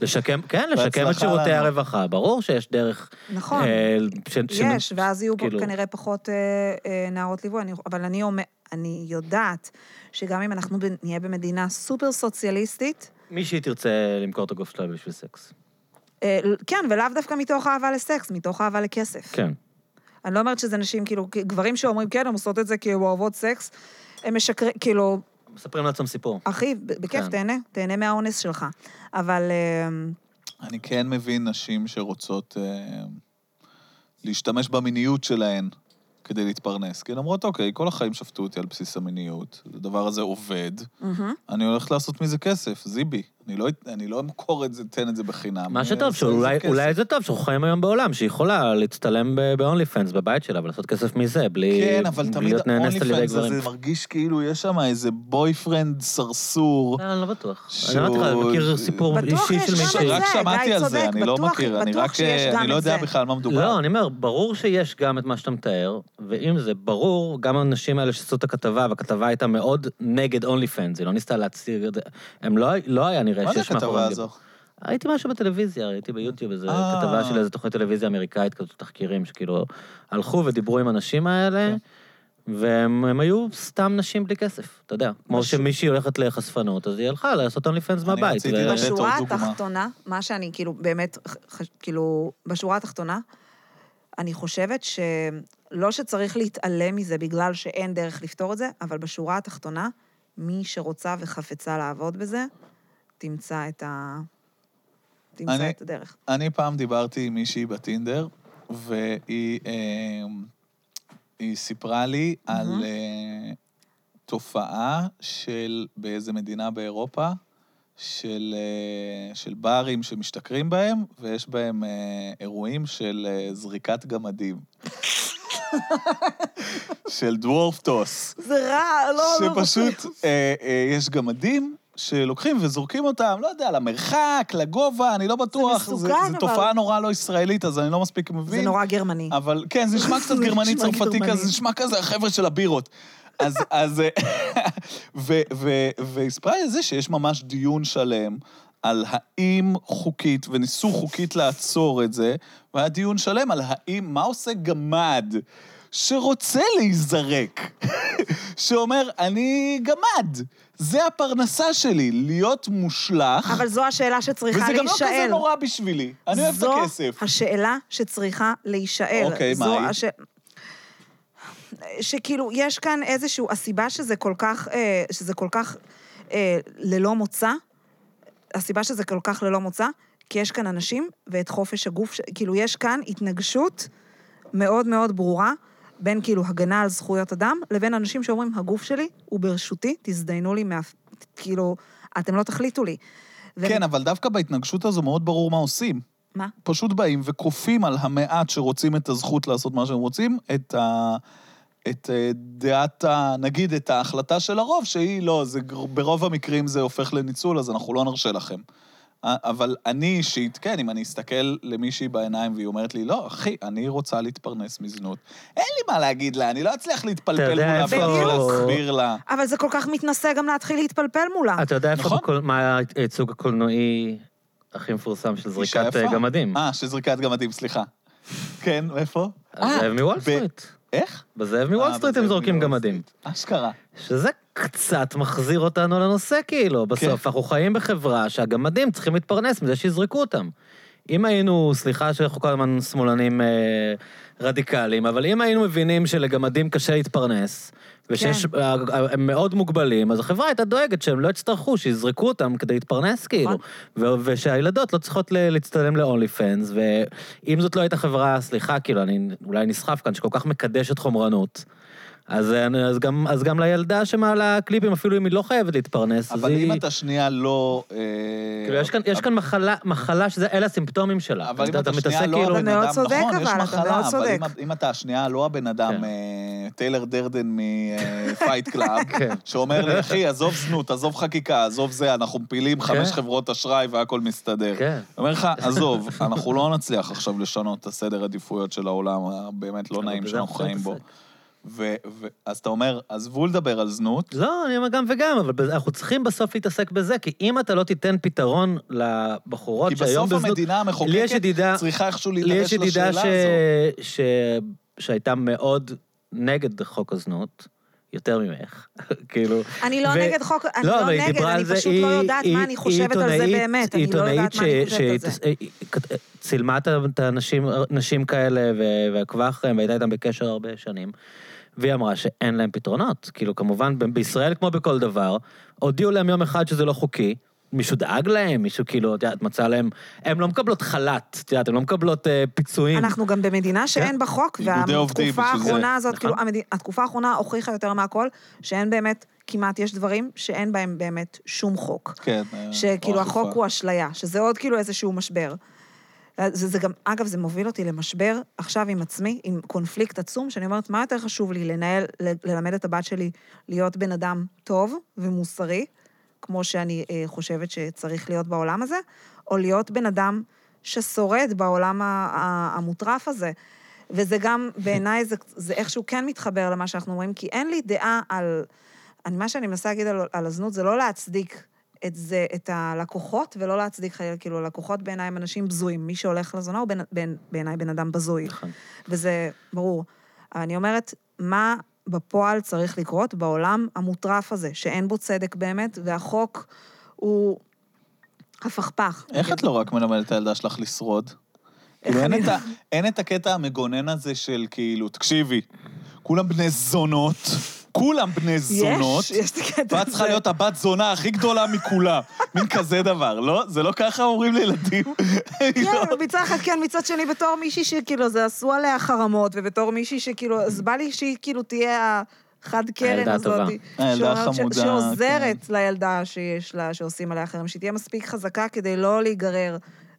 B: לשקם, כן, לשקם את
C: בהצלחה
B: שירותי
C: לנו.
B: הרווחה, ברור שיש דרך.
A: נכון.
B: אה, ש- ש-
A: יש, ואז יהיו פה
B: כאילו-
A: כנראה פחות אה, אה, נערות ליווי, אני- אבל אני אומר- אני יודעת שגם אם אנחנו ב- נהיה במדינה סופר סוציאליסטית,
B: מישהי תרצה למכור את הגוף שלה בשביל סקס.
A: אה, כן, ולאו דווקא מתוך אהבה לסקס, מתוך אהבה לכסף.
B: כן.
A: אני לא אומרת שזה נשים, כאילו, כי- גברים שאומרים, כן, הם עושות את זה כי הם אוהבות סקס, הם משקרים, כאילו,
B: מספרים לעצמם סיפור.
A: אחי, ב- בכיף,
B: כן.
A: תהנה, תהנה מהאונס שלך. אבל אמ,
C: אני כן מבין נשים שרוצות אה, להשתמש במיניות שלהן כדי להתפרנס. כי הן אומרות, אוקיי, כל החיים שפטו אותי על בסיס המיניות, הדבר הזה עובד,
A: מהמם.
C: אני הולכת לעשות מזה כסף, זיבי. אני לא, אני לא אמכור את זה, אתן את זה בחינם.
B: מה
C: אני
B: שטוב,
C: אעשה על זה
B: שאולי
C: אה, כסף.
B: אולי זה טוב שאנחנו חיים היום בעולם, שהיא יכולה להצטלם ב-only fans בבית שלה ולעשות כסף מזה, בלי
C: כן, אבל
B: בלי
C: תמיד
B: להיות נאנסת על ידי
C: ה-only fans
B: גברים.
C: הזה מרגיש כאילו יש שם איזה בויפרנד סרסור.
B: לא, אני לא בטוח. אני
C: שהוא-
B: אומרת לך, אני מכיר סיפור
A: בטוח
B: אישי
A: יש
B: של
A: גם את
B: מישהי.
C: רק
A: זה,
C: שמעתי
A: גיא
C: על זה,
A: צודק,
C: אני לא
A: בטוח-
C: מכיר, אני
A: בטוח
C: רק...
A: שיש
C: אה,
A: גם
C: אני לא
A: את
C: יודע
A: זה.
C: בכלל מה מדובר.
B: לא, אני אומר, ברור שיש גם את מה שאתה מתאר, ואם זה ברור, גם הנשים האלה שעשו את הכתבה, והכתבה הייתה מאוד נגד אונלי פנס, היא לא ניסתה להציג את זה. הם לא, לא היה נראה כנראה
C: מה זה
B: שיש
C: הכתבה
B: מאחורי...
C: הזו?
B: ראיתי משהו בטלוויזיה, ראיתי ביוטיוב איזו
C: אה.
B: כתבה של איזו תוכנית טלוויזיה אמריקאית כזאת, תחקירים, שכאילו הלכו ודיברו עם הנשים האלה,
C: כן.
B: והם הם היו סתם נשים בלי כסף, אתה יודע. כמו
C: נשים.
B: שמישהי הולכת לחשפנות, אז היא הלכה לעשות און ליפנס
C: אני
B: מהבית.
C: רציתי
B: ו-
C: לתת עוד
A: אה, בשורה
C: אה, דוגמה.
A: התחתונה, מה שאני כאילו באמת, ח- ח- כאילו, בשורה התחתונה, אני חושבת שלא שצריך להתעלם מזה בגלל שאין דרך לפתור את זה, אבל בשורה התחתונה, מי שרוצה וחפצה לעבוד בזה, תמצא את ה... תמצא
C: אני-
A: את הדרך.
C: אני פעם דיברתי עם מישהי בטינדר, והיא אמ, היא סיפרה לי על אה, תופעה של, באיזה מדינה באירופה, של, אה, של ברים שמשתכרים בהם, ויש בהם אה, אירועים של אה, זריקת גמדים. של דוורף טוס.
A: זה רע, לא, לא.
C: שפשוט אה, אה, יש גמדים שלוקחים וזורקים אותם, לא יודע, למרחק, לגובה, אני לא בטוח.
A: מסוכן,
C: זו
A: אבל-
C: תופעה נורא לא ישראלית, אז אני לא מספיק
A: זה
C: מבין.
A: נורא גרמני.
C: אבל כן, זה נשמע קצת
A: זה נשמע
C: גרמני-צרפתי
A: גרמני.
C: כזה, זה נשמע כזה החבר'ה של הבירות. אז, אז, אה, ו- ו- והספרה לי על זה שיש ממש דיון שלם על האם חוקית, וניסו חוקית לעצור את זה, והיה דיון שלם על האם, מה עושה גמד שרוצה להיזרק, שאומר, אני גמד, זה הפרנסה שלי, להיות מושלך,
A: אבל זו השאלה
C: וזה
A: שצריכה
C: גם לא כזה
A: להישאל.
C: נורא בשבילי, אני אוהב את הכסף.
A: זו השאלה שצריכה להישאל.
C: אוקיי, מה
A: זו
C: היא?
A: הש... שכאילו, יש כאן איזשהו, הסיבה שזה כל כך, אה, שזה כל כך אה, ללא מוצא, הסיבה שזה כל כך ללא מוצא, כי יש כאן אנשים ואת חופש הגוף, ש... כאילו, יש כאן התנגשות מאוד מאוד ברורה בין כאילו הגנה על זכויות אדם, לבין אנשים שאומרים, הגוף שלי הוא ברשותי, תזדיינו לי, מה... כאילו, אתם לא תחליטו לי. ואני-
C: כן, אבל דווקא בהתנגשות הזו מאוד ברור מה עושים.
A: מה?
C: פשוט באים וכופים על המעט שרוצים את הזכות לעשות מה שהם רוצים, את ה... את אה, דעת ה... נגיד, את ההחלטה של הרוב, שהיא לא, זה גר- ברוב המקרים זה הופך לניצול, אז אנחנו לא נרשה לכם. אה, אבל אני אישית, כן, אם אני אסתכל למישהי בעיניים והיא אומרת לי, לא, אחי, אני רוצה להתפרנס מזנות. אין לי מה להגיד לה, אני לא אצליח להתפלפל
B: יודע
C: מולה
B: איפה-
C: ולהסביר לה.
A: אבל זה כל כך מתנשא גם להתחיל להתפלפל מולה.
B: אה, אתה יודע איפה
C: נכון.
B: בקול- מה הייצוג הקולנועי הכי מפורסם של
C: אישה
B: זריקת
C: יפה.
B: אה, גמדים?
C: אה, של זריקת גמדים, סליחה. כן, איפה?
B: הזאב מוול
C: ב-
B: סטריט.
C: איך?
B: בזאב
C: אה,
B: מוול סטריט הם
C: בזאב
B: זורקים
C: מוול
B: גמדים.
C: סטריט. אשכרה.
B: שזה קצת מחזיר אותנו לנושא, כאילו. בסוף אנחנו חיים בחברה שהגמדים צריכים להתפרנס מזה שיזרקו אותם. אם היינו, סליחה שאנחנו כל הזמן שמאלנים אה, רדיקליים, אבל אם היינו מבינים שלגמדים קשה להתפרנס, ושיש,
A: כן.
B: אה, אה, הם מאוד מוגבלים, אז החברה הייתה דואגת שהם לא יצטרכו, שיזרקו אותם כדי להתפרנס, כאילו.
A: נכון.
B: ו- ושהילדות לא צריכות ל- להצטלם ל-only fans, ואם זאת לא הייתה חברה, סליחה, כאילו, אני אולי נסחף כאן, שכל כך מקדשת חומרנות. אז, אה, אני- אז, גם, אז גם לילדה שמעלה קליפים, אפילו אם היא לא חייבת להתפרנס, אז
C: אבל
B: היא...
C: אם אתה שנייה לא... אה,
B: כאילו, יש כאן, יש כאן מחלה, מחלה שזה, אלה הסימפטומים שלה.
C: אבל
B: אז
C: אם אתה שנייה לא
B: כאילו-
A: אתה
C: הבן
A: מאוד
C: אדם,
A: צודק,
C: נכון,
A: אבל,
C: יש
A: אתה
C: מחלה,
A: מאוד
C: אבל
A: צודק.
C: אם- אם אתה השנייה לא הבן
B: כן.
C: אדם אה, טיילר דרדן מפייט קלאב,
B: כן.
C: שאומר לי, אחי, עזוב זנות, עזוב חקיקה, עזוב זה, אנחנו מפילים חמש חברות אשראי והכל מסתדר.
B: כן.
C: אומר לך, עזוב, אנחנו לא נצליח עכשיו לשנות את הסדר עדיפויות של העולם הבאמת לא
B: אבל
C: נעים
B: בזה
C: שאנחנו
B: אנחנו
C: חיים בו.
B: נתעסק.
C: ו- ו- אז אתה אומר, עזבו לדבר על זנות,
B: לא, אני אומר גם וגם, אבל בזה- אנחנו צריכים בסוף להתעסק בזה, כי אם אתה לא תיתן פתרון לבחורות
C: כי
B: שהיום
C: בסוף המדינה
B: לי יש
C: המחוקקת
B: ידידה,
C: צריכה איכשהו
B: לי יש
C: להידרש לשאלה
B: ידידה
C: הזו.
B: ש... ש... שהייתה מאוד נגד חוק הזנות, יותר ממך, כאילו...
A: אני לא
B: ו-
A: נגד חוק, אני
B: לא,
A: לא
B: אבל היא
A: נגד,
B: דיברה על
A: אני
B: זה,
A: פשוט לא יודעת מה אני חושבת על זה באמת, אני לא יודעת מה אני חושבת על זה.
B: צילמה את ה- את הנשים נשים כאלה ו- ועקבה אחריהם, והייתה איתם בקשר הרבה שנים. והיא אמרה שאין להם פתרונות. כאילו, כמובן, ב- בישראל, כמו בכל דבר, הודיעו להם יום אחד שזה לא חוקי. מישהו דאג להם, מישהו כאילו, את יודעת, מצא להם... הן לא מקבלות חל"ת, את יודעת, הן לא מקבלות אה, פיצויים.
A: אנחנו גם במדינה שאין בה חוק,
C: איגודי עובדים
A: והתקופה
C: בשביל זה.
A: האחרונה הזאת,
B: נכון.
A: כאילו, המד- התקופה האחרונה הוכיחה יותר מהכל, שאין באמת, כמעט יש דברים שאין בהם באמת שום חוק.
C: כן.
A: שכאילו
C: או
A: החוק
C: אכיפה.
A: הוא אשליה, שזה עוד כאילו איזשהו משבר. זה, זה גם, אגב, זה מוביל אותי למשבר עכשיו עם עצמי, עם קונפליקט עצום, שאני אומרת, מה יותר חשוב לי, לנהל, ל- ללמד את הבת שלי להיות בן אדם טוב ומוסרי, כמו שאני אה, חושבת שצריך להיות בעולם הזה, או להיות בן אדם ששורד בעולם ה- ה- המוטרף הזה. וזה גם, בעיניי, זה, זה איכשהו כן מתחבר למה שאנחנו אומרים, כי אין לי דעה על... אני, מה שאני מנסה להגיד על, על הזנות זה לא להצדיק את זה, את הלקוחות, ולא להצדיק חלילה, כאילו, הלקוחות בעיניי הם אנשים בזויים. מי שהולך לזונה הוא בן- בן- בעיניי בן אדם בזוי.
B: נכון.
A: וזה ברור. אבל אני אומרת, מה בפועל צריך לקרות בעולם המוטרף הזה, שאין בו צדק באמת, והחוק הוא הפכפך.
C: איך את לא רק מלמדת את הילדה שלך לשרוד?
A: איך
C: כאילו, אין
A: אני
C: את ה- אין את הקטע המגונן הזה של כאילו, תקשיבי, כולם בני זונות, כולם בני זונות,
A: יש, יש את הקטע
C: ואת צריכה להיות הבת זונה הכי גדולה מכולם. מין כזה דבר, לא? זה לא ככה אומרים לילדים?
B: כאילו.
C: לא.
A: כן, מצד אחד כן, מצד שני, בתור מישהי שכאילו, זה עשו עליה חרמות, ובתור מישהי שכאילו, אז בא לי שהיא כאילו תהיה החד קרן
B: הילדה הטובה.
A: הזאת.
C: הילדה
A: שאומרת ש-
C: החמודה, כן.
A: שעוזרת לילדה שיש לה, שעושים עליה חרם, שהיא תהיה מספיק חזקה כדי לא להיגרר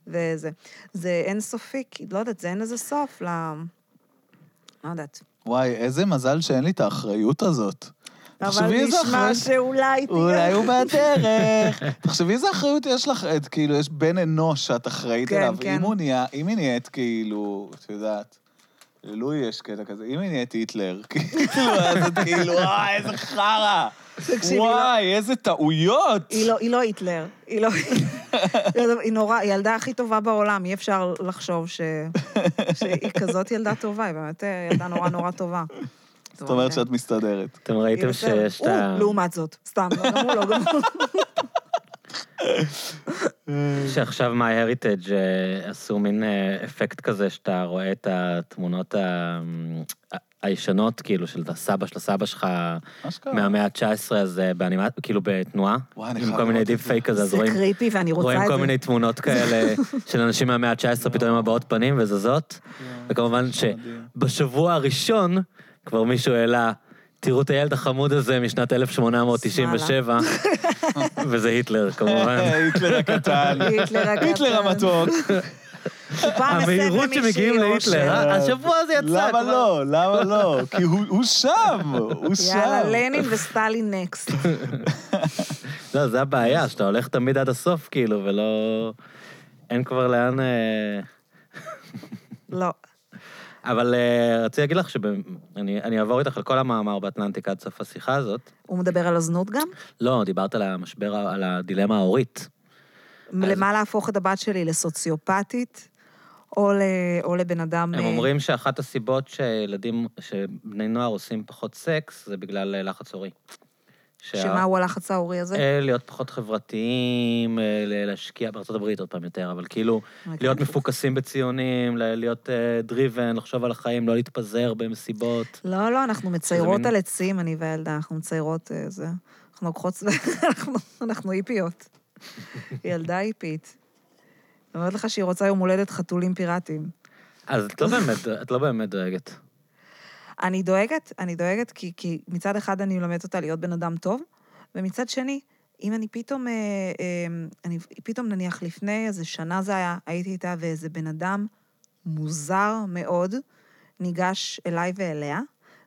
A: וזה. זה אינסופי, כי- לא יודעת, זה אין לזה סוף ל... לא יודעת.
C: וואי, איזה מזל שאין לי את האחריות הזאת.
A: אבל
C: תחשבי איזה
A: נשמע
C: אחריות-
A: שאולי תהיה...
C: אולי הוא בדרך. תחשבי איזה אחריות יש לך, את, כאילו, יש בן אנוש שאת אחראית
A: כן,
C: עליו.
A: כן.
C: אם הוא נהיה, אם היא נהיית כאילו, את יודעת, לו יש קטע כזה, אם היא נהיית היטלר, כאילו, אז את כאילו, וואי, איזה חרא.
A: תקשיבי, לא-
C: וואי, איזה טעויות.
A: היא לא, היא לא היטלר, היא לא... היא נורא, היא הילדה הכי טובה בעולם, אי אפשר לחשוב ש... שהיא כזאת ילדה טובה, היא באמת אה, ילדה נורא נורא טובה.
C: זאת אומרת שאת מסתדרת.
B: אתם
A: אה,
B: ראיתם שיש את ה...
A: לעומת זאת, סתם, לא, גם הוא לא, גם הוא.
B: שעכשיו מיי הריטג' עשו מין אה, אפקט כזה שאתה רואה את התמונות ה- ה- הישנות, כאילו, של הסבא של הסבא שלך
C: מה שקרה?
B: מהמאה ה-19, אז אה, באנימציה, כאילו בתנועה,
C: כן. וואי, אני
B: עם
C: חייב
B: כל מיני
C: לראות את
B: דיפ פייק כזה, אז
A: זה
B: רואים
A: קריפי ואני רוצה
B: רואים
A: את
B: כל
A: זה.
B: מיני תמונות כאלה של אנשים מהמאה ה-19 פתאום עם הבעות פנים וזזות,
C: כן,
B: וכמובן שבשבוע הראשון כבר מישהו העלה, תראו את הילד החמוד הזה משנת 1897, וזה היטלר כמובן.
C: אה, היטלר הקטן.
A: היטלר כן. הקטן.
C: היטלר המתוק.
A: הוא פעם מסב
B: המהירות
A: למישהי
B: שמגיעים
A: או
B: להיטלר,
A: ש-
B: אה, השבוע זה יצא.
C: למה
B: כבר.
C: לא? למה לא? כי הוא הוא שם, הוא שם.
A: יאללה, לנין וסטלין נקסט.
B: לא, זה הבעיה, שאתה הולך תמיד עד הסוף, כאילו, ולא... אין כבר לאן... אה,
A: לא.
B: אבל אה, רציתי להגיד לך שאני אני אעבור איתך על כל המאמר באטלנטיק עד סוף השיחה הזאת.
A: הוא מדבר על הזנות גם?
B: לא, דיברת על המשבר, ה- על הדילמה ההורית.
A: למה להפוך את הבת שלי, לסוציופטית? או, ל... או לבן אדם...
B: הם
A: אה,
B: אומרים שאחת הסיבות שילדים, שבני נוער עושים פחות סקס, זה בגלל אה, לחץ הורי. שה-
A: שמה הוא הלחץ ההורי הזה?
B: אה, להיות פחות חברתיים, אה, ל- להשקיע בארצות הברית עוד פעם יותר, אבל כאילו,
A: אוקיי.
B: להיות מפוקסים בציונים, ל- להיות דריבן, לחשוב על החיים, לא להתפזר במסיבות.
A: לא, לא, אנחנו מציירות
B: מין-
A: על עצים, אני והילדה, אנחנו מציירות אה, זה. אנחנו לוקחות... צבע- אנחנו- אנחנו היפיות. ילדה היפית. אני אומרת לך שהיא רוצה יום הולדת חתולים פיראטיים.
B: אז את לא באמת, את לא באמת דואגת.
A: כאילו, אני דואגת, אני דואגת, כי, כי מצד אחד אני מלמדת אותה להיות בן אדם טוב, ומצד שני, אם אני פתאום, אה, אה, אני פתאום נניח לפני איזה שנה זה היה, הייתי איתה ואיזה בן אדם מוזר מאוד ניגש אליי ואליה,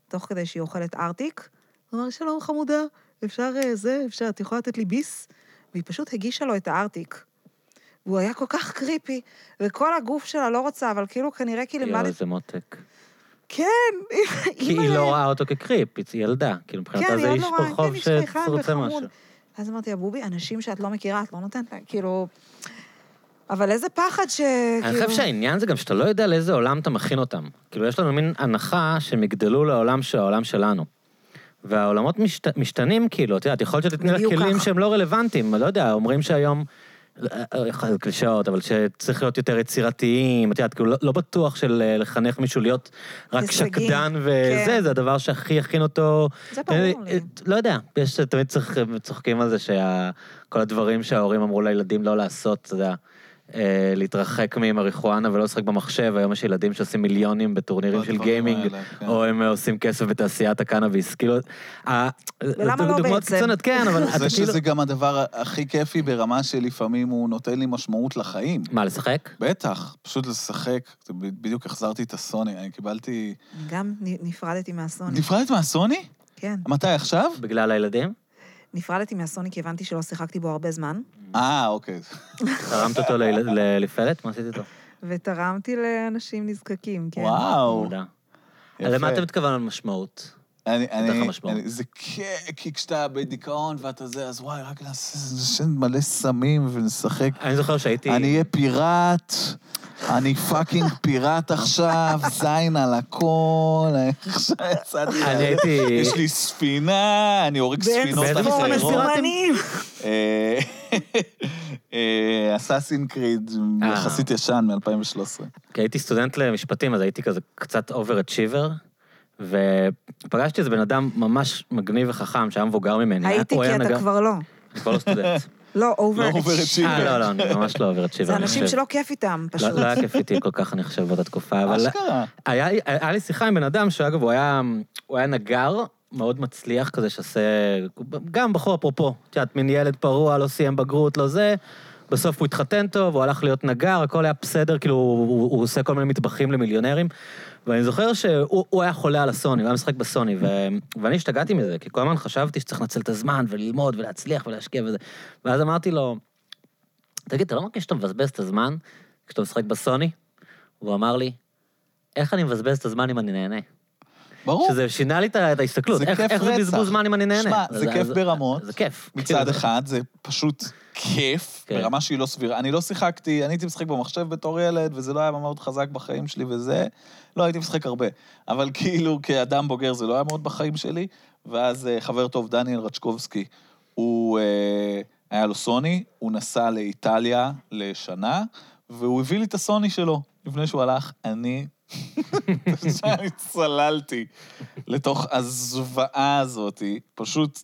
A: תוך כדי שהיא אוכלת ארטיק, הוא אמר, שלום חמודה, אפשר אה, זה, אפשר, את יכולה לתת לי ביס? והיא פשוט הגישה לו את הארטיק. והוא היה כל כך קריפי, וכל הגוף שלה לא רוצה, אבל כאילו כנראה כי
B: יואו,
A: למדת...
B: איזה מותק.
A: כן,
B: כי היא לא רואה אותו כקריפ, היא ילדה. כאילו, מבחינתה זה
A: היא עוד
B: איש
A: לא רואה,
B: ברחוב
A: כן, איש חייכן
B: שרוצה
A: וחמוד.
B: משהו.
A: אז אמרתי, הבובי, אנשים שאת לא מכירה, את לא נותנת להם, כאילו... אבל איזה פחד ש... כאילו,
B: אני חושב שהעניין זה גם שאתה לא יודע לאיזה עולם אתה מכין אותם. כאילו, יש לנו מין הנחה שהם יגדלו לעולם שהוא העולם שלנו. והעולמות משת, משתנים, כאילו, את יודעת, יכול להיות שתתני לך
A: בדיוק
B: כלים
A: ככה.
B: שהם לא רלוונטיים, לא יודע, אומרים שהיום, אה, אה, קלישאות, אבל שצריך להיות יותר יצירתיים, את יודעת, כאילו, לא, לא בטוח של אה, לחנך מישהו להיות רק
A: הישגי,
B: שקדן וזה,
A: כן.
B: זה הדבר שהכי יכין אותו.
A: זה ברור
B: אה,
A: לי.
B: לא יודע, יש, תמיד צריך, צוחקים על זה שכל הדברים שההורים אמרו לילדים לא לעשות, אתה יודע. אה, להתרחק ממריחואנה ולא לשחק במחשב, היום יש ילדים שעושים מיליונים בטורנירים של
C: בדברים
B: גיימינג,
C: האלה, כן.
B: או הם אה, עושים כסף בתעשיית הקנאביס, כאילו... ה- אה,
A: ולמה לא
B: דוגמאות
A: בעצם?
B: קיצוניות, כן, אבל אתה
C: זה
B: כאילו...
C: שזה גם הדבר הכי כיפי ברמה שלפעמים הוא נותן לי משמעות לחיים.
B: מה, לשחק?
C: בטח, פשוט לשחק. זה ב- בדיוק החזרתי את הסוני, אני קיבלתי...
A: גם נ- נפרדתי מהסוני,
C: נפרדת מהסוני?
A: כן.
C: מתי, עכשיו?
B: בגלל הילדים?
A: נפרדתי מהסוני כי הבנתי שלא שיחקתי בו הרבה זמן,
B: Mm.
C: אה, אוקיי.
B: תרמת אותו ליל- ל- לפלט? מה עשית איתו?
A: ותרמתי לאנשים נזקקים, כן.
C: וואו,
B: מודע.
C: יפה.
B: למה אתה מתכוון על משמעות?
C: אני, אני,
B: משמעות.
C: אני, זה כיף, כי כשאתה בדיכאון ואתה זה, אז וואי, רק נעשה, נשן מלא סמים ונשחק.
B: אני זוכר שהייתי...
C: אני אהיה פיראט, אני פאקינג פיראט עכשיו, זין על הכל, איך שיצאתי.
B: אני הייתי-
C: יש לי ספינה, אני הורג ספינות
B: באיזה
C: אחרות. אה,
B: מסרט?
A: מסומנים.
C: אסאסין קריד,
B: אה.
C: יחסית ישן, מ-2013.
B: כי הייתי סטודנט למשפטים, אז הייתי כזה קצת אובר-אצ'יבר, ופגשתי איזה בן אדם ממש מגניב וחכם, שהיה מבוגר ממני. היה-
D: הייתי
B: הוא היה
D: כי אתה
B: מגע-
D: כבר לא.
B: אני כבר לא סטודנט.
D: לא,
C: לא
D: אובר.
C: עובר את
B: אה,
C: שיבר.
B: לא, לא, אני ממש לא אובר-אצ'יבר.
A: זה
B: אני
A: אנשים
B: חושב.
A: שלא כיף איתם,
B: לא-
A: פשוט.
B: לא היה כיף איתי כל כך, אני חושב, באותה תקופה, אבל
C: אשכרה.
B: היה, היה לי שיחה עם בן אדם שאגב, הוא היה, הוא היה נגר מאוד מצליח כזה שעושה, גם בחור אפרופו, את יודעת, מין ילד פרוע, לא סיים בגרות, לא זה. בסוף הוא התחתן טוב, הוא הלך להיות נגר, הכל היה בסדר, כאילו הוא, הוא, הוא עושה כל מיני מטבחים למיליונרים. ואני זוכר שהוא הוא היה חולה על הסוני, הוא היה משחק בסוני, ו, ואני השתגעתי מזה, כי כל הזמן חשבתי שצריך לנצל את הזמן וללמוד ולהצליח ולהשקיע וזה. ואז אמרתי לו, תגיד, אתה לא מרגיש שאתה מבזבז את הזמן כשאתה משחק בסוני? והוא אמר לי, איך אני מבזבז את הזמן אם אני נהנה?
C: ברור.
B: שזה שינה לי את ה- את ההסתכלות.
C: זה
B: איך-
C: כיף
B: איך זה
C: רצח.
B: בזבוז זמן אם אני נהנה?
C: שמע,
B: אז-
C: זה כיף
B: אז-
C: ברמות.
B: זה כיף.
C: מצד
B: כאילו,
C: אחד, זה פשוט כיף,
B: כן.
C: ברמה שהיא לא סבירה. אני לא שיחקתי, אני הייתי משחק במחשב בתור ילד, וזה לא היה מאוד חזק בחיים שלי וזה. לא, הייתי משחק הרבה. אבל כאילו, כאדם בוגר זה לא היה מאוד בחיים שלי. ואז אה, חבר טוב, דניאל רצ'קובסקי, הוא... אה, היה לו סוני, הוא נסע לאיטליה לשנה, והוא הביא לי את הסוני שלו. לפני שהוא הלך, אני... אני צללתי לתוך הזוועה הזאת, פשוט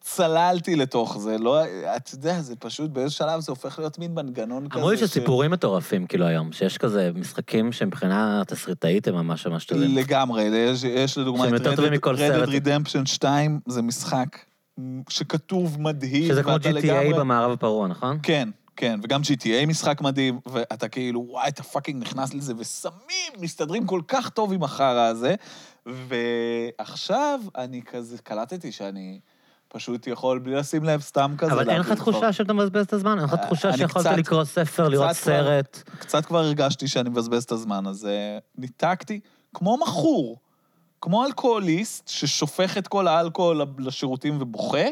C: צללתי לתוך זה, לא, אתה יודע, זה פשוט, באיזה שלב זה הופך להיות מין מנגנון כזה.
B: אמרו לי
C: ש-
B: שסיפורים מטורפים, כאילו, היום, שיש כזה משחקים שמבחינה תסריטאית הם ממש ממש טובים.
C: לגמרי, יש, יש לדוגמה
B: שהם
C: את
B: יותר טובים
C: Red
B: מכל
C: Dead
B: סרט.
C: Redemption 2, זה משחק שכתוב מדהים.
B: שזה כמו
C: ואתה
B: GTA במערב הפרוע, נכון?
C: כן, כן, וגם GTA משחק מדהים, ואתה כאילו, וואי, אתה פאקינג נכנס לזה, וסמים מסתדרים כל כך טוב עם החרא הזה. ועכשיו אני כזה, קלטתי שאני פשוט יכול בלי לשים לב סתם כזה.
B: אבל אין לך
C: להביא
B: תחושה
C: דברים.
B: שאתה מבזבז את הזמן? אין לך
C: אה,
B: תחושה
C: אני
B: שיכולת
C: קצת-
B: לקרוא ספר, לראות
C: קצת כבר-
B: סרט?
C: קצת כבר הרגשתי שאני מבזבז את הזמן, אז אה, ניתקתי כמו מכור, כמו אלכוהוליסט ששופך את כל האלכוהול לשירותים ובוכה,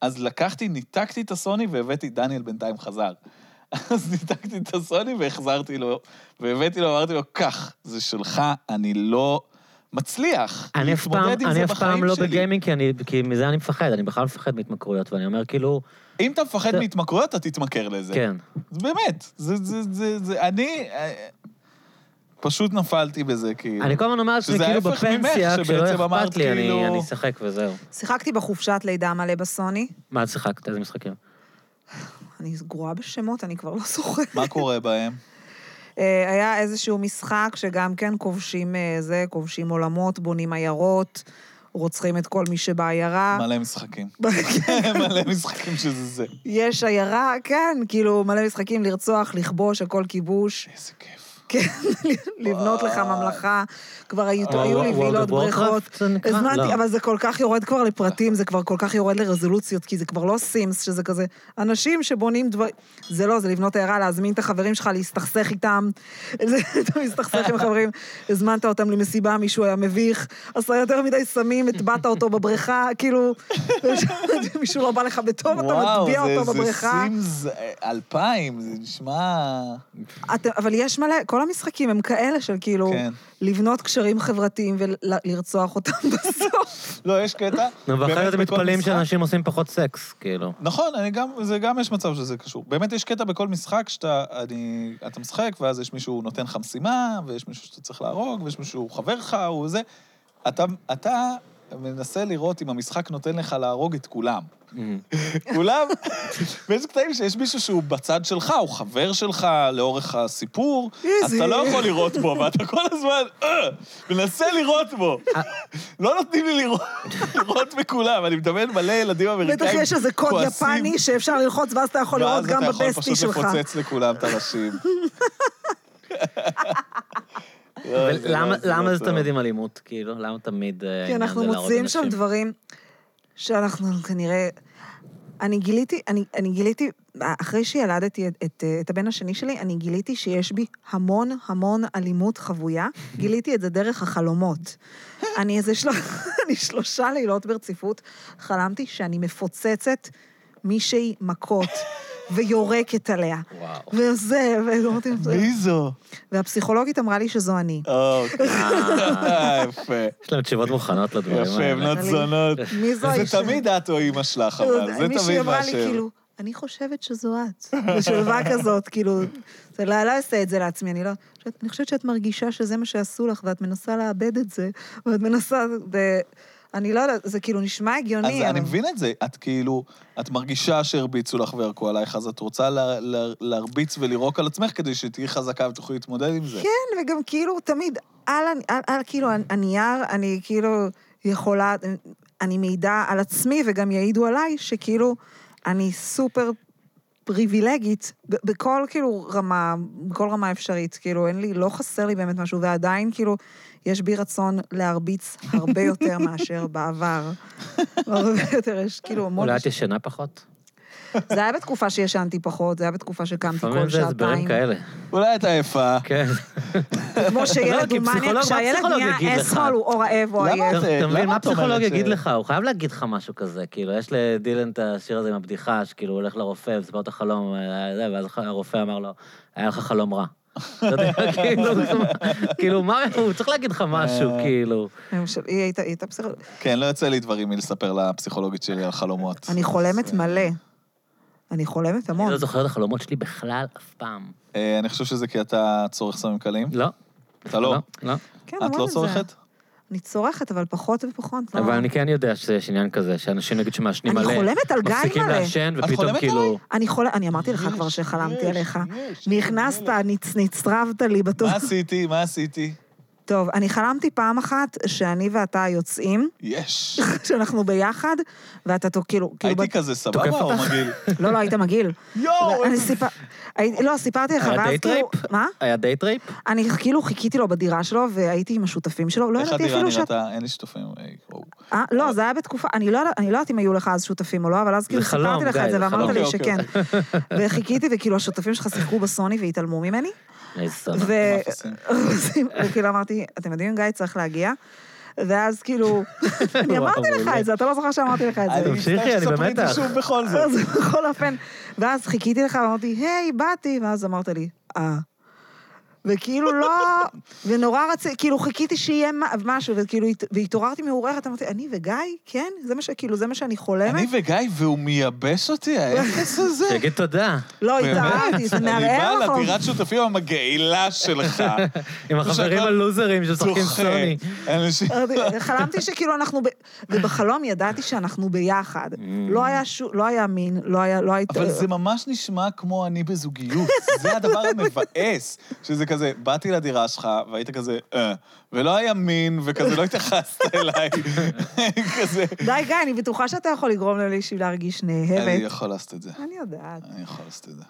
C: אז לקחתי, ניתקתי את הסוני והבאתי, דניאל בינתיים חזר. אז ניתקתי את הסוני והחזרתי לו, והבאתי לו, אמרתי לו, קח, זה שלך, אני לא מצליח
B: אני אף פעם,
C: להתמודד עם
B: אני
C: זה
B: אף פעם
C: בחיים
B: לא
C: שלי.
B: בגיימינג, כי אני- כי מזה אני מפחד, אני בכלל מפחד מהתמכרויות, ואני אומר, כאילו,
C: אם אתה מפחד
B: זה-
C: מהתמכרויות, אתה תתמכר לזה.
B: כן.
C: באמת, זה, זה, זה, זה, אני אה, פשוט נפלתי בזה, כאילו.
B: אני כל הזמן אומר לעצמי,
C: שזה
B: כאילו,
C: ההפך ממך,
B: בפנסיה, כשלא
C: שבעצם אמרת,
B: אכפת לי, אני
C: כאילו-
B: אני אשחק וזהו.
A: שיחקתי בחופשת לידה מלא בסוני.
B: מה את שיחקת? איזה משחקים?
A: אני גרועה בשמות, אני כבר לא זוכרת.
C: מה קורה בהם?
A: אה, היה איזשהו משחק שגם כן כובשים אה, זה, כובשים עולמות, בונים עיירות, רוצחים את כל מי שבעיירה.
C: מלא משחקים.
A: כן,
C: מלא משחקים שזה זה.
A: יש עיירה, כן, כאילו, מלא משחקים, לרצוח, לכבוש, הכל כיבוש,
C: איזה כיף.
A: כן, לבנות לך ממלכה. כבר היו
B: World-
A: היו לי
B: אה, World of
A: וילות, בריכות.
B: Warcraft זה נקרא?
A: הזמנתי,
B: לא.
A: אבל זה כל כך יורד כבר לפרטים, זה כבר כל כך יורד לרזולוציות, כי זה כבר לא סימס, שזה כזה אנשים שבונים דברים... זה לא, זה לבנות עיירה, להזמין את החברים שלך, להסתכסך איתם. זה- אתה מסתכסך עם החברים, הזמנת אותם למסיבה, מישהו היה מביך, עשה יותר מדי סמים, הטבעת אותו בבריכה, כאילו, מישהו לא בא לך בטוב, אתה מטביע
C: זה-
A: אותו
C: זה
A: בבריכה.
C: סימס אה, 2000, זה נשמע...
A: אתה, אבל יש מלא, כל המשחקים הם כאלה של כאילו,
C: כן.
A: לבנות קשרים חברתיים ולרצוח אותם בסוף.
C: לא, יש קטע.
B: נו,
C: באמת
B: ואחרי זה אתם
C: בכל
B: מתפלאים
C: משחק-
B: שאנשים עושים פחות סקס, כאילו.
C: נכון, אני גם, זה גם יש מצב שזה קשור. באמת יש קטע בכל משחק שאתה אני, אתה משחק, ואז יש מישהו נותן לך משימה, ויש מישהו שאתה צריך להרוג, ויש מישהו חבר לך, הוא זה. אתה, אתה מנסה לראות אם המשחק נותן לך להרוג את כולם.
A: Mm-hmm.
C: כולם, ויש קטעים שיש מישהו שהוא בצד שלך, הוא חבר שלך לאורך הסיפור, אז
A: איזי.
C: אתה לא יכול לירות בו, ואתה כל הזמן "אה, מנסה לירות בו. לא נותנים לי לירות- לירות בכולם, אני מדמיין מלא ילדים אמריקאים
A: בטח
C: כועסים.
A: יש איזה קוד יפני שאפשר ללחוץ, ואז אתה יכול לראות גם
C: ואז אתה
A: בבסטי
C: יכול פשוט
A: שלך.
C: לפוצץ לכולם את הראשים. אה,
B: אבל
C: לא-
B: למה- למה זה תמיד עם אלימות, כאילו? למה תמיד... אה,
A: כי
B: העניין
A: אנחנו
B: זה להרוג
A: מוצאים שם
B: אנשים?
A: דברים שאנחנו כנראה... אני גיליתי, אני, אני גיליתי, אחרי שילדתי את, את, את הבן השני שלי, אני גיליתי שיש בי המון המון אלימות חבויה. גיליתי את זה דרך החלומות. אני איזה של... אני שלושה לילות ברציפות, חלמתי שאני מפוצצת מישהי מכות ויורקת עליה.
B: וואו.
A: וזה, ואמרתי,
C: מי זו?
A: והפסיכולוגית אמרה לי שזו אני.
C: אוקיי. אה, יפה.
B: יש להם תשובות מוכנות לדברים
C: יפה, לא-
B: האלה.
C: בנות זונות.
A: מי זו
C: זה
A: האישה? לא
C: תמיד את או אימא שלך, אבל זה
A: מישהי
C: תמיד
A: אמרה לי,
C: באשר.
A: כאילו, אני חושבת שזו את. בשלווה כזאת, כאילו, זה לא לא אעשה את זה לעצמי, אני לא... אני חושבת שאת מרגישה שזה מה שעשו לך, ואת מנסה לאבד את זה, ואת מנסה... ו- אני לא יודעת, זה כאילו נשמע
C: אז
A: הגיוני,
C: אני
A: אבל...
C: מבין את זה. את כאילו, את מרגישה שהרביצו לך וירקו עלייך, אז את רוצה לה- לה- להרביץ ולירוק על עצמך כדי שתהיי חזקה ותוכלי להתמודד עם זה.
A: כן, וגם כאילו, תמיד, על, על, על כאילו הנייר, אני כאילו יכולה, אני מעידה על עצמי, וגם יעידו עליי, שכאילו, אני סופר פריבילגית, ב- בכל כאילו רמה, בכל רמה אפשרית, כאילו, אין לי, לא חסר לי באמת משהו, ועדיין כאילו, יש בי רצון להרביץ הרבה יותר מאשר בעבר. הרבה יותר, יש כאילו המון...
B: אולי את ישנה פחות?
A: זה היה בתקופה שישנתי פחות, זה היה בתקופה שקמתי
B: לפעמים
A: כל
B: זה הסברים
A: שעתיים.
B: כאלה.
C: אולי את עייפה.
B: כן.
A: כמו
B: לא,
A: שילד
B: כי
A: הוא מניאק,
B: פסיכולוג, מה
A: כשהילד
B: הפסיכולוג
A: נהיה
B: יגיד לך?
A: אסכול הוא או רעב או
C: למה
A: עייף.
C: את-
B: אתה מבין,
C: למה
B: מה
C: את אומרת
B: הפסיכולוג
C: ש-
B: יגיד לך? הוא חייב להגיד לך משהו כזה, כאילו, יש לדילן את השיר הזה עם הבדיחה, שכאילו, הוא הולך לרופא ומספר את החלום, אה, זה, ואז הרופא אמר לו, היה לך חלום רע. אתה יודע, כאילו, זה- כאילו, מה, הוא צריך להגיד לך משהו,
C: אה,
B: כאילו.
A: היום של- היא הייתה- היא הייתה פסיכולוגית.
C: כן, לא יוצא לי דברים מלספר לפסיכולוגית שלי על חלומות.
A: אני חולמת מלא. אני חולמת
B: אני
A: המון.
B: לא זוכר את החלומות שלי בכלל אף פעם.
C: אה, אני חושב שזה כי אתה צורך סמים קלים.
B: לא.
C: אתה לא?
B: לא.
A: כן,
C: את
A: המון
C: לא
A: זה.
C: צורכת?
A: אני צורכת, אבל פחות ופחות. לא.
B: אבל אני כן יודע שיש עניין כזה, שאנשים נגיד שמעשנים
A: אני
B: מלא,
A: חולמת על גיא
B: מפסיקים
A: מלא.
B: לעשן,
C: את
B: ופתאום
C: חולמת עליי?
B: כאילו...
A: אני חולמת, אני אמרתי לך כבר שחלמתי עליך. נכנסת, נצ- נצרבת לי בטוח.
C: מה עשיתי? מה עשיתי?
A: טוב, אני חלמתי פעם אחת שאני ואתה יוצאים,
C: יש.
A: שאנחנו ביחד, ואתה תו- כאילו... כאילו
C: הייתי
A: בת-
C: כזה
B: תוקף
C: סבבה או
B: אותך?
C: מגעיל?
A: לא, לא, היית מגעיל. לא,
C: יואו!
A: אני סיפר... הי- לא, סיפרתי לך,
B: היה
A: ואז
B: דייט
A: כאילו...
B: טריפ?
A: מה?
B: היה דייטרייפ?
A: אני כאילו חיכיתי לו בדירה שלו, והייתי עם השותפים שלו, לא
C: איך
A: ידעתי
C: הדירה
A: אפילו שאת...
C: נראתה? אין לי שותפים. היי, וואו.
A: אה, לא, זה היה בתקופה, אני לא יודעת- אני לא יודעת אם היו לך אז שותפים או לא, אבל אז כאילו
B: חלום,
A: סיפרתי לך
B: גיא,
A: את זה,
B: זה
A: ואמרת
B: חלום.
A: לי
C: אוקיי,
A: שכן. וחיכיתי, וכאילו השותפים שלך שיחקו בסוני והתעלמו ממני,
B: איזה סבבה.
A: ו...
C: מה אפסים?
A: וכאילו אמרתי, אתם יודעים, גיא צריך להגיע. ואז כאילו, אני אמרתי לך
B: מעולה.
A: את זה, אתה לא זוכר שאמרתי לך את זה.
C: אני מצטער
B: תמשיכי, אני
C: שתספרי את זה
B: במתח.
C: שוב בכל זאת.
A: אז בכל אופן, ואז חיכיתי לך ואמרתי, היי, באתי, ואז אמרת לי, אה. וכאילו לא, ונורא רציתי, כאילו חיכיתי שיהיה מה- משהו, וכאילו הת- והתעוררתי מעוררת, אמרתי, אני וגיא, כן? זה מה שכאילו, זה מה שאני
C: אני
A: חולמת?
C: וגיא, והוא מייבש אותי, האפס הזה.
B: שיגיד תודה.
A: לא,
C: באמת?
A: התעוררתי, זה
C: אני בא
A: מערער לך.
C: לדירת שותפים המגעילה שלך.
B: עם החברים הלוזרים שמשחקים
C: צוחק.
B: סוני.
C: אנשים-
A: אמרתי, חלמתי שכאילו אנחנו, ב... ובחלום ידעתי שאנחנו ביחד. לא היה שו... לא היה מין, לא היה, לא הייתה...
C: Mm. אבל זה ממש נשמע כמו אני בזוגיות. זה הדבר המבאס, שזה כזה, באתי לדירה שלך, והיית כזה, אה, ולא היה מין, וכזה לא התייחסת אליי. כזה...
A: די, גיא, אני בטוחה שאתה יכול לגרום למישהי להרגיש
C: אני
A: נאהבת.
C: יכול לעשות את זה.
A: אני יודעת.
C: אני יכול לעשות את זה.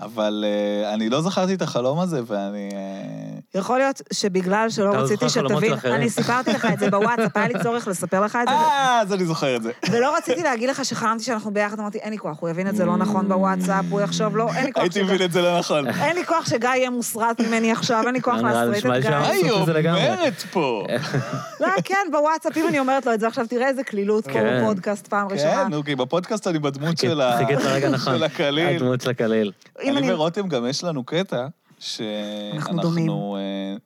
C: אבל אה, אני לא זכרתי את החלום הזה, ואני... אה,
A: יכול להיות שבגלל שלא
B: אתה עוד
A: רציתי
B: זוכר חלומות
A: שתבין,
B: של אחרים.
A: אני סיפרתי לך את זה בוואטסאפ, היה לי צורך לספר לך את זה,
C: אה, אז אני זוכר את זה.
A: ולא רציתי להגיד לך שחלמתי שאנחנו ביחד, אמרתי, אין לי כוח, הוא יבין את זה לא נכון בוואטסאפ, הוא יחשוב לא, אין לי כוח
C: הייתי
A: שגיא...
C: מבין את זה לא נכון.
A: אין לי כוח שגיא יהיה מוסרט ממני עכשיו, אין לי כוח
B: לא נראה לי
A: להסרט
B: נשמע
A: את גיא.
B: לי שם.
C: מה היא
B: לעשות את זה לגמרי.
C: אומרת פה?
A: לא, כן, בוואטסאפ, אם אני אומרת לו את זה עכשיו, תראה איזה קלילות, פה
B: כן.
A: בפודקאסט פעם ראשונה.
C: כן, נו, כי בפודקאסט אני בדמות של ה...
B: אוקיי, חיכית לרגע נכון.
C: של הקליל.
B: הדמות של הקליל.
A: אם
C: אני
A: אני...
C: ורותם, גם יש לנו קטע שאנחנו...
A: דומים.
C: אה,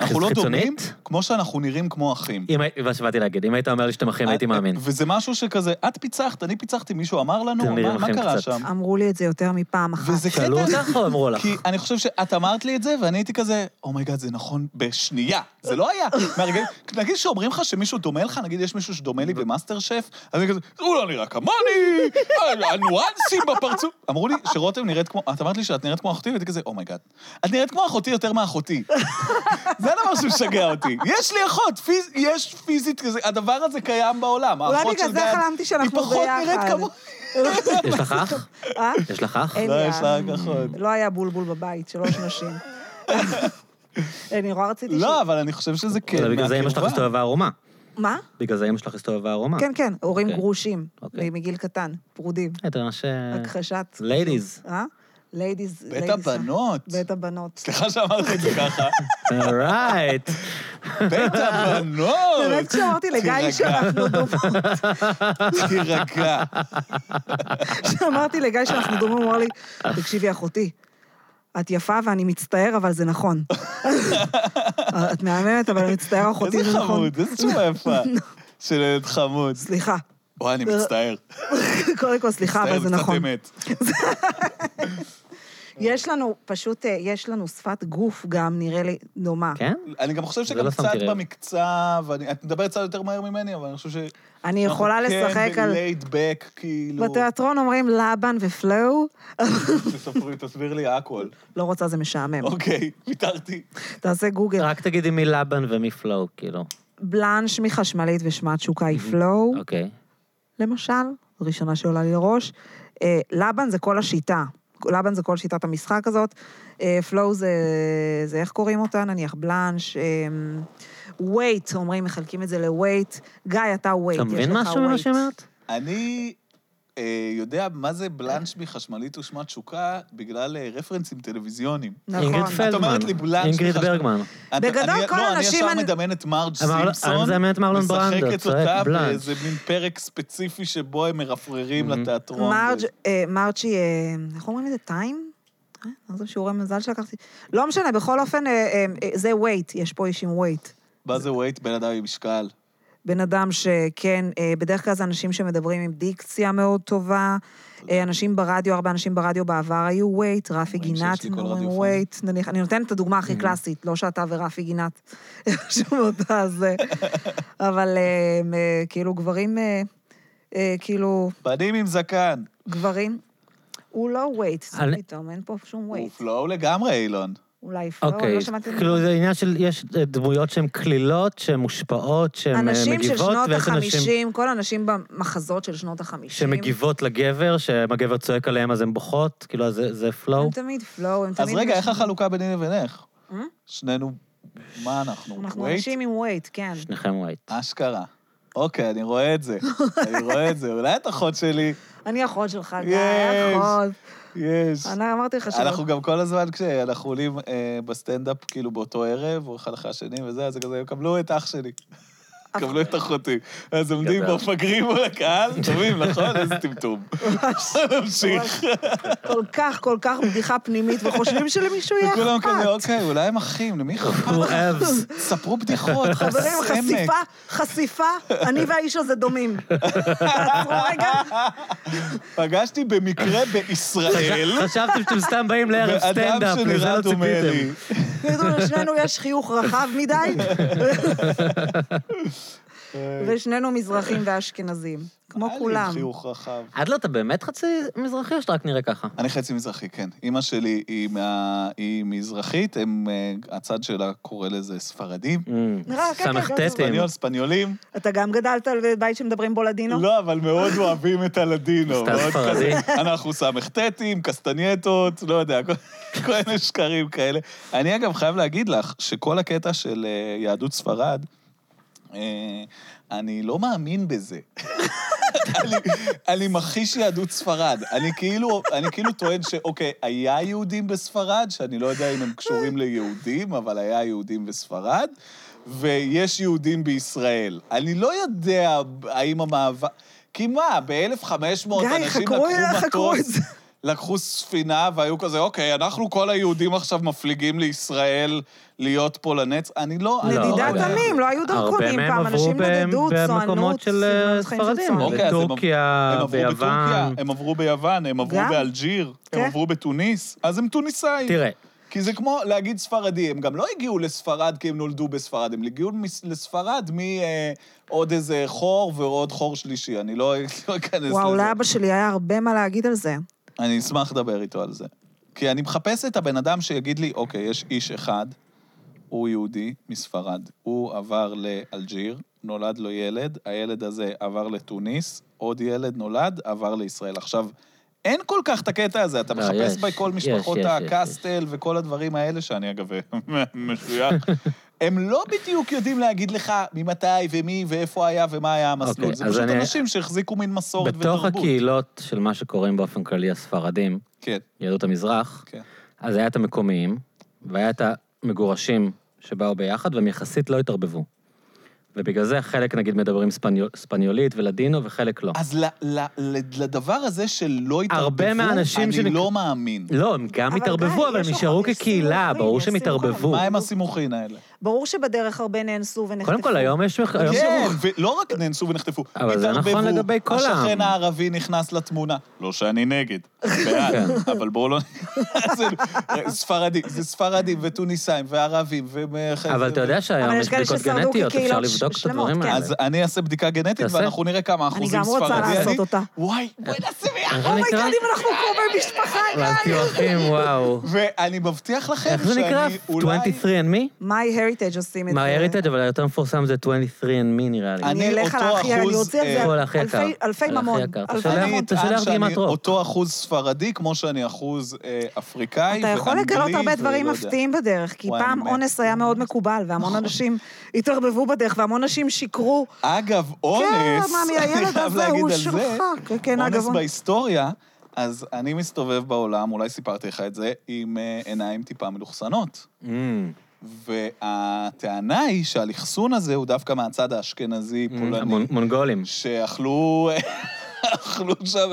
C: אנחנו לא דומים,
B: חיצונית? כמו...
C: כמו שאנחנו נראים כמו אחים.
B: מה שבאתי להגיד, אם היית אומר לי שאתם אחים, כן,
C: אה,
B: הייתי מאמין.
C: וזה משהו שכזה, את פיצחת, אני פיצחתי, מישהו אמר
B: אתם
C: לנו,
B: נראים
C: מה- מה
B: אחים
C: קרה
B: קצת.
C: שם?
A: אמרו לי את זה יותר מפעם אחת.
C: וזה
B: אה, שאלו
C: קטע-
B: אותך או אמרו לך?
C: כי אני חושב שאת אמרת לי את זה, ואני הייתי כזה, אומייגאד, זה נכון בשנייה. זה לא היה. מהרגעים- נגיד שאומרים לך שמישהו דומה לך, נגיד יש מישהו שדומה לי במאסטר שף, אז אני כזה, הוא לא נראה כמוני, אה, הניואנסים בפרצוף. אמרו לי שרותם נראית כמו, את אמרת לי שאת נראית כמו אחותי, והייתי כזה, אומייגאד. את נראית כמו אחותי יותר מאחותי. זה הדבר שמשגע אותי. יש לי אחות, פיז- יש פיזית כזה, הדבר הזה קיים בעולם.
A: אולי
C: האחות של
A: בגלל זה
C: גד,
A: חלמתי שאנחנו ביחד.
C: היא פחות נראית כמוני.
B: יש לך אח?
A: אה?
B: יש לך אח?
A: אין
C: לא,
A: לי
C: יש
A: אח.
C: לה רק אחות.
A: לא היה בולבול בבית, שלוש נשים. אני נורא רציתי ש...
C: לא, אבל אני חושב שזה כן.
B: אולי בגלל זה אמא שלך
C: מהקרבה.
B: הסתובבה ערומה.
A: מה?
B: בגלל זה אמא שלך הסתובבה ערומה.
A: כן, כן, הורים
B: אוקיי.
A: גרושים,
B: אוקיי.
A: מגיל קטן, פרודים,
B: כן. יותר ש...
A: הכחשת.
B: ladies.
A: אה? ליידיז.
C: בית הבנות.
A: בית הבנות.
C: סליחה שאמרתי את זה ככה.
B: אורייט.
C: בית הבנות!
A: באמת כשאמרתי לגיא שאנחנו דומות,
C: תירגע.
A: כשאמרתי לגיא שאנחנו דומות, הוא אמר לי, תקשיבי אחותי, את יפה ואני מצטער, אבל זה נכון. את מהממת, אבל אני מצטער אחותי,
C: איזה
A: זה נכון.
C: חמוד, איזה תשובה יפה. של ילד חמוד.
A: סליחה.
C: וואי, אני מצטער.
A: קודם כל, סליחה, אבל
C: מצטער,
A: זה
C: קצת
A: נכון.
C: אמת.
A: יש לנו, פשוט, אה, יש לנו שפת גוף גם, נראה לי, דומה.
B: כן?
C: אני גם חושב
B: זה
C: שגם
B: לא
C: קצת
B: שמתי לב.
C: במקצוע, ואני... את מדברת קצת יותר מהר ממני, אבל אני חושב ש...
A: אני יכולה לשחק על...
C: אנחנו כן ב-laid back, כאילו...
A: בתיאטרון אומרים לבן ופלואו,
C: תספרי, תסביר לי הכל.
A: לא רוצה, זה משעמם.
C: אוקיי, ויתרתי.
A: תעשה גוגל.
B: רק תגידי מי לבן ומי פלואו, כאילו.
A: בלאנש מחשמלית ושמעת שוקה היא פלואו,
B: אוקיי.
A: למשל, ראשונה שעולה לי לראש. אה, לבן זה כל השיטה. לבן זה כל שיטת המשחק הזאת. אה, פלואו זה, זה איך קוראים אותה? נניח בלאנש. אה, וייט, אומרים, מחלקים את זה לווייט. גיא, אתה וייט,
B: אתה
A: יש לך וייט.
B: מבין משהו ממה שאמרת?
C: אני אה, יודע מה זה בלאנץ' מחשמלית ושמה תשוקה בגלל אה, רפרנסים טלוויזיונים.
A: נכון. לא,
B: אינגריד פלדמן.
C: אומרת לי בלאנץ'
B: אינגריד
C: מחשמל.
B: ברגמן.
C: את-
A: בגדול,
C: אני-
A: כל
C: לא, אני
A: האנשים
C: ישר
A: הנ-
C: מדמיין את מרג'
B: אמר- אני
C: סימפסון.
B: מזמן את מרלון ברנדו,
C: משחקת
B: צועק
C: אותה
B: בלאנץ'.
C: באיזה מין פרק ספציפי שבו הם מרפררים לתיאטרון.
A: מרג', אה, מרג'י, אה, איך אומרים לזה? טיים? אה, לא זה שיעורי מזל שלקחתי. לא משנה, בכל אופן, אה, אה, אה, זה וייט, יש פה איש עם וייט.
C: מה זה וייט בן אדם עם משקל?
A: בן אדם שכן, אה, בדרך כלל זה אנשים שמדברים עם דיקציה מאוד טובה, אה, אנשים ברדיו, הרבה אנשים ברדיו בעבר היו וייט, רפי
C: אומרים שיש לי
A: גינת,
C: קול
A: אומרים
C: רדיופוני.
A: וייט, נניח, אני נותנת את הדוגמה
C: Mm.
A: הכי קלאסית, לא שאתה ורפי גינת, שום אותה זה, אבל אה, אה, כאילו גברים, אה, אה, כאילו,
C: בנים עם זקן.
A: גברים, הוא לא וייט, זה
B: אני-
A: פתאום, אין פה שום
C: לא, הוא
A: וייט,
C: פלואו לגמרי, אילון.
A: אולי פלואו,
B: אוקיי.
A: לא שמעתי...
B: כאילו זה עניין של, יש אה, דמויות שהן קלילות, שהן מושפעות, שהן אה,
A: אנשים של
B: מגיבות,
A: שנות
B: ויש אנשים
A: החמישים, כל הנשים במחזות של שנות החמישים.
B: שמגיבות לגבר, שאם הגבר צועק עליהם אז הן בוכות, כאילו זה זה פלואו.
A: הם תמיד פלואו, הם תמיד...
C: אז רגע, איך
A: נשים.
C: החלוקה ביני לבינך?
A: אה?
C: שנינו, מה אנחנו?
A: אנחנו
C: וייט?
A: אנשים עם וייט, כן.
B: שניכם ווייט.
C: אשכרה. אוקיי, אני רואה את זה. אני רואה את זה. אולי את אחות שלי.
A: אני אחות שלך, גיא,
C: יש.
A: אחות.
C: יש.
A: אני אמרתי לך שלא.
C: אנחנו גם כל הזמן, כשאנחנו עולים אה, בסטנדאפ, כאילו באותו ערב, או אחד אחרי השני וזה, אז זה כזה, קבלו את אח שלי. קבלו את אחותי. אז עומדים
B: גדל.
C: מפגרים מול הקהל, טובים, נכון? איזה טמטום. נמשיך.
A: כל כך, כל כך בדיחה פנימית, וחושבים שלמישהו יהיה
C: וכולם כזה,
A: אכפת.
C: אוקיי, אולי הם אחים, למי אכפת?
B: Who eves?
C: ספרו בדיחות,
A: חברים,
C: חסרי עמק.
A: חשיפה, חשיפה, אני והאיש הזה דומים. תעצרו רגע.
C: פגשתי במקרה בישראל,
B: חשבתם שאתם סתם באים לערב
C: כאילו?
B: סטנדאפ,
C: ואדם
B: לזה
C: שנראה
B: לא
C: דומה לי.
B: ציפיתם.
A: פתאום לשנינו יש חיוך רחב מדי,
C: אה,
A: ושנינו מזרחים ואשכנזים. כמו
C: היה לי
A: כולם.
C: חיוך רחב.
B: עד לא, אתה באמת חצי מזרחי או שאתה רק נראה ככה?
C: אני חצי מזרחי, כן. אימא שלי היא, מה... היא מזרחית, הם, אה, הצד שלה קורא לזה ספרדים.
A: נראה,
B: Mm.
A: כן, כן,
B: סמכתתים.
C: ספניול, ספניולים.
A: אתה גם גדלת בבית שמדברים בו לדינו?
C: לא, אבל מאוד אוהבים את הלדינו.
B: סתם
C: מאוד
B: ספרדי.
C: כזה, אנחנו סמ"כטטים, קסטנייטות, לא יודע, כל- כל מיני שקרים כאלה. אני אגב חייב להגיד לך שכל הקטע של אה, יהדות ספרד, אה, אני לא מאמין בזה. אני, אני מכחיש יהדות ספרד. אני כאילו, אני כאילו טוען שאוקיי, היה יהודים בספרד, שאני לא יודע אם הם קשורים ליהודים, אבל היה יהודים בספרד, ויש יהודים בישראל. אני לא יודע האם המאבק... כי מה, ב-1500
A: גיא,
C: אנשים
A: חקרו
C: לקחו
A: את-
C: מטוס...
A: חקרו את זה.
C: לקחו ספינה והיו כזה, אוקיי, אנחנו כל היהודים עכשיו מפליגים לישראל להיות פה לנצ... אני לא... אני
B: לא,
A: נדידת
B: רגע.
A: עמים, לא היו דרכונים
B: הרבה
A: פעם,
B: מהם עברו
A: אנשים נדדו,
B: ב-
A: צוענות.
B: במקומות של
A: סימן
B: אה,
A: חיים של
B: ספרדים,
A: צוענות.
C: אוקיי, אז הם-
B: בטורקיה,
C: הם עברו בטורקיה,
B: ביוון.
C: הם עברו ביוון, הם עברו
A: גם?
C: באלג'יר, הם
A: כן.
C: עברו בתוניס, אז הם תוניסאים.
B: תראה,
C: כי זה כמו להגיד ספרדי, הם גם לא הגיעו לספרד כי הם נולדו בספרד, הם הגיעו מס- לספרד מעוד איזה חור ועוד חור שלישי, אני לא לא אכנס לזה.
A: וואו, לאבא שלי היה הרבה מה להגיד על זה.
C: אני אשמח לדבר איתו על זה. כי אני מחפש את הבן אדם שיגיד לי, אוקיי, יש איש אחד, הוא יהודי מספרד, הוא עבר לאלג'יר, נולד לו ילד, הילד הזה עבר לתוניס, עוד ילד נולד, עבר לישראל. עכשיו, אין כל כך את הקטע הזה, אתה
B: לא,
C: מחפש
B: יש,
C: בכל
B: יש,
C: משפחות
B: יש, יש,
C: הקסטל וכל הדברים האלה, שאני אגב משוייך. הם לא בדיוק יודעים להגיד לך ממתי ומי ואיפה היה ומה היה המסלול.
B: אוקיי,
C: זה
B: אז
C: פשוט
B: אני-
C: אנשים שהחזיקו מין מסורת
B: בתוך
C: ותרבות.
B: הקהילות של מה שקוראים באופן כללי הספרדים,
C: כן,
B: יהדות המזרח,
C: כן.
B: אז היה את המקומיים, והיה את המגורשים שבאו ביחד, והם יחסית לא התערבבו. ובגלל זה חלק, נגיד, מדברים ספניול, ספניולית ולדינו, וחלק לא.
C: אז ל- ל- ל- לדבר הזה שלא
B: הרבה מהאנשים
C: התערבבו, אני
B: שנק-
C: לא מאמין.
B: לא, הם גם
A: אבל
B: התערבבו,
A: די,
B: אבל הם
A: יש
B: נשארו
A: הוכחות,
B: כקהילה,
A: יש
B: ברור שהם
A: סימוכין, יש
B: התערבבו.
A: סימוכין.
C: מה עם הסימוכין האלה?
A: ברור שבדרך הרבה נאנסו ונחטפו.
B: קודם כל, היום יש... היום-
C: כן, ולא רק נאנסו ונחטפו,
B: אבל זה
C: התערבבו,
B: נכון לגבי כל העם.
C: השכן הערבי נכנס לתמונה. לא שאני נגד, בעד,
B: כן.
C: אבל בואו לא... זה- ספרדים, זה ספרדים וטוניסאים וערבים ו...
B: אבל אתה יודע שהיום
A: אבל
B: יש
A: יש כאלה
B: בדיקות
A: ששרדו
B: גנטיות,
C: כאילו
B: אפשר
C: לא
A: כקהילות
B: לבדוק את
A: שלמות,
B: הדברים
A: כן.
B: האלה.
C: אז אני אעשה בדיקה גנטית,
B: תעשה.
C: ואנחנו נראה כמה אחוזים
A: גם רוצה
C: ספרדים.
A: לעשות
C: אני-
A: אותה.
C: וואי, בואי נעשה ביחד.
B: איך זה
A: אומייגאד,
B: נקרא?
A: אם אנחנו קרובי משפחה,
B: ואלתיו אחים, וואו.
C: ואני מבטיח לכם
B: איך זה נקרא?
C: כאילו- שאני אולי...
B: 23 and me?
A: My Heritage עושים את זה.
B: מה heritage, אבל היותר מפורסם זה 23 and me נראה לי.
A: אני
C: אני
A: אלך על
C: אותו
A: הכי, אני
C: אחוז,
A: אוציא על
C: אה,
B: כל
A: זה
B: הכי יקר.
A: אלפי- אלפי
B: על הכי
A: ממון.
B: יקר. אתה
A: אלפי
B: שולח-
A: ממון.
C: אני
B: אתה שולח
C: אטען שאני
B: גימת רוק.
C: אותו אחוז ספרדי כמו שאני אחוז אה, אפריקאי
A: אתה יכול לגלות
C: ואנגלי
A: הרבה דברים
C: ולא יודע.
A: מפתיעים בדרך, כי
C: וואי,
A: פעם
C: אני מת. נכון.
A: אונס היה מאוד מקובל, והמון אנשים התערבבו בדרך, והמון נשים שיקרו.
C: אגב, אונס,
A: כן, מאמי,
C: אני
A: הילד
C: חייב
A: הזה
C: להגיד
A: הוא
C: על
A: שלך.
C: זה,
A: כן, כן, אגב,
C: אונס
A: אונס.
C: בהיסטוריה, אז אני מסתובב בעולם, אולי סיפרתי לך את זה, עם אה, עיניים טיפה מלוכסנות.
B: אמ,
C: והטענה היא שהאלכסון הזה הוא דווקא מהצד האשכנזי
B: Mm,
C: פולני,
B: מונ- מונגולים.
C: שאכלו... אכלו שם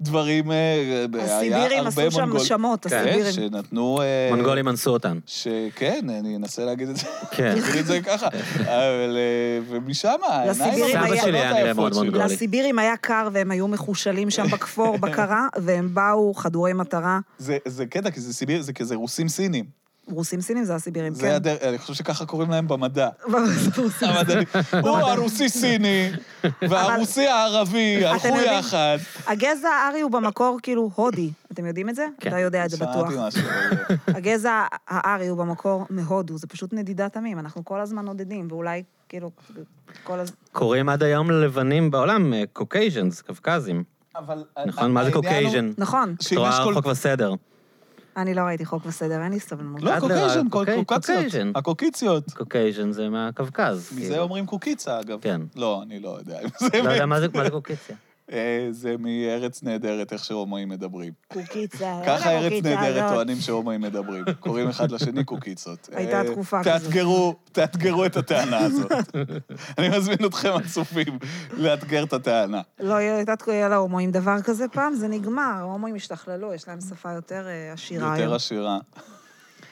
C: דברים, אה, היה
A: הסיבירים
C: הרבה
A: עשו שם
C: מונגול-
A: נשמות,
C: כן,
A: הסיבירים.
C: שנתנו... אה,
B: מונגולים אנסו אותן.
C: שכן, אני אנסה להגיד את זה.
B: כן.
C: תגיד את זה ככה. אבל... אה, ומשם, העיניים...
A: לסיבירים
C: המאוד
A: היה-
B: סבא שלי היה נראה
C: היפות
B: מאוד
C: שלי.
B: מונגול. גולי.
A: לסיבירים היה קר והם היו מחושלים שם בכפור, בקרה, והם באו חדורי מטרה.
C: זה- זה קטע, כי זה סיביר, זה כזה רוסים סינים.
A: רוסים סינים זה הסיבירים,
C: זה
A: כן.
C: הדר... אני חושב שככה קוראים להם במדע.
A: רוסים.
C: המדענים. הוא הרוסי סיני, והרוסי הערבי,
A: אתם
C: הלכו
A: יודעים-
C: יחד.
A: הגזע הארי הוא במקור כאילו הודי. אתם יודעים את זה?
B: כן.
A: אתה יודע את זה בטוח.
C: שמעתי משהו. אבל-
A: הגזע הארי הוא במקור מהודו, זה פשוט נדידת עמים, אנחנו כל הזמן נודדים, ואולי, כאילו, כל הזמן...
B: קוראים עד היום ללבנים בעולם אה, קוקייז'נס, קווקזים.
C: אבל...
B: נכון? מה זה
C: העניין הוא-
B: קוקייז'ן?
A: נכון,
C: שאם יש
B: תורה,
C: כל-
B: חוק וסדר.
A: אני לא ראיתי חוק וסדר, אין לי סבלנות.
C: לא,
B: אדלר,
C: קוקייז'ן, כל-
B: קוקיי- קוקייז'ן.
C: קוקציות. הקוקיציות.
B: קוקייז'ן זה מהקווקז.
C: מזה
B: כאילו.
C: אומרים קוקיצה, אגב.
B: כן.
C: לא, אני לא יודע אם זה...
B: לא יודע מה זה מה זה קוקיציה.
C: אה, זה מארץ נהדרת, איך שהומואים מדברים.
A: קוקיצה,
C: ככה ארץ
A: קוקיצה
C: נהדרת
A: הזאת.
C: טוענים שהומואים מדברים. קוראים אחד לשני קוקיצות.
A: הייתה
C: אה,
A: תקופה כזאת.
C: תאתגרו, תאתגרו את הטענה הזאת. אני מזמין אתכם, הצופים, לאתגר את הטענה.
A: לא, הייתה תקופה להומואים דבר כזה פעם, זה נגמר, ההומואים השתכללו, יש להם שפה יותר אה, עשירה
C: יותר
A: היום.
C: עשירה.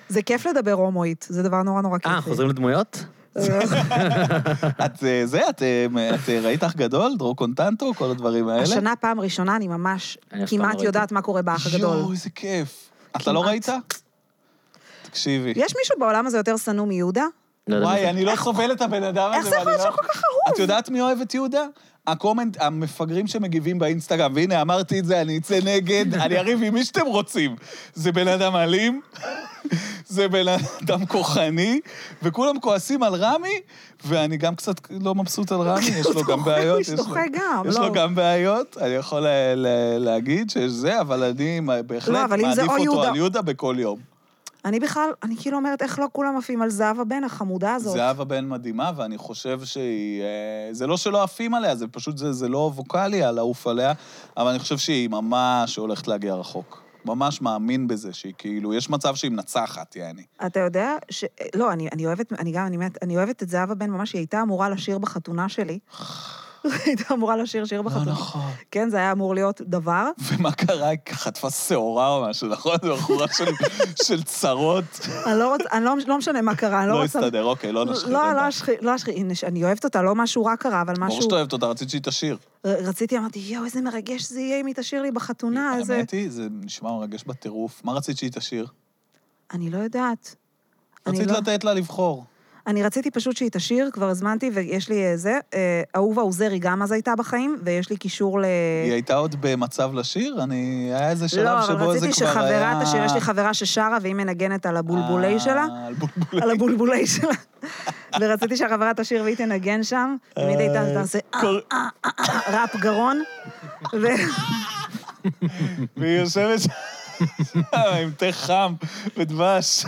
A: זה כיף לדבר הומואית, זה דבר נורא נורא כיפי.
B: אה, חוזרים לדמויות?
C: את אה, זה, את, אה, את אה, ראית אח גדול, דרור קונטנטו, כל הדברים האלה?
A: השנה פעם ראשונה אני ממש
B: אני אף פעם לא
A: כמעט
B: ראיתי.
A: יודעת מה קורה באח הגדול.
C: יואו, איזה כיף. אתה לא
A: כמעט.
C: ראית? תקשיבי.
A: יש מישהו בעולם הזה יותר שנוא מיהודה?
B: לא יודע מה
C: וואי,
B: זה.
C: אני לא סובל את הבן אדם הזה.
A: איך זה יכול
C: ואני
A: להיות
C: לא-
A: שהוא כל כך אהוב?
C: את יודעת מי אוהב את יהודה? הקומנט, המפגרים שמגיבים באינסטגרם, והנה, אמרתי את זה, אני אצא נגד, אני אריב עם מי שאתם רוצים. זה בן אדם אלים, זה בן אדם כוחני, וכולם כועסים על רמי, ואני גם קצת לא מבסוט על רמי, יש לו גם
A: דוחה,
C: בעיות.
A: איש
C: יש לו-
A: דוחה גם,
C: יש
A: לא.
C: לו גם בעיות, אני יכול ל- ל- להגיד שיש זה, אבל אני
A: לא,
C: בהחלט
A: אבל אם זה
C: מעדיף
A: או
C: אותו
A: יהודה-
C: על יהודה בכל יום.
A: אני בכלל, אני כאילו אומרת, איך לא כולם עפים על זהבה בן, החמודה הזאת?
C: זהבה בן מדהימה, ואני חושב שהיא... אה, זה לא שלא עפים עליה, זה פשוט, זה, זה לא ווקאלי לעוף עליה, אבל אני חושב שהיא ממש הולכת להגיע רחוק. ממש מאמין בזה, שהיא כאילו, יש מצב שהיא מנצחת, יעני.
A: אתה יודע ש... לא, אני, אני אוהבת, אני גם, אני, מת, אני אוהבת את זהבה בן ממש, היא הייתה אמורה לשיר בחתונה שלי. היא הייתה אמורה לשיר
B: לא
A: שיר לא בחתונה.
C: נכון.
A: כן, זה היה אמור להיות דבר.
C: ומה קרה? היא חטפה שעורה או משהו, נכון? זו בחורה של, של צרות.
A: אני לא רוצה, אני לא, לא משנה מה קרה, אני לא,
C: לא
A: רוצה...
C: הסתדר, אוקיי, לא נשחית.
A: לא,
C: אין
A: לא
C: בעיה.
A: אשחית, לא אשחית, הנה, ש- אני אוהבת אותה, לא משהו רע קרה, אבל
C: ברור
A: משהו...
C: שאת אוהבת אותה, רצית שהיא תשיר.
A: ר- רציתי, אמרתי, יואו, איזה מרגש זה יהיה אם היא תשאיר לי בחתונה, איזה...
C: האמת היא, זה נשמע מרגש בטירוף. מה רצית שהיא תשיר?
A: אני לא יודעת. אני
C: רצית
A: לא-
C: לתת לה לבחור.
A: אני רציתי פשוט שהיא תשיר, כבר הזמנתי, ויש לי אה, זה. אה, אהובה עוזרי גם אז הייתה בחיים, ויש לי קישור ל...
C: היא הייתה עוד במצב לשיר? אני... היה איזה
A: אה, לא,
C: שלב
A: אבל
C: שבו זה
A: רציתי
C: כבר היה...
A: שחברה תשיר, יש לי חברה ששרה, והיא מנגנת על הבולבולי
C: אה,
A: שלה,
C: על בולבולי.
A: על הבולבולי שלה. ורציתי שהחברה תשיר והיא תנגן שם, תמיד הייתה, תעשה אה, אה, אה, אה, ראפ גרון. ו-
C: והיא יושבת שם עם תה חם ודבש.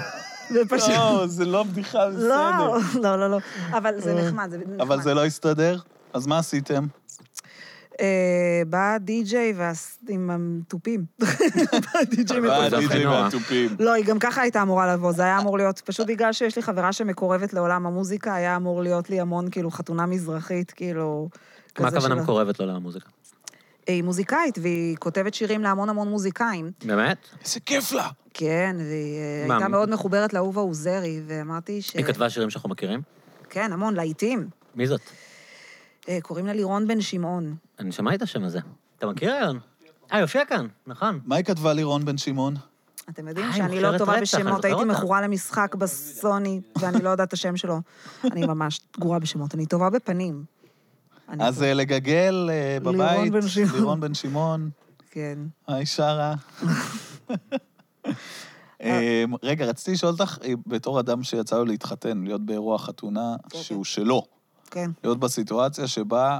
A: ופשוט...
C: לא, זה לא בדיחה, זה
A: לא,
C: בסדר. אה,
A: לא, לא, לא. אבל זה נחמד, זה נחמד.
C: אבל זה לא הסתדר? אז מה עשיתם?
A: אה, בא די-ג'יי והס- עם התופים. בא די-ג'יי עם
B: בא
C: אה,
A: התופים.
B: זה
C: די.ג'יי
B: אחרי נועה.
C: והתופים.
A: לא, היא גם ככה הייתה אמורה לבוא, זה היה אמור להיות, פשוט בגלל שיש לי חברה שמקורבת לעולם המוזיקה, היה אמור להיות לי המון, כאילו, חתונה מזרחית, כאילו...
B: מה
A: כזה
B: הכוונה
A: של-
B: מקורבת לו למוזיקה?
A: היא מוזיקאית, והיא כותבת שירים להמון המון מוזיקאים.
B: באמת?
C: איזה כיף לה.
A: כן, והיא אה,
B: מה,
A: הייתה
B: מ-
A: מאוד מחוברת לאהובה עוזרי, ואמרתי ש...
B: היא
C: אה.
B: כתבה שירים שאנחנו מכירים?
A: כן, המון, להיטים.
B: מי זאת?
A: אה, קוראים לה לירון בן שמעון.
B: אני שמעתי את השם הזה. אתה מכיר, אלון? אה, יופיע כאן, נכון.
C: מה היא כתבה לירון בן שמעון?
A: נכון. אתם יודעים
B: אה, היא
A: שאני לא
B: מוכרת
A: טובה
B: רצח, אני
A: בשמות,
B: זוכר
A: הייתי
B: אותה.
A: מכורה למשחק בסוני, ואני לא יודעת את השם שלו. אני ממש גרועה בשמות, אני טובה בפנים. אני
C: אז
A: טובה-
C: אה, לגגל אה,
A: לירון
C: בבית,
A: בן שמעון.
C: לירון בן שמעון,
A: כן.
C: היי שרה. אה, רגע, רציתי לשאול אותך, אה, בתור אדם שיצא לו להתחתן, להיות באירוע חתונה
A: כן.
C: שהוא שלו,
A: כן.
C: להיות בסיטואציה שבה